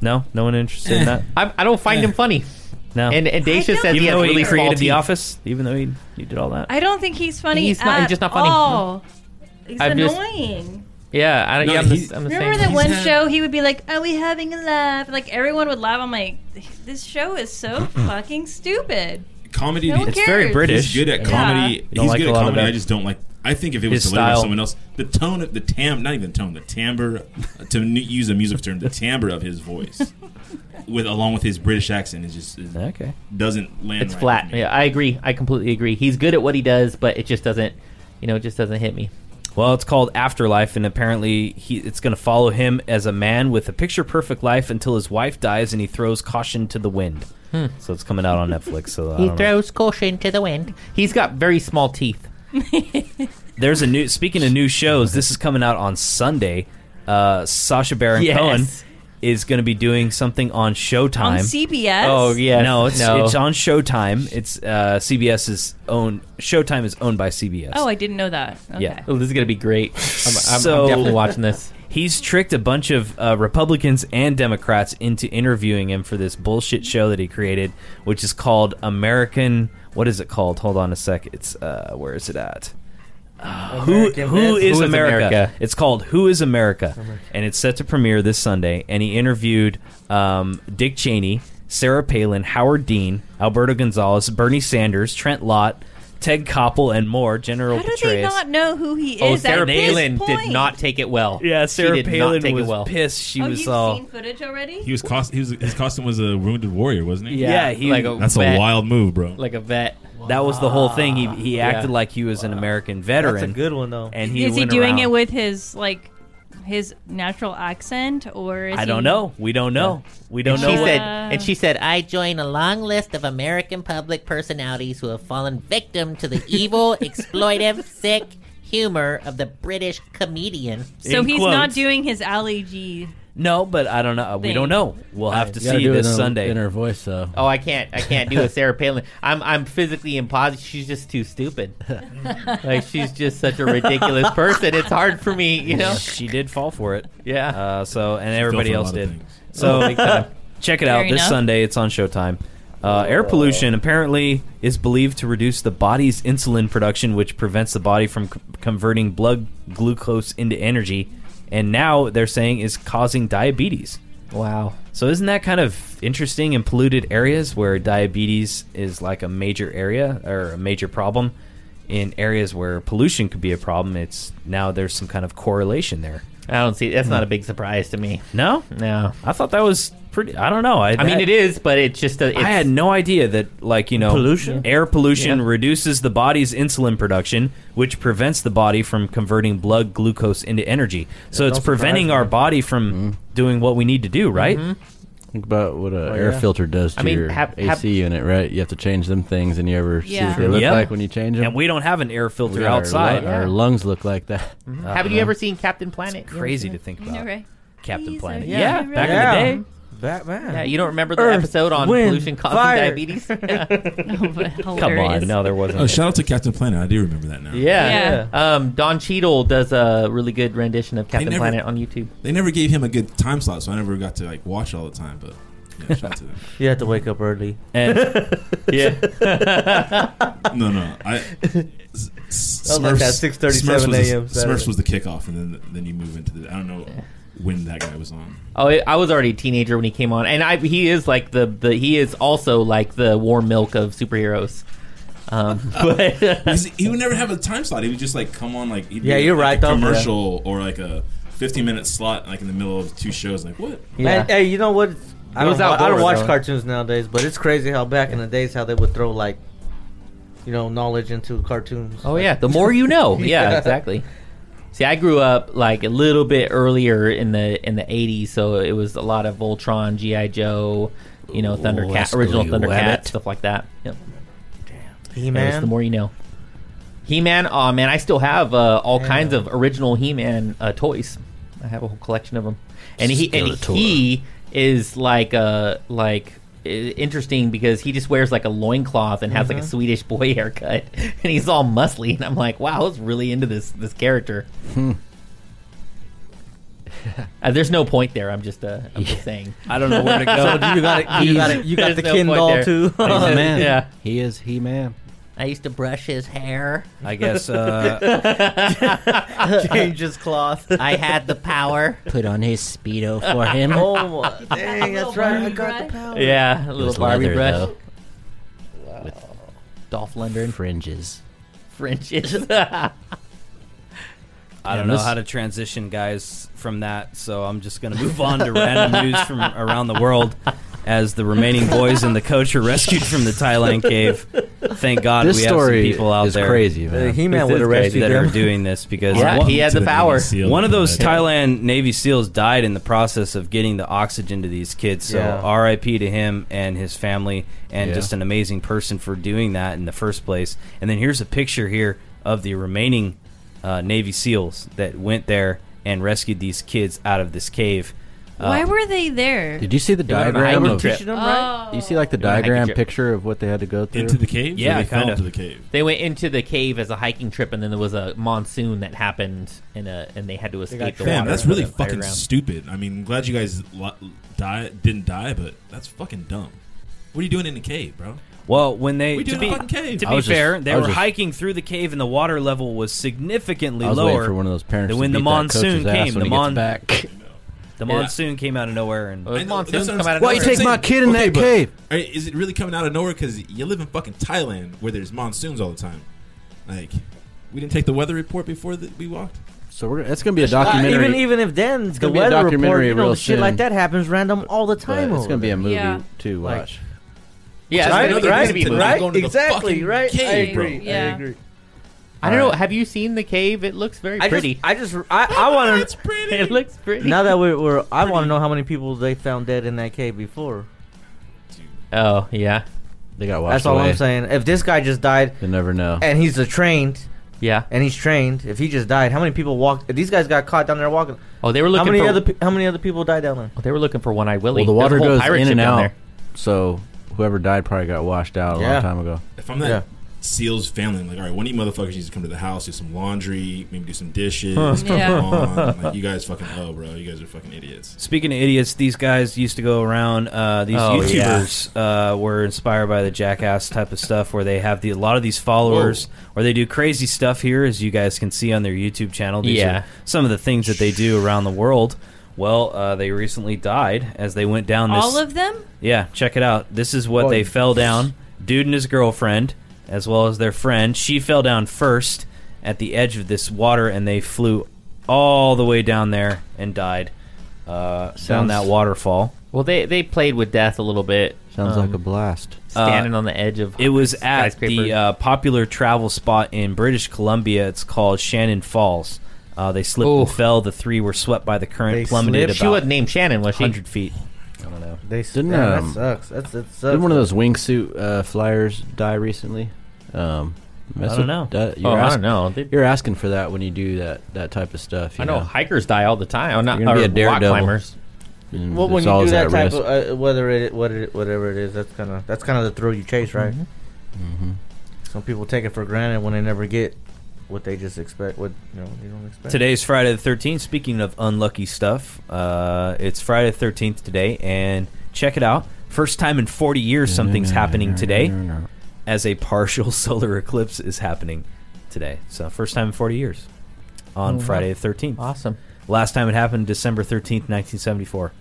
[SPEAKER 4] No, no one interested in that.
[SPEAKER 1] I, I don't find him funny.
[SPEAKER 4] No,
[SPEAKER 1] And and Dacia
[SPEAKER 5] don't-
[SPEAKER 1] said he
[SPEAKER 4] even
[SPEAKER 1] has
[SPEAKER 4] though he
[SPEAKER 1] really small
[SPEAKER 4] created The
[SPEAKER 1] teeth.
[SPEAKER 4] Office, even though he, he did all that.
[SPEAKER 5] I don't think he's funny.
[SPEAKER 1] He's not-
[SPEAKER 5] at
[SPEAKER 1] he's just not funny.
[SPEAKER 5] All. He's
[SPEAKER 1] I'm just-
[SPEAKER 5] annoying.
[SPEAKER 1] Yeah, I,
[SPEAKER 7] No,
[SPEAKER 1] yeah I'm, the,
[SPEAKER 7] he-
[SPEAKER 1] I'm the
[SPEAKER 5] Remember
[SPEAKER 1] same.
[SPEAKER 5] that
[SPEAKER 7] He's
[SPEAKER 5] one
[SPEAKER 7] had-
[SPEAKER 5] show? He would be like, "Are we having a laugh?" Like everyone would laugh. I'm like, "This show is so fucking stupid."
[SPEAKER 7] Comedy.
[SPEAKER 5] No one
[SPEAKER 7] it's
[SPEAKER 5] cares.
[SPEAKER 4] very British.
[SPEAKER 7] He's good at
[SPEAKER 5] Yeah.
[SPEAKER 7] comedy.
[SPEAKER 1] Don't
[SPEAKER 7] He's
[SPEAKER 1] like a
[SPEAKER 7] good at
[SPEAKER 1] lot of
[SPEAKER 7] comedy.
[SPEAKER 1] that.
[SPEAKER 7] I just don't like. I think if it was
[SPEAKER 4] His
[SPEAKER 7] delivered by
[SPEAKER 4] style.
[SPEAKER 7] someone else, the tone of the tam, not even the tone, the timbre, to n- use a music term, the timbre of his voice, with along with his British accent, is just it
[SPEAKER 8] Okay.
[SPEAKER 7] doesn't land.
[SPEAKER 1] It's
[SPEAKER 7] right
[SPEAKER 1] flat.
[SPEAKER 7] with me.
[SPEAKER 1] Yeah, I agree. I completely agree. He's good at what he does, but it just doesn't, you know, it just doesn't hit me.
[SPEAKER 4] Well, it's called Afterlife, and apparently he, it's going to follow him as a man with a picture perfect life until his wife dies and he throws caution to the wind.
[SPEAKER 1] Hmm.
[SPEAKER 4] So it's coming out on Netflix. So I
[SPEAKER 6] um,
[SPEAKER 4] don't know.
[SPEAKER 1] caution to the wind. He's got very small teeth.
[SPEAKER 4] There's a new. Speaking of new shows, this is coming out on Sunday. Uh, Sasha Baron
[SPEAKER 1] Yes.
[SPEAKER 4] Cohen is going to be doing something on Showtime.
[SPEAKER 5] On CBS.
[SPEAKER 1] Oh yeah,
[SPEAKER 4] No, it's
[SPEAKER 1] no.
[SPEAKER 4] it's on Showtime. It's uh, CBS's own. Showtime is owned by CBS.
[SPEAKER 5] Oh, I didn't know that. Okay.
[SPEAKER 4] Yeah.
[SPEAKER 1] Oh, this is gonna be great. I'm, I'm,
[SPEAKER 4] So-
[SPEAKER 1] I'm definitely watching this.
[SPEAKER 4] He's tricked a bunch of uh, Republicans and Democrats into interviewing him for this bullshit show that he created, which is called American. What is it called? Hold on a sec. It's uh, where is it at? Uh, who who is,
[SPEAKER 1] Who is
[SPEAKER 4] America?
[SPEAKER 1] America?
[SPEAKER 4] It's called Who is America, and it's set to premiere this Sunday. And he interviewed um, Dick Cheney, Sarah Palin, Howard Dean, Alberto Gonzalez, Bernie Sanders, Trent Lott, Ted Koppel, and more. General
[SPEAKER 5] How do
[SPEAKER 4] Petraeus.
[SPEAKER 5] they not know who he
[SPEAKER 1] Oh,
[SPEAKER 5] is?
[SPEAKER 1] Sarah
[SPEAKER 5] at this
[SPEAKER 1] Palin did
[SPEAKER 5] point?
[SPEAKER 1] not take it well.
[SPEAKER 4] Yeah, Sarah
[SPEAKER 1] she did
[SPEAKER 4] Palin
[SPEAKER 1] not take
[SPEAKER 4] was
[SPEAKER 1] it well.
[SPEAKER 4] pissed. She
[SPEAKER 5] Oh,
[SPEAKER 4] was uh,
[SPEAKER 5] you've
[SPEAKER 4] all.
[SPEAKER 5] seen footage already?
[SPEAKER 7] He was cost. He was, his costume was a wounded warrior, wasn't he?
[SPEAKER 4] Yeah, he-
[SPEAKER 1] like a
[SPEAKER 7] That's
[SPEAKER 1] vet,
[SPEAKER 7] a wild move, bro.
[SPEAKER 1] like a vet.
[SPEAKER 4] That was the whole thing. He he
[SPEAKER 1] Yeah.
[SPEAKER 4] acted like he was an American veteran.
[SPEAKER 2] That's a good one though.
[SPEAKER 4] and he
[SPEAKER 5] Is he
[SPEAKER 4] went
[SPEAKER 5] doing
[SPEAKER 4] around-
[SPEAKER 5] it with his like his natural accent or? Is
[SPEAKER 4] I don't
[SPEAKER 5] he-
[SPEAKER 4] know. We don't know. We don't
[SPEAKER 1] she
[SPEAKER 4] know. what-
[SPEAKER 1] said,
[SPEAKER 5] Uh,
[SPEAKER 1] and she said, "I join a long list of American public personalities who have fallen victim to the evil, exploitive, sick humor of the British comedian."
[SPEAKER 5] So
[SPEAKER 4] In
[SPEAKER 5] he's not
[SPEAKER 4] quotes.
[SPEAKER 5] doing his Ali G.
[SPEAKER 4] no, but I don't know. We
[SPEAKER 5] Thing.
[SPEAKER 4] don't know. We'll have to
[SPEAKER 8] You gotta
[SPEAKER 4] see
[SPEAKER 8] do it
[SPEAKER 4] this
[SPEAKER 8] in her-
[SPEAKER 4] Sunday.
[SPEAKER 8] in her voice though.
[SPEAKER 1] Oh, I can't, I can't do a Sarah Palin. I'm, I'm physically impossible. She's just too stupid. like she's just such a ridiculous person. It's hard for me, you know.
[SPEAKER 4] she did fall for it.
[SPEAKER 1] Yeah.
[SPEAKER 4] Uh, so and
[SPEAKER 7] Fell
[SPEAKER 4] everybody
[SPEAKER 7] for a
[SPEAKER 4] else
[SPEAKER 7] lot of
[SPEAKER 4] did.
[SPEAKER 7] things.
[SPEAKER 4] So check it out
[SPEAKER 5] Fair
[SPEAKER 4] this
[SPEAKER 5] enough.
[SPEAKER 4] Sunday. It's on Showtime. Uh, air pollution apparently is believed to reduce the body's insulin production, which prevents the body from c- converting blood glucose into energy, and now they're saying is causing diabetes.
[SPEAKER 1] wow.
[SPEAKER 4] So isn't that kind of interesting in polluted areas where diabetes is like a major area or a major problem? In areas where pollution could be a problem, it's now there's some kind of correlation there.
[SPEAKER 1] I don't see. That's not a big surprise to me.
[SPEAKER 4] No,
[SPEAKER 1] No.
[SPEAKER 4] I thought that was pretty. I don't know. I,
[SPEAKER 1] I mean, it is, but it's just a. It's,
[SPEAKER 4] I had no idea that, like you know,
[SPEAKER 2] Pollution?
[SPEAKER 4] air pollution
[SPEAKER 1] Yeah.
[SPEAKER 4] reduces the body's insulin production, which prevents the body from converting blood glucose into energy. So it's
[SPEAKER 2] don't surprise
[SPEAKER 4] preventing
[SPEAKER 2] me.
[SPEAKER 4] our body from doing what we need to do, right?
[SPEAKER 8] Think about what
[SPEAKER 4] Oh,
[SPEAKER 8] a air
[SPEAKER 2] yeah.
[SPEAKER 8] filter does to
[SPEAKER 1] mean,
[SPEAKER 8] your
[SPEAKER 1] hab-
[SPEAKER 8] AC
[SPEAKER 1] hab-
[SPEAKER 8] unit, right? You have to change them things, and you ever see
[SPEAKER 5] Yeah.
[SPEAKER 8] what they look
[SPEAKER 4] Yeah.
[SPEAKER 8] like when you change them.
[SPEAKER 4] And we don't have an air filter
[SPEAKER 8] Our lu-
[SPEAKER 4] outside.
[SPEAKER 8] Our, lungs look like that.
[SPEAKER 1] Haven't
[SPEAKER 6] Uh-huh.
[SPEAKER 1] you ever seen Captain Planet? You ever
[SPEAKER 4] Crazy
[SPEAKER 1] seen
[SPEAKER 4] to
[SPEAKER 1] it?
[SPEAKER 4] think about.
[SPEAKER 5] Okay.
[SPEAKER 4] Captain
[SPEAKER 5] These
[SPEAKER 4] Planet.
[SPEAKER 5] are
[SPEAKER 4] Yeah,
[SPEAKER 5] really
[SPEAKER 4] back in the day.
[SPEAKER 2] Batman.
[SPEAKER 1] Yeah, you don't remember the
[SPEAKER 2] Earth,
[SPEAKER 1] episode on
[SPEAKER 2] wind,
[SPEAKER 1] pollution causing
[SPEAKER 2] fire.
[SPEAKER 1] diabetes? yeah.
[SPEAKER 5] Oh,
[SPEAKER 4] Come on, no, uh, there wasn't.
[SPEAKER 7] Oh, shout out to Captain Planet. I do remember that now.
[SPEAKER 5] Yeah.
[SPEAKER 1] Um, Don Cheadle does a really good rendition of Captain
[SPEAKER 7] never-
[SPEAKER 1] Planet on YouTube.
[SPEAKER 7] They never gave him a good time slot, so I never got to like watch all the time. But yeah, shout out to them.
[SPEAKER 2] You have to wake up early.
[SPEAKER 4] And, yeah,
[SPEAKER 7] No, no. I, S-
[SPEAKER 2] was like that 6:37
[SPEAKER 7] Smurfs was the-
[SPEAKER 2] a.m. Saturday.
[SPEAKER 7] Smurfs was the kickoff, and then then you move into the. I don't know when that guy was on.
[SPEAKER 1] Oh, I I was already a teenager when he came on, and I he is like the, the he is also like the warm milk of superheroes. Um, but
[SPEAKER 7] 'Cause he would never have a time slot. He would just like come on like. He'd
[SPEAKER 2] Yeah,
[SPEAKER 7] do,
[SPEAKER 2] you're
[SPEAKER 7] like,
[SPEAKER 2] right,
[SPEAKER 7] A
[SPEAKER 2] though,
[SPEAKER 7] commercial or like a 15 minute slot, like in the middle of two shows. Like what?
[SPEAKER 1] yeah,
[SPEAKER 2] And, hey, you know what? I
[SPEAKER 1] It
[SPEAKER 2] don't,
[SPEAKER 1] was
[SPEAKER 2] wa- I don't
[SPEAKER 1] outdoors,
[SPEAKER 2] watch
[SPEAKER 1] though.
[SPEAKER 2] cartoons nowadays, but it's crazy how back in the days how they would throw like, you know, knowledge into cartoons.
[SPEAKER 1] oh yeah, the more you know. Yeah, exactly. See, I grew up like a little bit earlier in the in the '80s, so it was a lot of Voltron, GI Joe, you know, Thundercat,
[SPEAKER 8] Wesley
[SPEAKER 1] original Thundercat,
[SPEAKER 8] Wabbit.
[SPEAKER 1] stuff like that. Yep.
[SPEAKER 2] He
[SPEAKER 1] Yeah, it's
[SPEAKER 2] man.
[SPEAKER 1] the more you know. He Man, oh man, I still have uh, all
[SPEAKER 2] Yeah.
[SPEAKER 1] kinds of original He Man uh, toys. I have a whole collection of them, and he and
[SPEAKER 8] Skeletor.
[SPEAKER 1] he is like uh like i- interesting because he just wears like a loincloth and has like a Swedish boy haircut, and he's all muscly, and I'm like, wow, I was really into this this character.
[SPEAKER 4] Mm-hmm.
[SPEAKER 1] Uh, there's no point there. I'm just uh, I'm just saying.
[SPEAKER 4] I don't know where to go.
[SPEAKER 2] so you got it. You got it. You got
[SPEAKER 1] There's
[SPEAKER 2] the
[SPEAKER 1] no
[SPEAKER 2] Ken
[SPEAKER 1] point
[SPEAKER 2] doll
[SPEAKER 1] there.
[SPEAKER 2] too.
[SPEAKER 8] He's a man.
[SPEAKER 1] Yeah.
[SPEAKER 8] He is he man.
[SPEAKER 1] I used to brush his hair.
[SPEAKER 4] I guess uh,
[SPEAKER 2] Changes cloth.
[SPEAKER 1] I had the power.
[SPEAKER 6] Put on his speedo for him.
[SPEAKER 2] oh, dang, that's right. I
[SPEAKER 5] Barbie
[SPEAKER 2] got the
[SPEAKER 5] brush.
[SPEAKER 2] power.
[SPEAKER 1] Yeah, a
[SPEAKER 8] It
[SPEAKER 1] little
[SPEAKER 8] was
[SPEAKER 1] Barbie brush,
[SPEAKER 8] leather, though.
[SPEAKER 1] Dolph Lundgren
[SPEAKER 6] Fringes.
[SPEAKER 1] fringes.
[SPEAKER 4] I don't
[SPEAKER 8] Yeah,
[SPEAKER 4] know
[SPEAKER 8] this-
[SPEAKER 4] how to transition guys from that, so I'm just going to move on to random news from around the world as the remaining boys and the coach are rescued from the Thailand cave. Thank God
[SPEAKER 8] This
[SPEAKER 4] we have
[SPEAKER 8] story
[SPEAKER 4] some people out
[SPEAKER 8] is
[SPEAKER 4] there
[SPEAKER 8] crazy, man.
[SPEAKER 2] Uh, He-Man would have rescued
[SPEAKER 4] that are
[SPEAKER 2] them.
[SPEAKER 4] doing this because
[SPEAKER 1] yeah,
[SPEAKER 4] one,
[SPEAKER 1] he had the power.
[SPEAKER 4] one of those Thailand Navy SEALs died in the process of getting the oxygen to these kids. So
[SPEAKER 2] Yeah.
[SPEAKER 4] R.I.P. to him and his family, and
[SPEAKER 8] Yeah.
[SPEAKER 4] just an amazing person for doing that in the first place. And then here's a picture here of the remaining uh, Navy SEALs that went there and rescued these kids out of this cave. Uh,
[SPEAKER 5] Why were they there?
[SPEAKER 8] Did you see the
[SPEAKER 1] went on a
[SPEAKER 8] diagram?
[SPEAKER 1] hiking
[SPEAKER 8] Of,
[SPEAKER 1] trip.
[SPEAKER 2] Teaching them right?
[SPEAKER 8] you see like the
[SPEAKER 1] They went on a hiking
[SPEAKER 8] diagram
[SPEAKER 1] trip.
[SPEAKER 8] picture of what they had to go through.
[SPEAKER 7] into the cave. Or
[SPEAKER 4] Yeah,
[SPEAKER 7] they fell
[SPEAKER 4] kinda.
[SPEAKER 7] into the cave.
[SPEAKER 1] They went into the cave as a hiking trip, and then there was a monsoon that happened, and a and they had to escape the water.
[SPEAKER 7] Damn, that's
[SPEAKER 1] and
[SPEAKER 7] really
[SPEAKER 1] the fire
[SPEAKER 7] fucking
[SPEAKER 1] ground.
[SPEAKER 7] stupid. I mean, I'm glad you guys lo- die didn't die, but that's fucking dumb. What are you doing in the cave, bro?
[SPEAKER 4] well, when they
[SPEAKER 7] We do
[SPEAKER 4] to
[SPEAKER 7] in
[SPEAKER 4] be,
[SPEAKER 7] a fucking cave.
[SPEAKER 4] to
[SPEAKER 8] I
[SPEAKER 4] be
[SPEAKER 8] was just-
[SPEAKER 4] fair, they
[SPEAKER 8] I
[SPEAKER 4] were
[SPEAKER 8] was just-
[SPEAKER 4] hiking through the cave, and the water level was significantly
[SPEAKER 8] I was
[SPEAKER 4] lower.
[SPEAKER 8] waiting for one of those parents
[SPEAKER 4] Then
[SPEAKER 8] to
[SPEAKER 4] when the
[SPEAKER 8] beat that coach's
[SPEAKER 4] monsoon
[SPEAKER 8] ass
[SPEAKER 4] came,
[SPEAKER 8] when
[SPEAKER 4] the
[SPEAKER 8] he gets
[SPEAKER 4] mon-
[SPEAKER 8] back.
[SPEAKER 4] the monsoon came out of nowhere, and
[SPEAKER 1] Those
[SPEAKER 7] I know,
[SPEAKER 1] monsoons
[SPEAKER 7] that's what
[SPEAKER 1] come out
[SPEAKER 7] I'm-
[SPEAKER 1] of
[SPEAKER 8] Why you
[SPEAKER 1] nowhere.
[SPEAKER 8] take my kid in
[SPEAKER 7] Okay,
[SPEAKER 8] that
[SPEAKER 7] but-
[SPEAKER 8] cave?
[SPEAKER 7] All right, is it really coming out of nowhere? Because you live in fucking Thailand where there's monsoons all the time. Like, we didn't take the weather report before that we walked.
[SPEAKER 8] So we're that's gonna be a documentary.
[SPEAKER 2] Uh, Even even if then the
[SPEAKER 8] gonna be a
[SPEAKER 2] weather report,
[SPEAKER 8] documentary
[SPEAKER 2] you know,
[SPEAKER 8] real
[SPEAKER 2] shit like
[SPEAKER 8] soon.
[SPEAKER 2] that happens random all the
[SPEAKER 8] but
[SPEAKER 2] time.
[SPEAKER 8] it's gonna be a movie
[SPEAKER 5] Yeah.
[SPEAKER 8] to
[SPEAKER 2] Like-
[SPEAKER 8] watch.
[SPEAKER 1] Yeah, it's gonna
[SPEAKER 2] Right,
[SPEAKER 1] be- it's gonna be
[SPEAKER 2] right,
[SPEAKER 1] a movie.
[SPEAKER 2] right.
[SPEAKER 7] Go into the
[SPEAKER 2] exactly,
[SPEAKER 7] fucking
[SPEAKER 2] right. I
[SPEAKER 7] Cave, bro.
[SPEAKER 2] agree.
[SPEAKER 5] Yeah.
[SPEAKER 2] I agree.
[SPEAKER 1] I don't know.
[SPEAKER 2] Alright.
[SPEAKER 1] Have you seen the cave? It looks very
[SPEAKER 2] I
[SPEAKER 1] pretty.
[SPEAKER 2] just, I just, I, I want to.
[SPEAKER 1] it looks pretty.
[SPEAKER 2] Now that we're, we're I want to know how many people they found dead in that cave before.
[SPEAKER 1] oh yeah,
[SPEAKER 8] They got washed
[SPEAKER 2] That's all
[SPEAKER 8] away.
[SPEAKER 2] I'm saying. If this guy just died
[SPEAKER 8] You never know.
[SPEAKER 2] and he's a trained
[SPEAKER 1] yeah.
[SPEAKER 2] and he's trained, if he just died, how many people walked? These guys got caught down there walking.
[SPEAKER 1] Oh, they were
[SPEAKER 2] how
[SPEAKER 1] looking
[SPEAKER 2] many
[SPEAKER 1] for
[SPEAKER 2] other pe- how many other people died down there?
[SPEAKER 1] oh, they were looking for One Eye Willie.
[SPEAKER 8] Well, the
[SPEAKER 1] There's
[SPEAKER 8] water
[SPEAKER 1] a whole
[SPEAKER 8] goes
[SPEAKER 1] pirate
[SPEAKER 8] in
[SPEAKER 1] ship
[SPEAKER 8] and
[SPEAKER 1] down
[SPEAKER 8] out,
[SPEAKER 1] there.
[SPEAKER 8] so whoever died probably got washed out a
[SPEAKER 2] Yeah.
[SPEAKER 8] long time ago.
[SPEAKER 7] If I'm that
[SPEAKER 2] Yeah.
[SPEAKER 7] SEAL's family, I'm like, all right, one of you motherfuckers needs to come to the house, do some laundry, maybe do some dishes.
[SPEAKER 5] Yeah.
[SPEAKER 7] Come on. Like, you guys fucking oh, bro. You guys are fucking idiots.
[SPEAKER 4] Speaking of idiots, these guys used to go around. Uh, these
[SPEAKER 1] Oh, yeah.
[SPEAKER 4] YouTubers uh, were inspired by the jackass type of stuff, where they have the a lot of these followers, where they do crazy stuff here, as you guys can see on their YouTube channel. These
[SPEAKER 1] Yeah.
[SPEAKER 4] are some of the things that they do around the world. Well, uh, they recently died as they went down this.
[SPEAKER 5] All of them?
[SPEAKER 4] yeah, check it out. This is what they
[SPEAKER 8] Boy.
[SPEAKER 4] fell down. Dude and his girlfriend, as well as their friend, she fell down first at the edge of this water, and they flew all the way down there and died uh, down
[SPEAKER 8] Sounds-
[SPEAKER 4] that waterfall.
[SPEAKER 1] Well, they they played with death a little bit.
[SPEAKER 8] Sounds
[SPEAKER 1] um,
[SPEAKER 8] like a blast.
[SPEAKER 1] standing on the edge of.
[SPEAKER 4] It was at
[SPEAKER 1] skyscraper.
[SPEAKER 4] the uh, popular travel spot in British Columbia. It's called Shannon Falls. Uh, they slipped
[SPEAKER 1] Ooh.
[SPEAKER 4] and fell. The three were swept by the current,
[SPEAKER 2] They
[SPEAKER 4] plummeted
[SPEAKER 2] slipped?
[SPEAKER 1] she
[SPEAKER 4] about
[SPEAKER 1] wasn't named Shannon, was she?
[SPEAKER 4] 100 feet. I don't know.
[SPEAKER 2] They
[SPEAKER 8] Didn't,
[SPEAKER 2] damn,
[SPEAKER 8] um,
[SPEAKER 2] that sucks. That's that sucks.
[SPEAKER 8] Did one of those wingsuit uh, flyers die recently? Um, that's
[SPEAKER 4] I don't
[SPEAKER 8] a-
[SPEAKER 4] know.
[SPEAKER 8] that-
[SPEAKER 1] Oh,
[SPEAKER 8] you're,
[SPEAKER 1] I
[SPEAKER 8] ask-
[SPEAKER 1] don't know. They-
[SPEAKER 8] you're asking for that when you do that that type of stuff.
[SPEAKER 1] I
[SPEAKER 8] You
[SPEAKER 1] know hikers die all the time. Oh, not
[SPEAKER 8] You're gonna be
[SPEAKER 1] or
[SPEAKER 8] a daredevil.
[SPEAKER 1] rock climbers.
[SPEAKER 8] And
[SPEAKER 2] Well, when
[SPEAKER 8] there's
[SPEAKER 2] you do
[SPEAKER 8] always
[SPEAKER 2] that type
[SPEAKER 8] risk.
[SPEAKER 2] of uh, whether it, what it whatever it is, that's kind of that's kind of the thrill you chase, right?
[SPEAKER 1] Mm-hmm.
[SPEAKER 8] Mhm.
[SPEAKER 2] Some people take it for granted when they never get what they just expect. What you know, you don't expect.
[SPEAKER 4] Today's Friday the 13th. Speaking of unlucky stuff, uh, it's Friday the 13th today, and check it out. First time in 40 years something's happening today as a partial solar eclipse is happening today. So, first time in 40 years on
[SPEAKER 1] Oh, wow.
[SPEAKER 4] Friday the 13th.
[SPEAKER 1] Awesome.
[SPEAKER 4] Last time it happened December 13th, 1974.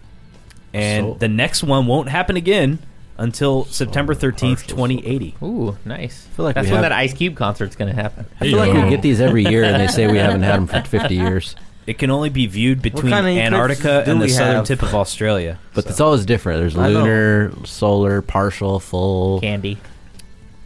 [SPEAKER 4] And
[SPEAKER 8] So-
[SPEAKER 4] the next one won't happen again until September 13th,
[SPEAKER 8] partial
[SPEAKER 4] 2080.
[SPEAKER 1] Ooh, nice.
[SPEAKER 8] feel like
[SPEAKER 1] That's
[SPEAKER 8] we
[SPEAKER 1] when
[SPEAKER 8] have-
[SPEAKER 1] that Ice Cube concert's gonna happen.
[SPEAKER 8] I feel like we get these every year, and they say we haven't had them for 50 years.
[SPEAKER 4] It can only be viewed between
[SPEAKER 2] kind of eclipses
[SPEAKER 4] Antarctica
[SPEAKER 2] do
[SPEAKER 4] and the
[SPEAKER 2] we
[SPEAKER 4] southern
[SPEAKER 2] have?
[SPEAKER 4] tip of Australia.
[SPEAKER 8] But
[SPEAKER 4] So-
[SPEAKER 8] it's always different. There's
[SPEAKER 2] I know.
[SPEAKER 8] lunar, solar, partial, full.
[SPEAKER 1] Candy.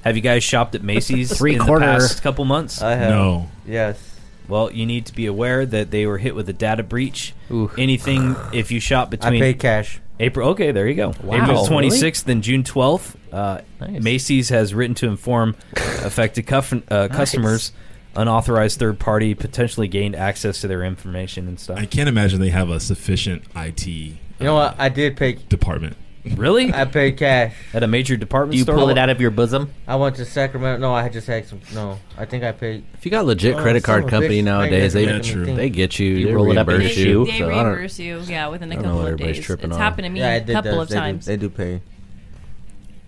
[SPEAKER 4] Have you guys shopped at Macy's
[SPEAKER 8] Three
[SPEAKER 4] in
[SPEAKER 8] quarter.
[SPEAKER 4] the past couple months?
[SPEAKER 2] I have
[SPEAKER 7] No.
[SPEAKER 2] yes.
[SPEAKER 4] well, you need to be aware that they were hit with a data breach.
[SPEAKER 1] Ooh.
[SPEAKER 4] Anything if you shop
[SPEAKER 2] I
[SPEAKER 4] between
[SPEAKER 2] paid cash.
[SPEAKER 4] April. Okay, there you go.
[SPEAKER 1] Wow,
[SPEAKER 4] April
[SPEAKER 1] really?
[SPEAKER 4] 26th and June 12th. Uh,
[SPEAKER 10] Oh.
[SPEAKER 1] Nice.
[SPEAKER 4] Macy's has written to inform affected cuff- uh, customers unauthorized third party potentially gained access to their information and stuff.
[SPEAKER 7] I can't imagine they have a sufficient IT you
[SPEAKER 2] You know what? I did pay.
[SPEAKER 7] department.
[SPEAKER 4] really?
[SPEAKER 2] I paid cash.
[SPEAKER 4] At a major department
[SPEAKER 1] Do you
[SPEAKER 4] store?
[SPEAKER 1] pull it out of your bosom?
[SPEAKER 2] I went to Sacramento. No, I had just had some. No, I think I paid.
[SPEAKER 8] If you got a legit
[SPEAKER 2] Oh,
[SPEAKER 8] credit
[SPEAKER 2] son
[SPEAKER 8] card
[SPEAKER 2] of a
[SPEAKER 8] company
[SPEAKER 2] bitch.
[SPEAKER 8] nowadays,
[SPEAKER 2] Thank you
[SPEAKER 8] they
[SPEAKER 2] for making
[SPEAKER 7] Yeah,
[SPEAKER 2] me
[SPEAKER 7] true.
[SPEAKER 2] think.
[SPEAKER 8] they get you.
[SPEAKER 1] You
[SPEAKER 8] they
[SPEAKER 1] roll it up in
[SPEAKER 8] reimburse
[SPEAKER 1] the
[SPEAKER 5] They,
[SPEAKER 8] you.
[SPEAKER 5] they
[SPEAKER 8] so I don't-
[SPEAKER 5] reimburse you, yeah, within a
[SPEAKER 8] I don't know
[SPEAKER 5] couple
[SPEAKER 8] what
[SPEAKER 5] of
[SPEAKER 8] everybody's
[SPEAKER 5] days.
[SPEAKER 8] tripping
[SPEAKER 5] It's
[SPEAKER 8] on.
[SPEAKER 5] happened to me
[SPEAKER 2] Yeah, I
[SPEAKER 5] a
[SPEAKER 2] did
[SPEAKER 5] couple
[SPEAKER 2] those.
[SPEAKER 5] of
[SPEAKER 2] They do-
[SPEAKER 5] times.
[SPEAKER 2] They do pay.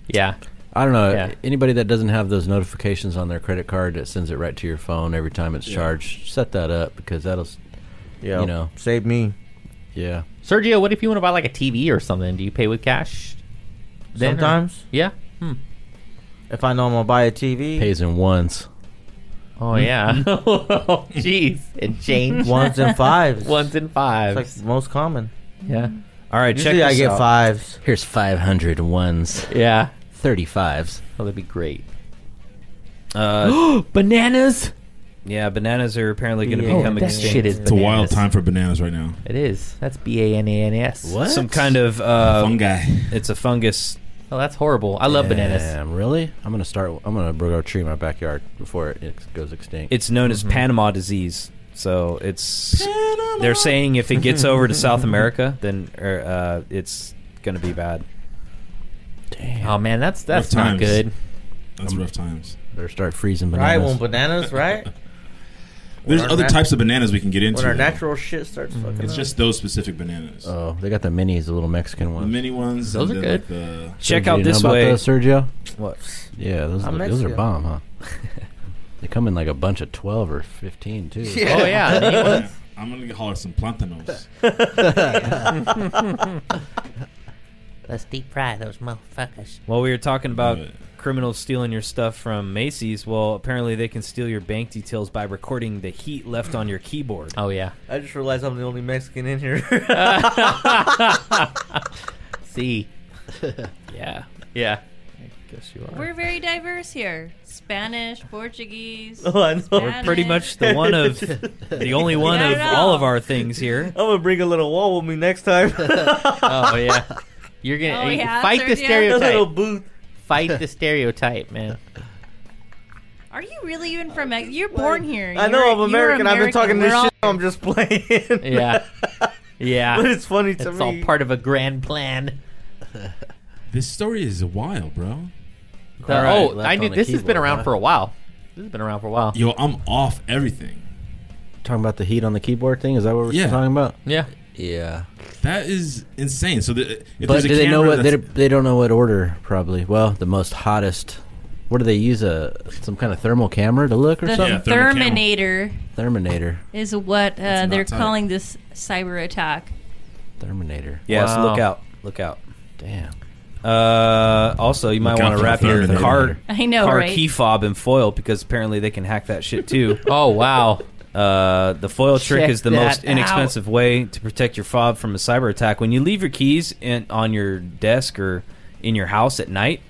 [SPEAKER 1] Yeah.
[SPEAKER 8] I don't know.
[SPEAKER 1] Yeah.
[SPEAKER 8] Anybody that doesn't have those notifications on their credit card that sends it right to your phone every time it's charged, set that up because that'll, s-
[SPEAKER 2] Yeah,
[SPEAKER 8] You know.
[SPEAKER 2] save me.
[SPEAKER 8] yeah.
[SPEAKER 1] Sergio, what if you want to buy like a TV or something? Do you pay with cash? then, or-
[SPEAKER 2] Sometimes,
[SPEAKER 1] Yeah.
[SPEAKER 2] if I know I'm gonna buy a TV,
[SPEAKER 8] Pays in ones.
[SPEAKER 1] Oh yeah. Oh, Jeez, and change
[SPEAKER 2] ones and fives.
[SPEAKER 1] ones and fives.
[SPEAKER 2] It's like the most common.
[SPEAKER 1] yeah,
[SPEAKER 4] All right, check
[SPEAKER 2] Usually I
[SPEAKER 4] this
[SPEAKER 2] get
[SPEAKER 4] out.
[SPEAKER 2] fives.
[SPEAKER 8] Here's 500 ones,
[SPEAKER 1] yeah.
[SPEAKER 8] 35s.
[SPEAKER 1] Oh, that'd be great.
[SPEAKER 4] Uh,
[SPEAKER 1] Bananas.
[SPEAKER 4] yeah, bananas are apparently going to
[SPEAKER 2] Yeah.
[SPEAKER 4] become
[SPEAKER 1] Oh, that
[SPEAKER 4] extinct.
[SPEAKER 1] shit is
[SPEAKER 3] It's a wild
[SPEAKER 1] bananas.
[SPEAKER 3] time for bananas right now.
[SPEAKER 1] It is. That's B A N A N S.
[SPEAKER 8] What?
[SPEAKER 4] Some kind of uh,
[SPEAKER 3] Fungi.
[SPEAKER 4] it's a fungus.
[SPEAKER 1] Oh, that's horrible. I love bananas.
[SPEAKER 8] Damn, really? I'm going to start, I'm going to grow a tree in my backyard before it ex- goes extinct.
[SPEAKER 4] It's known
[SPEAKER 3] Mm-hmm.
[SPEAKER 4] as Panama disease. So it's they're saying if it gets over to South America, then er, uh, it's going to be bad.
[SPEAKER 8] Damn.
[SPEAKER 1] Oh man, that's that's
[SPEAKER 3] Rough
[SPEAKER 1] not
[SPEAKER 3] times.
[SPEAKER 1] good.
[SPEAKER 3] That's rough times.
[SPEAKER 8] Better start freezing
[SPEAKER 2] Right,
[SPEAKER 8] bananas.
[SPEAKER 2] when bananas, right?
[SPEAKER 3] There's
[SPEAKER 2] our
[SPEAKER 3] other
[SPEAKER 2] nat-
[SPEAKER 3] types of bananas we can get into.
[SPEAKER 2] when our
[SPEAKER 3] though.
[SPEAKER 2] natural shit starts fucking
[SPEAKER 3] It's
[SPEAKER 2] up.
[SPEAKER 3] just those specific bananas.
[SPEAKER 8] oh, they got the minis, the little Mexican
[SPEAKER 3] the
[SPEAKER 8] ones.
[SPEAKER 3] mini ones.
[SPEAKER 1] Those
[SPEAKER 3] and
[SPEAKER 1] are
[SPEAKER 3] then,
[SPEAKER 1] good.
[SPEAKER 3] Like the,
[SPEAKER 4] Check
[SPEAKER 8] Sergio,
[SPEAKER 4] out
[SPEAKER 8] you know
[SPEAKER 4] this
[SPEAKER 8] about
[SPEAKER 4] way.
[SPEAKER 8] those, Sergio?
[SPEAKER 2] what?
[SPEAKER 8] Yeah, those,
[SPEAKER 2] I'm
[SPEAKER 8] are the- those are
[SPEAKER 2] Mexican.
[SPEAKER 8] bomb, huh? they come in like a bunch of 12 or 15, too.
[SPEAKER 1] Oh yeah. the new ones.
[SPEAKER 3] Yeah, I'm gonna holler some plantanos.
[SPEAKER 10] Let's deep fry those motherfuckers.
[SPEAKER 4] Well, we were talking about
[SPEAKER 3] Right.
[SPEAKER 4] criminals stealing your stuff from Macy's. Well, apparently they can steal your bank details by recording the heat left on your keyboard.
[SPEAKER 1] Oh yeah.
[SPEAKER 2] I just realized I'm the only Mexican in here.
[SPEAKER 1] See.
[SPEAKER 4] Yeah.
[SPEAKER 1] Yeah.
[SPEAKER 4] Guess you are.
[SPEAKER 5] We're very diverse here. Spanish, Portuguese.
[SPEAKER 2] oh, I know.
[SPEAKER 5] Spanish.
[SPEAKER 4] Pretty much the one of the only one
[SPEAKER 5] Yeah, I
[SPEAKER 4] of
[SPEAKER 5] know.
[SPEAKER 4] all of our things here.
[SPEAKER 2] I'm gonna bring a little wall with me next time.
[SPEAKER 1] Oh yeah. You're gonna
[SPEAKER 5] Oh,
[SPEAKER 1] you-
[SPEAKER 5] yeah,
[SPEAKER 1] fight the
[SPEAKER 5] Sergio?
[SPEAKER 2] a little
[SPEAKER 1] stereotype.
[SPEAKER 2] booth.
[SPEAKER 1] fight the stereotype, man.
[SPEAKER 5] Are you really even from Mexico? You're born here.
[SPEAKER 2] I know
[SPEAKER 5] You're-
[SPEAKER 2] I'm
[SPEAKER 5] you're
[SPEAKER 2] American. I've been talking
[SPEAKER 5] We're
[SPEAKER 2] this
[SPEAKER 5] all-
[SPEAKER 2] shit. I'm just playing.
[SPEAKER 1] Yeah.
[SPEAKER 2] but
[SPEAKER 1] Yeah.
[SPEAKER 2] it's funny to
[SPEAKER 1] It's
[SPEAKER 2] me.
[SPEAKER 1] all part of a grand plan.
[SPEAKER 3] This story is wild, bro.
[SPEAKER 1] The-
[SPEAKER 8] All right,
[SPEAKER 1] oh,
[SPEAKER 8] left
[SPEAKER 1] I
[SPEAKER 8] on
[SPEAKER 1] knew
[SPEAKER 8] the
[SPEAKER 1] this has been
[SPEAKER 8] keyboard,
[SPEAKER 1] around
[SPEAKER 8] huh?
[SPEAKER 1] for a while. This has been around for a while.
[SPEAKER 3] Yo, I'm off everything.
[SPEAKER 8] Talking about the heat on the keyboard thing? Is that what we're
[SPEAKER 3] Yeah.
[SPEAKER 8] talking about?
[SPEAKER 1] Yeah.
[SPEAKER 8] Yeah.
[SPEAKER 3] That is insane. So, the, if
[SPEAKER 8] But
[SPEAKER 3] there's a
[SPEAKER 8] do they know
[SPEAKER 3] camera
[SPEAKER 8] what they,
[SPEAKER 3] that's-
[SPEAKER 8] they don't know what order probably? Well, the most hottest. What do they use a some kind of thermal camera to look or
[SPEAKER 5] The
[SPEAKER 8] something?
[SPEAKER 3] Yeah, thermal camel.
[SPEAKER 5] Terminator
[SPEAKER 8] Therminator,
[SPEAKER 5] is what uh,
[SPEAKER 3] not
[SPEAKER 5] they're
[SPEAKER 3] tight.
[SPEAKER 5] calling this cyber attack.
[SPEAKER 8] Therminator.
[SPEAKER 4] Yeah, so look
[SPEAKER 1] Wow.
[SPEAKER 4] out. Look out.
[SPEAKER 8] Damn.
[SPEAKER 4] Uh, also, you might
[SPEAKER 3] Look out
[SPEAKER 4] want
[SPEAKER 3] for
[SPEAKER 4] to
[SPEAKER 3] the
[SPEAKER 4] wrap your
[SPEAKER 3] Terminator.
[SPEAKER 4] car,
[SPEAKER 5] I know,
[SPEAKER 4] car
[SPEAKER 5] right?
[SPEAKER 4] key fob in foil because apparently they can hack that shit too.
[SPEAKER 1] Oh wow.
[SPEAKER 4] Uh, the foil trick
[SPEAKER 1] Check
[SPEAKER 4] is the
[SPEAKER 1] that
[SPEAKER 4] most inexpensive way to protect your fob from a cyber attack. When you leave your keys in, on your desk or in your house at night,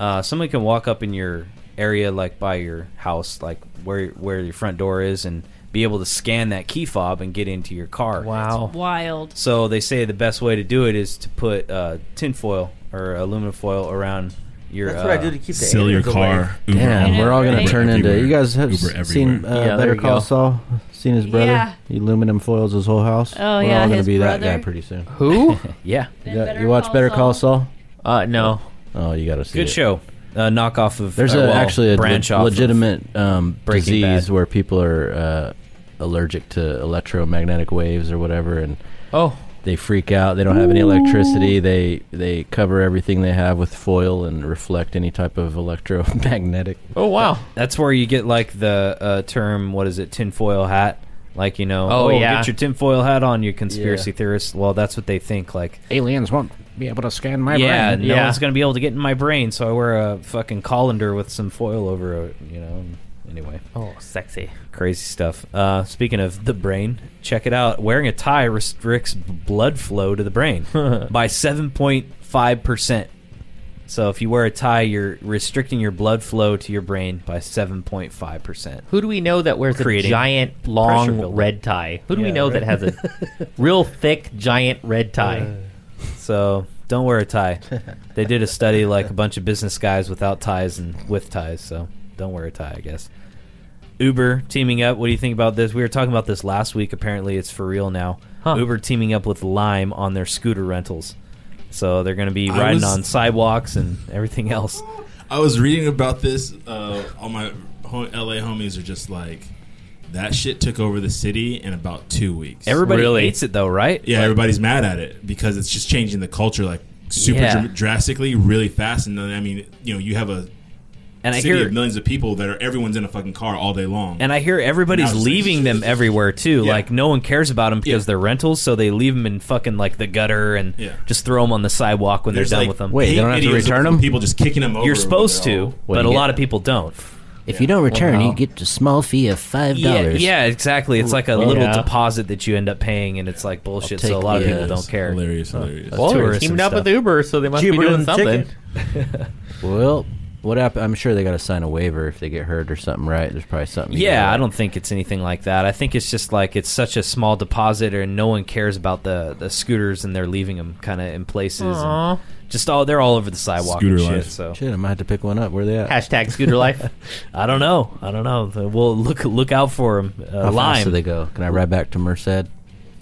[SPEAKER 4] uh, someone can walk up in your area, like by your house, like where where your front door is, and be able to scan that key fob and get into your car.
[SPEAKER 1] Wow.
[SPEAKER 5] Wild.
[SPEAKER 4] So they say the best way to do it is to put uh, tin foil or aluminum foil around your.
[SPEAKER 2] That's what I
[SPEAKER 4] uh,
[SPEAKER 2] do to keep the
[SPEAKER 3] sell your
[SPEAKER 2] aliens away.
[SPEAKER 3] car. Uber.
[SPEAKER 8] Damn,
[SPEAKER 5] Yeah,
[SPEAKER 8] we're all gonna
[SPEAKER 5] right.
[SPEAKER 8] turn into.
[SPEAKER 3] Everywhere.
[SPEAKER 8] You guys have
[SPEAKER 3] Uber
[SPEAKER 8] seen
[SPEAKER 3] everywhere.
[SPEAKER 8] uh,
[SPEAKER 1] Yeah, there
[SPEAKER 8] Better
[SPEAKER 1] you
[SPEAKER 8] Call
[SPEAKER 1] go.
[SPEAKER 8] Saul? Seen his brother?
[SPEAKER 5] Yeah.
[SPEAKER 8] He aluminum foils his whole house.
[SPEAKER 5] Oh,
[SPEAKER 8] we're
[SPEAKER 5] yeah,
[SPEAKER 8] all gonna
[SPEAKER 5] his
[SPEAKER 8] be that
[SPEAKER 5] brother.
[SPEAKER 8] guy pretty soon.
[SPEAKER 1] Who?
[SPEAKER 4] yeah,
[SPEAKER 8] You,
[SPEAKER 5] Then
[SPEAKER 8] got-
[SPEAKER 5] Better
[SPEAKER 8] you watch Better Call
[SPEAKER 5] Saul.
[SPEAKER 8] Saul?
[SPEAKER 1] Uh no.
[SPEAKER 8] Oh, you gotta see.
[SPEAKER 4] good
[SPEAKER 8] it.
[SPEAKER 4] show. Uh, knockoff of
[SPEAKER 8] There's
[SPEAKER 4] uh,
[SPEAKER 8] a,
[SPEAKER 4] well,
[SPEAKER 8] actually a
[SPEAKER 4] branch
[SPEAKER 8] le-
[SPEAKER 4] off of-
[SPEAKER 8] legitimate um,
[SPEAKER 4] Breaking
[SPEAKER 8] disease
[SPEAKER 4] Bad.
[SPEAKER 8] where people are uh, allergic to electromagnetic waves or whatever, and
[SPEAKER 1] Oh.
[SPEAKER 8] they freak out. They don't have any electricity. They they cover everything they have with foil and reflect any type of electromagnetic.
[SPEAKER 1] Oh wow.
[SPEAKER 4] That's where you get like the uh, term, what is it, tinfoil hat? Like, you know,
[SPEAKER 1] Oh, yeah.
[SPEAKER 4] get your tinfoil hat on, you conspiracy theorists. Well, that's what they think. Like,
[SPEAKER 8] Aliens won't be able to scan my
[SPEAKER 4] yeah, no
[SPEAKER 1] Yeah.
[SPEAKER 4] one's going to be able to get in my brain, so I wear a fucking colander with some foil over it, you know. Anyway,
[SPEAKER 1] Oh, sexy.
[SPEAKER 4] crazy stuff. Uh, speaking of the brain, check it out. Wearing a tie restricts b- blood flow to the brain by 7.5%. So if you wear a tie, you're restricting your blood flow to your brain by 7.5%.
[SPEAKER 1] Who do we know that wears a
[SPEAKER 4] Creating
[SPEAKER 1] giant
[SPEAKER 4] pressure
[SPEAKER 1] long
[SPEAKER 4] buildup.
[SPEAKER 1] red tie? Who do we
[SPEAKER 4] Yeah,
[SPEAKER 1] know that
[SPEAKER 4] right.
[SPEAKER 1] has a real thick giant red tie?
[SPEAKER 4] So don't wear a tie. they did a study like a bunch of business guys without ties and with ties, so don't wear a tie, I guess. Uber teaming up. What do you think about this? We were talking about this last week. Apparently, it's for real now.
[SPEAKER 1] Huh.
[SPEAKER 4] Uber teaming up with Lime on their scooter rentals. So they're going to be
[SPEAKER 3] I
[SPEAKER 4] riding
[SPEAKER 3] was-
[SPEAKER 4] on sidewalks and everything else.
[SPEAKER 8] uh,
[SPEAKER 3] I was reading about this. Uh, all my ho- LA homies are just like, that shit took over the city in about two weeks.
[SPEAKER 4] Everybody
[SPEAKER 1] Really?
[SPEAKER 4] hates it though, right?
[SPEAKER 3] yeah, everybody's mad at it because it's just changing the culture. Like super
[SPEAKER 1] Yeah.
[SPEAKER 3] dr- drastically, really fast, and then I mean, you know, you have a
[SPEAKER 4] And I
[SPEAKER 3] city
[SPEAKER 4] hear
[SPEAKER 3] of millions of people that are everyone's in a fucking car all day long.
[SPEAKER 4] and I hear everybody's
[SPEAKER 3] Now it's like-
[SPEAKER 4] leaving them everywhere too.
[SPEAKER 3] Yeah.
[SPEAKER 4] Like no one cares about them because
[SPEAKER 3] Yeah.
[SPEAKER 4] they're rentals, so they leave them in fucking like the gutter and
[SPEAKER 3] Yeah.
[SPEAKER 4] just throw them on the sidewalk when
[SPEAKER 3] There's,
[SPEAKER 4] they're done
[SPEAKER 3] like,
[SPEAKER 4] with them.
[SPEAKER 8] Wait, they
[SPEAKER 3] hate
[SPEAKER 8] don't have to
[SPEAKER 3] videos of
[SPEAKER 8] return 'em?
[SPEAKER 3] People just kicking them over.
[SPEAKER 4] you're supposed
[SPEAKER 3] when they're
[SPEAKER 4] to,
[SPEAKER 3] all-
[SPEAKER 8] What
[SPEAKER 4] but
[SPEAKER 8] do
[SPEAKER 4] a
[SPEAKER 8] you
[SPEAKER 4] lot
[SPEAKER 8] get?
[SPEAKER 4] of people don't.
[SPEAKER 6] If you don't return, you get a small fee of five
[SPEAKER 4] Yeah,
[SPEAKER 6] dollars.
[SPEAKER 4] yeah, exactly. It's like a little
[SPEAKER 1] yeah.
[SPEAKER 4] deposit that you end up paying, and it's like bullshit. So a
[SPEAKER 6] take
[SPEAKER 4] lot of
[SPEAKER 6] the,
[SPEAKER 4] people
[SPEAKER 6] uh,
[SPEAKER 4] don't care.
[SPEAKER 3] Hilarious, hilarious.
[SPEAKER 4] Well,
[SPEAKER 1] they're
[SPEAKER 4] tourists
[SPEAKER 1] teamed
[SPEAKER 4] and
[SPEAKER 1] up
[SPEAKER 4] stuff.
[SPEAKER 1] with Uber, so they must
[SPEAKER 2] Cheaper
[SPEAKER 1] be doing
[SPEAKER 2] than the
[SPEAKER 1] something.
[SPEAKER 2] ticket.
[SPEAKER 8] Well, what happened? I'm sure they got to sign a waiver if they get hurt or something, right? There's probably something. you
[SPEAKER 4] Yeah,
[SPEAKER 8] gotta-
[SPEAKER 4] I don't think it's anything like that. I think it's just like it's such a small deposit, and no one cares about the, the scooters, and they're leaving them kind of in places.
[SPEAKER 1] Aw.
[SPEAKER 4] And just all they're all over the sidewalk
[SPEAKER 3] Scooter
[SPEAKER 4] and shit.
[SPEAKER 3] life.
[SPEAKER 4] So
[SPEAKER 8] Shit, I might have to pick one up. Where they at?
[SPEAKER 1] Hashtag scooter life.
[SPEAKER 4] I don't know. I don't know. We'll look look out for them. Uh,
[SPEAKER 8] How fast do
[SPEAKER 4] Lime.
[SPEAKER 8] they go? Can I ride back to Merced?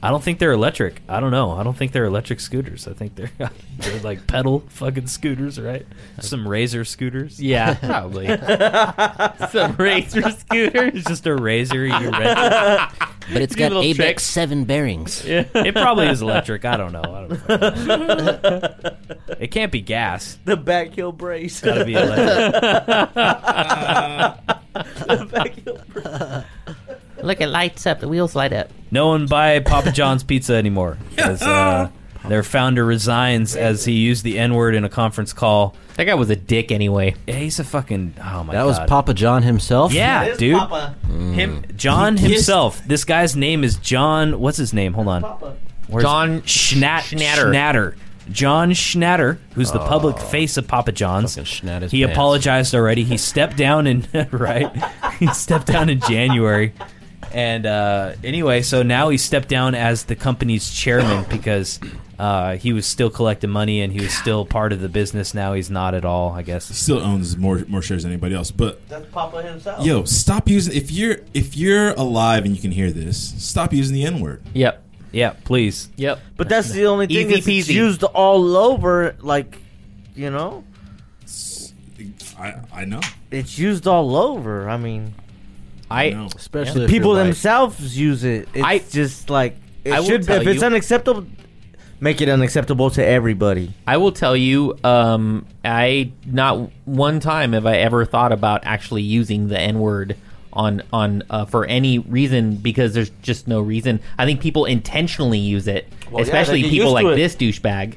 [SPEAKER 4] I don't think they're electric. I don't know. I don't think they're electric scooters. I think they're, they're like pedal fucking scooters, right? Some razor scooters.
[SPEAKER 1] Yeah, probably. Some razor scooters.
[SPEAKER 4] It's just a razor. You rent.
[SPEAKER 6] But it's
[SPEAKER 1] Do a
[SPEAKER 6] got
[SPEAKER 1] little trick.
[SPEAKER 6] ABEX seven bearings.
[SPEAKER 4] It probably is electric. I don't know. I don't fucking know. It can't be gas.
[SPEAKER 2] The back heel brace.
[SPEAKER 4] It's gotta be electric.
[SPEAKER 10] Look, it lights up. The wheels light up.
[SPEAKER 4] No one buy Papa John's pizza anymore. 'cause, uh, their founder resigns as he used the N word in a conference call.
[SPEAKER 1] That guy was a dick anyway.
[SPEAKER 4] Yeah, he's a fucking. Oh my
[SPEAKER 8] That
[SPEAKER 4] god.
[SPEAKER 8] was Papa John himself.
[SPEAKER 4] Yeah, dude. Him,
[SPEAKER 8] Mm.
[SPEAKER 4] John himself. This guy's name is John. What's his name? Hold on. Where's-
[SPEAKER 1] John
[SPEAKER 4] Schnat-
[SPEAKER 1] Schnatter.
[SPEAKER 4] Schnatter. John Schnatter, who's the public face of Papa John's.
[SPEAKER 8] Oh. Fucking shat his
[SPEAKER 4] He
[SPEAKER 8] pants.
[SPEAKER 4] apologized already. He stepped down in right. he stepped down in January. And uh, anyway, so now he stepped down as the company's chairman because uh, he was still collecting money and he was still part of the business. Now he's not at all, I guess.
[SPEAKER 3] Still owns more more shares than anybody else, but
[SPEAKER 2] That's Papa
[SPEAKER 4] Oh.
[SPEAKER 2] himself.
[SPEAKER 3] yo, stop using. If you're if you're alive and you can hear this, stop using the N word.
[SPEAKER 1] Yep.
[SPEAKER 4] Yeah, please.
[SPEAKER 1] Yep.
[SPEAKER 2] But that's the only thing
[SPEAKER 1] Easy
[SPEAKER 2] that's it's
[SPEAKER 1] peasy.
[SPEAKER 2] used all over. Like, you know,
[SPEAKER 3] I I know.
[SPEAKER 2] it's used all over. I mean,
[SPEAKER 1] I
[SPEAKER 3] I know.
[SPEAKER 8] Especially if
[SPEAKER 2] people
[SPEAKER 8] you're, like-
[SPEAKER 2] themselves use it. It's
[SPEAKER 1] I-
[SPEAKER 2] just like it
[SPEAKER 1] I will
[SPEAKER 2] should.
[SPEAKER 1] tell
[SPEAKER 2] If it's
[SPEAKER 1] you-
[SPEAKER 2] unacceptable, make it unacceptable to everybody.
[SPEAKER 1] I will tell you, um, I not one time have I ever thought about actually using the N word on on uh, for any reason because there's just no reason. I think people intentionally use it,
[SPEAKER 2] yeah,
[SPEAKER 1] especially
[SPEAKER 2] they get
[SPEAKER 1] people
[SPEAKER 2] used to
[SPEAKER 1] like
[SPEAKER 2] it.
[SPEAKER 1] this douchebag,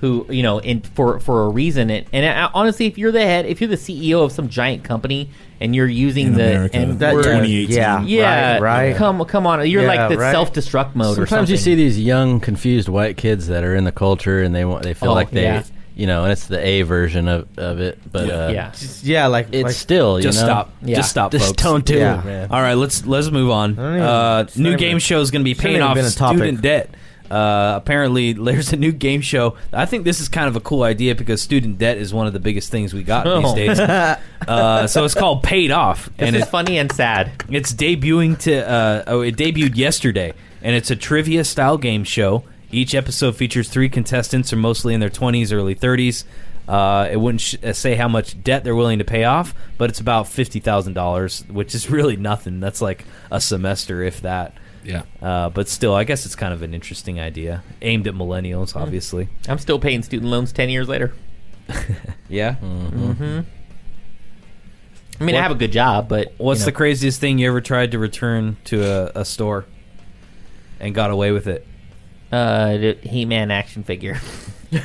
[SPEAKER 1] who you know, in for for a reason. And, and I, honestly, if you're the head, if you're the CEO of some giant company and you're using
[SPEAKER 3] In
[SPEAKER 1] the
[SPEAKER 3] America.
[SPEAKER 1] N
[SPEAKER 3] That-
[SPEAKER 1] word,
[SPEAKER 3] yeah. 2018.
[SPEAKER 2] Yeah,
[SPEAKER 1] yeah,
[SPEAKER 2] right. right.
[SPEAKER 1] Come come on, you're
[SPEAKER 2] Yeah,
[SPEAKER 1] like the
[SPEAKER 2] right.
[SPEAKER 1] self destruct mode. or
[SPEAKER 8] Sometimes you
[SPEAKER 1] something.
[SPEAKER 8] see these young, confused white kids that are in the culture and they want they feel
[SPEAKER 1] Oh,
[SPEAKER 8] like they,
[SPEAKER 1] yeah.
[SPEAKER 8] you know, and it's the A version of, of it. But
[SPEAKER 3] Yeah.
[SPEAKER 8] uh,
[SPEAKER 1] yeah.
[SPEAKER 2] Yeah, like
[SPEAKER 8] it's
[SPEAKER 2] like,
[SPEAKER 8] still you
[SPEAKER 4] Just
[SPEAKER 8] know,
[SPEAKER 4] stop.
[SPEAKER 1] Yeah.
[SPEAKER 4] Just stop,
[SPEAKER 8] Just
[SPEAKER 4] folks.
[SPEAKER 8] don't do
[SPEAKER 2] Yeah.
[SPEAKER 8] it, man.
[SPEAKER 4] All right, let's let's move on.
[SPEAKER 2] don't even-
[SPEAKER 4] uh,
[SPEAKER 2] it's not
[SPEAKER 4] new
[SPEAKER 2] even-
[SPEAKER 4] game show is going to be
[SPEAKER 2] it's not
[SPEAKER 4] paying
[SPEAKER 2] even
[SPEAKER 4] off
[SPEAKER 2] been a topic.
[SPEAKER 4] student debt. Uh, apparently, there's a new game show. I think this is kind of a cool idea because student debt is one of the biggest things we got
[SPEAKER 1] Oh.
[SPEAKER 4] these days. uh, so it's called Paid Off, and
[SPEAKER 1] And
[SPEAKER 4] it,
[SPEAKER 1] it's funny and sad.
[SPEAKER 4] it's debuting to. Uh, oh, it debuted yesterday, and it's a trivia style game show. Each episode features three contestants, are mostly in their 20s, early 30s. Uh, it wouldn't sh- uh, say how much debt they're willing to pay off, but it's about fifty thousand dollars, which is really nothing. That's like a semester, if that.
[SPEAKER 3] Yeah.
[SPEAKER 4] Uh, but still, I guess it's kind of an interesting idea, aimed at millennials, obviously.
[SPEAKER 1] I'm still paying student loans ten years later.
[SPEAKER 4] Yeah.
[SPEAKER 1] I mean, I
[SPEAKER 4] Mm-hmm. What-
[SPEAKER 1] have a good job, but
[SPEAKER 4] What's
[SPEAKER 1] you
[SPEAKER 4] the
[SPEAKER 1] know.
[SPEAKER 4] craziest thing you ever tried to return to a, a store and got away with it?
[SPEAKER 1] uh, the He-Man action figure?
[SPEAKER 3] Oh,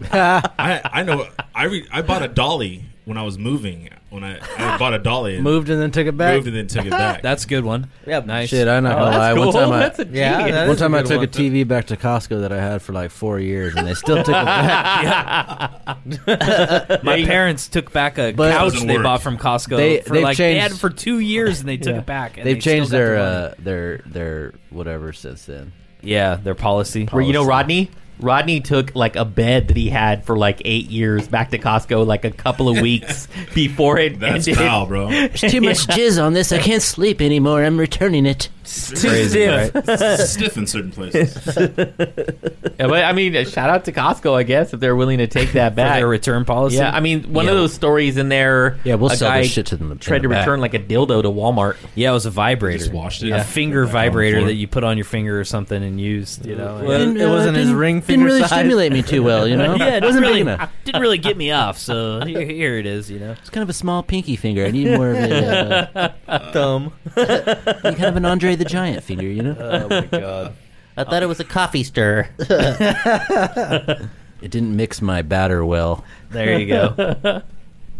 [SPEAKER 3] I I know. I re, I bought a dolly when I was moving. When I, I bought a dolly, and moved,
[SPEAKER 8] Moved and then took it back. Oh,
[SPEAKER 3] and then took it back.
[SPEAKER 4] That's a good one.
[SPEAKER 2] Yeah,
[SPEAKER 4] nice.
[SPEAKER 8] Shit, I'm not gonna lie. One time I,
[SPEAKER 1] That's a
[SPEAKER 2] Yeah,
[SPEAKER 1] genius.
[SPEAKER 2] that
[SPEAKER 8] one
[SPEAKER 2] is a
[SPEAKER 8] time I
[SPEAKER 2] good
[SPEAKER 8] took
[SPEAKER 2] one.
[SPEAKER 8] a TV back to Costco that I had for like four years, and they still took it back.
[SPEAKER 4] My parents took back a
[SPEAKER 8] But-
[SPEAKER 4] couch
[SPEAKER 3] Doesn't
[SPEAKER 4] they
[SPEAKER 3] work.
[SPEAKER 4] bought from Costco.
[SPEAKER 8] They-
[SPEAKER 4] for
[SPEAKER 8] they've
[SPEAKER 4] like, They had
[SPEAKER 8] changed-
[SPEAKER 4] it for two years and they took it back. And
[SPEAKER 8] They've
[SPEAKER 4] they still
[SPEAKER 8] changed
[SPEAKER 4] got
[SPEAKER 8] their
[SPEAKER 4] the money.
[SPEAKER 8] uh, their their whatever since then.
[SPEAKER 4] yeah their policy.
[SPEAKER 1] Where you know Rodney? Rodney took like a bed that he had for like eight years back to Costco, like a couple of weeks before it
[SPEAKER 3] That's
[SPEAKER 1] ended.
[SPEAKER 3] foul, bro.
[SPEAKER 6] There's too much jizz on this. I can't sleep anymore. I'm returning it.
[SPEAKER 2] Too stiff.
[SPEAKER 7] stiff in certain places.
[SPEAKER 1] Yeah, but I mean, uh, shout out to Costco, I guess, if they're willing to take that
[SPEAKER 4] For
[SPEAKER 1] back.
[SPEAKER 4] their return policy.
[SPEAKER 1] yeah, I mean, one
[SPEAKER 8] Yeah.
[SPEAKER 1] of those stories in there.
[SPEAKER 8] Yeah, we'll
[SPEAKER 1] a
[SPEAKER 8] sell
[SPEAKER 1] guy
[SPEAKER 8] this shit to them in
[SPEAKER 1] Tried
[SPEAKER 8] the
[SPEAKER 1] to
[SPEAKER 8] back.
[SPEAKER 1] return like a dildo to Walmart.
[SPEAKER 4] yeah, it was a vibrator.
[SPEAKER 7] Just washed it.
[SPEAKER 4] A finger
[SPEAKER 7] Back on the
[SPEAKER 4] vibrator
[SPEAKER 7] floor.
[SPEAKER 4] that you put on your finger or something and used. You know.
[SPEAKER 2] Well, it wasn't his ring
[SPEAKER 8] Didn't
[SPEAKER 2] finger
[SPEAKER 8] really
[SPEAKER 2] size.
[SPEAKER 8] stimulate me too well, you know.
[SPEAKER 4] yeah, it didn't
[SPEAKER 8] wasn't
[SPEAKER 4] really,
[SPEAKER 8] big enough.
[SPEAKER 4] didn't really get me off. So here, here it is. You know.
[SPEAKER 8] It's kind of a small pinky finger. I need more of a uh,
[SPEAKER 2] Thumb.
[SPEAKER 8] kind of an Andre the Giant finger, you know.
[SPEAKER 4] Oh my god.
[SPEAKER 10] I thought it was a coffee stirrer.
[SPEAKER 8] It didn't mix my batter well.
[SPEAKER 4] There you go.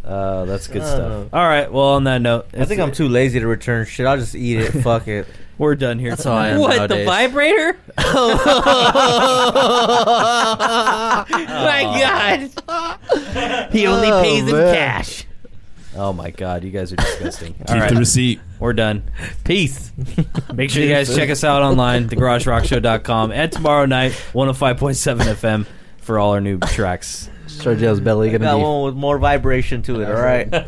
[SPEAKER 4] Uh, that's good stuff. All right. Well, on that note,
[SPEAKER 2] I think I'm too lazy to return shit. I'll just eat it. Fuck it.
[SPEAKER 4] We're done here.
[SPEAKER 8] That's all I am
[SPEAKER 5] what the
[SPEAKER 8] nowadays.
[SPEAKER 5] vibrator?
[SPEAKER 1] My God, he only pays in cash.
[SPEAKER 4] Oh my god, you guys are disgusting. all
[SPEAKER 7] Keep
[SPEAKER 4] right.
[SPEAKER 7] the receipt.
[SPEAKER 4] We're done.
[SPEAKER 1] Peace.
[SPEAKER 4] Make sure you guys check us out online, thegaragerockshow.com, and tomorrow night, 105.7 FM for all our new tracks.
[SPEAKER 8] Sergio's belly
[SPEAKER 2] That one with more vibration to it. All right.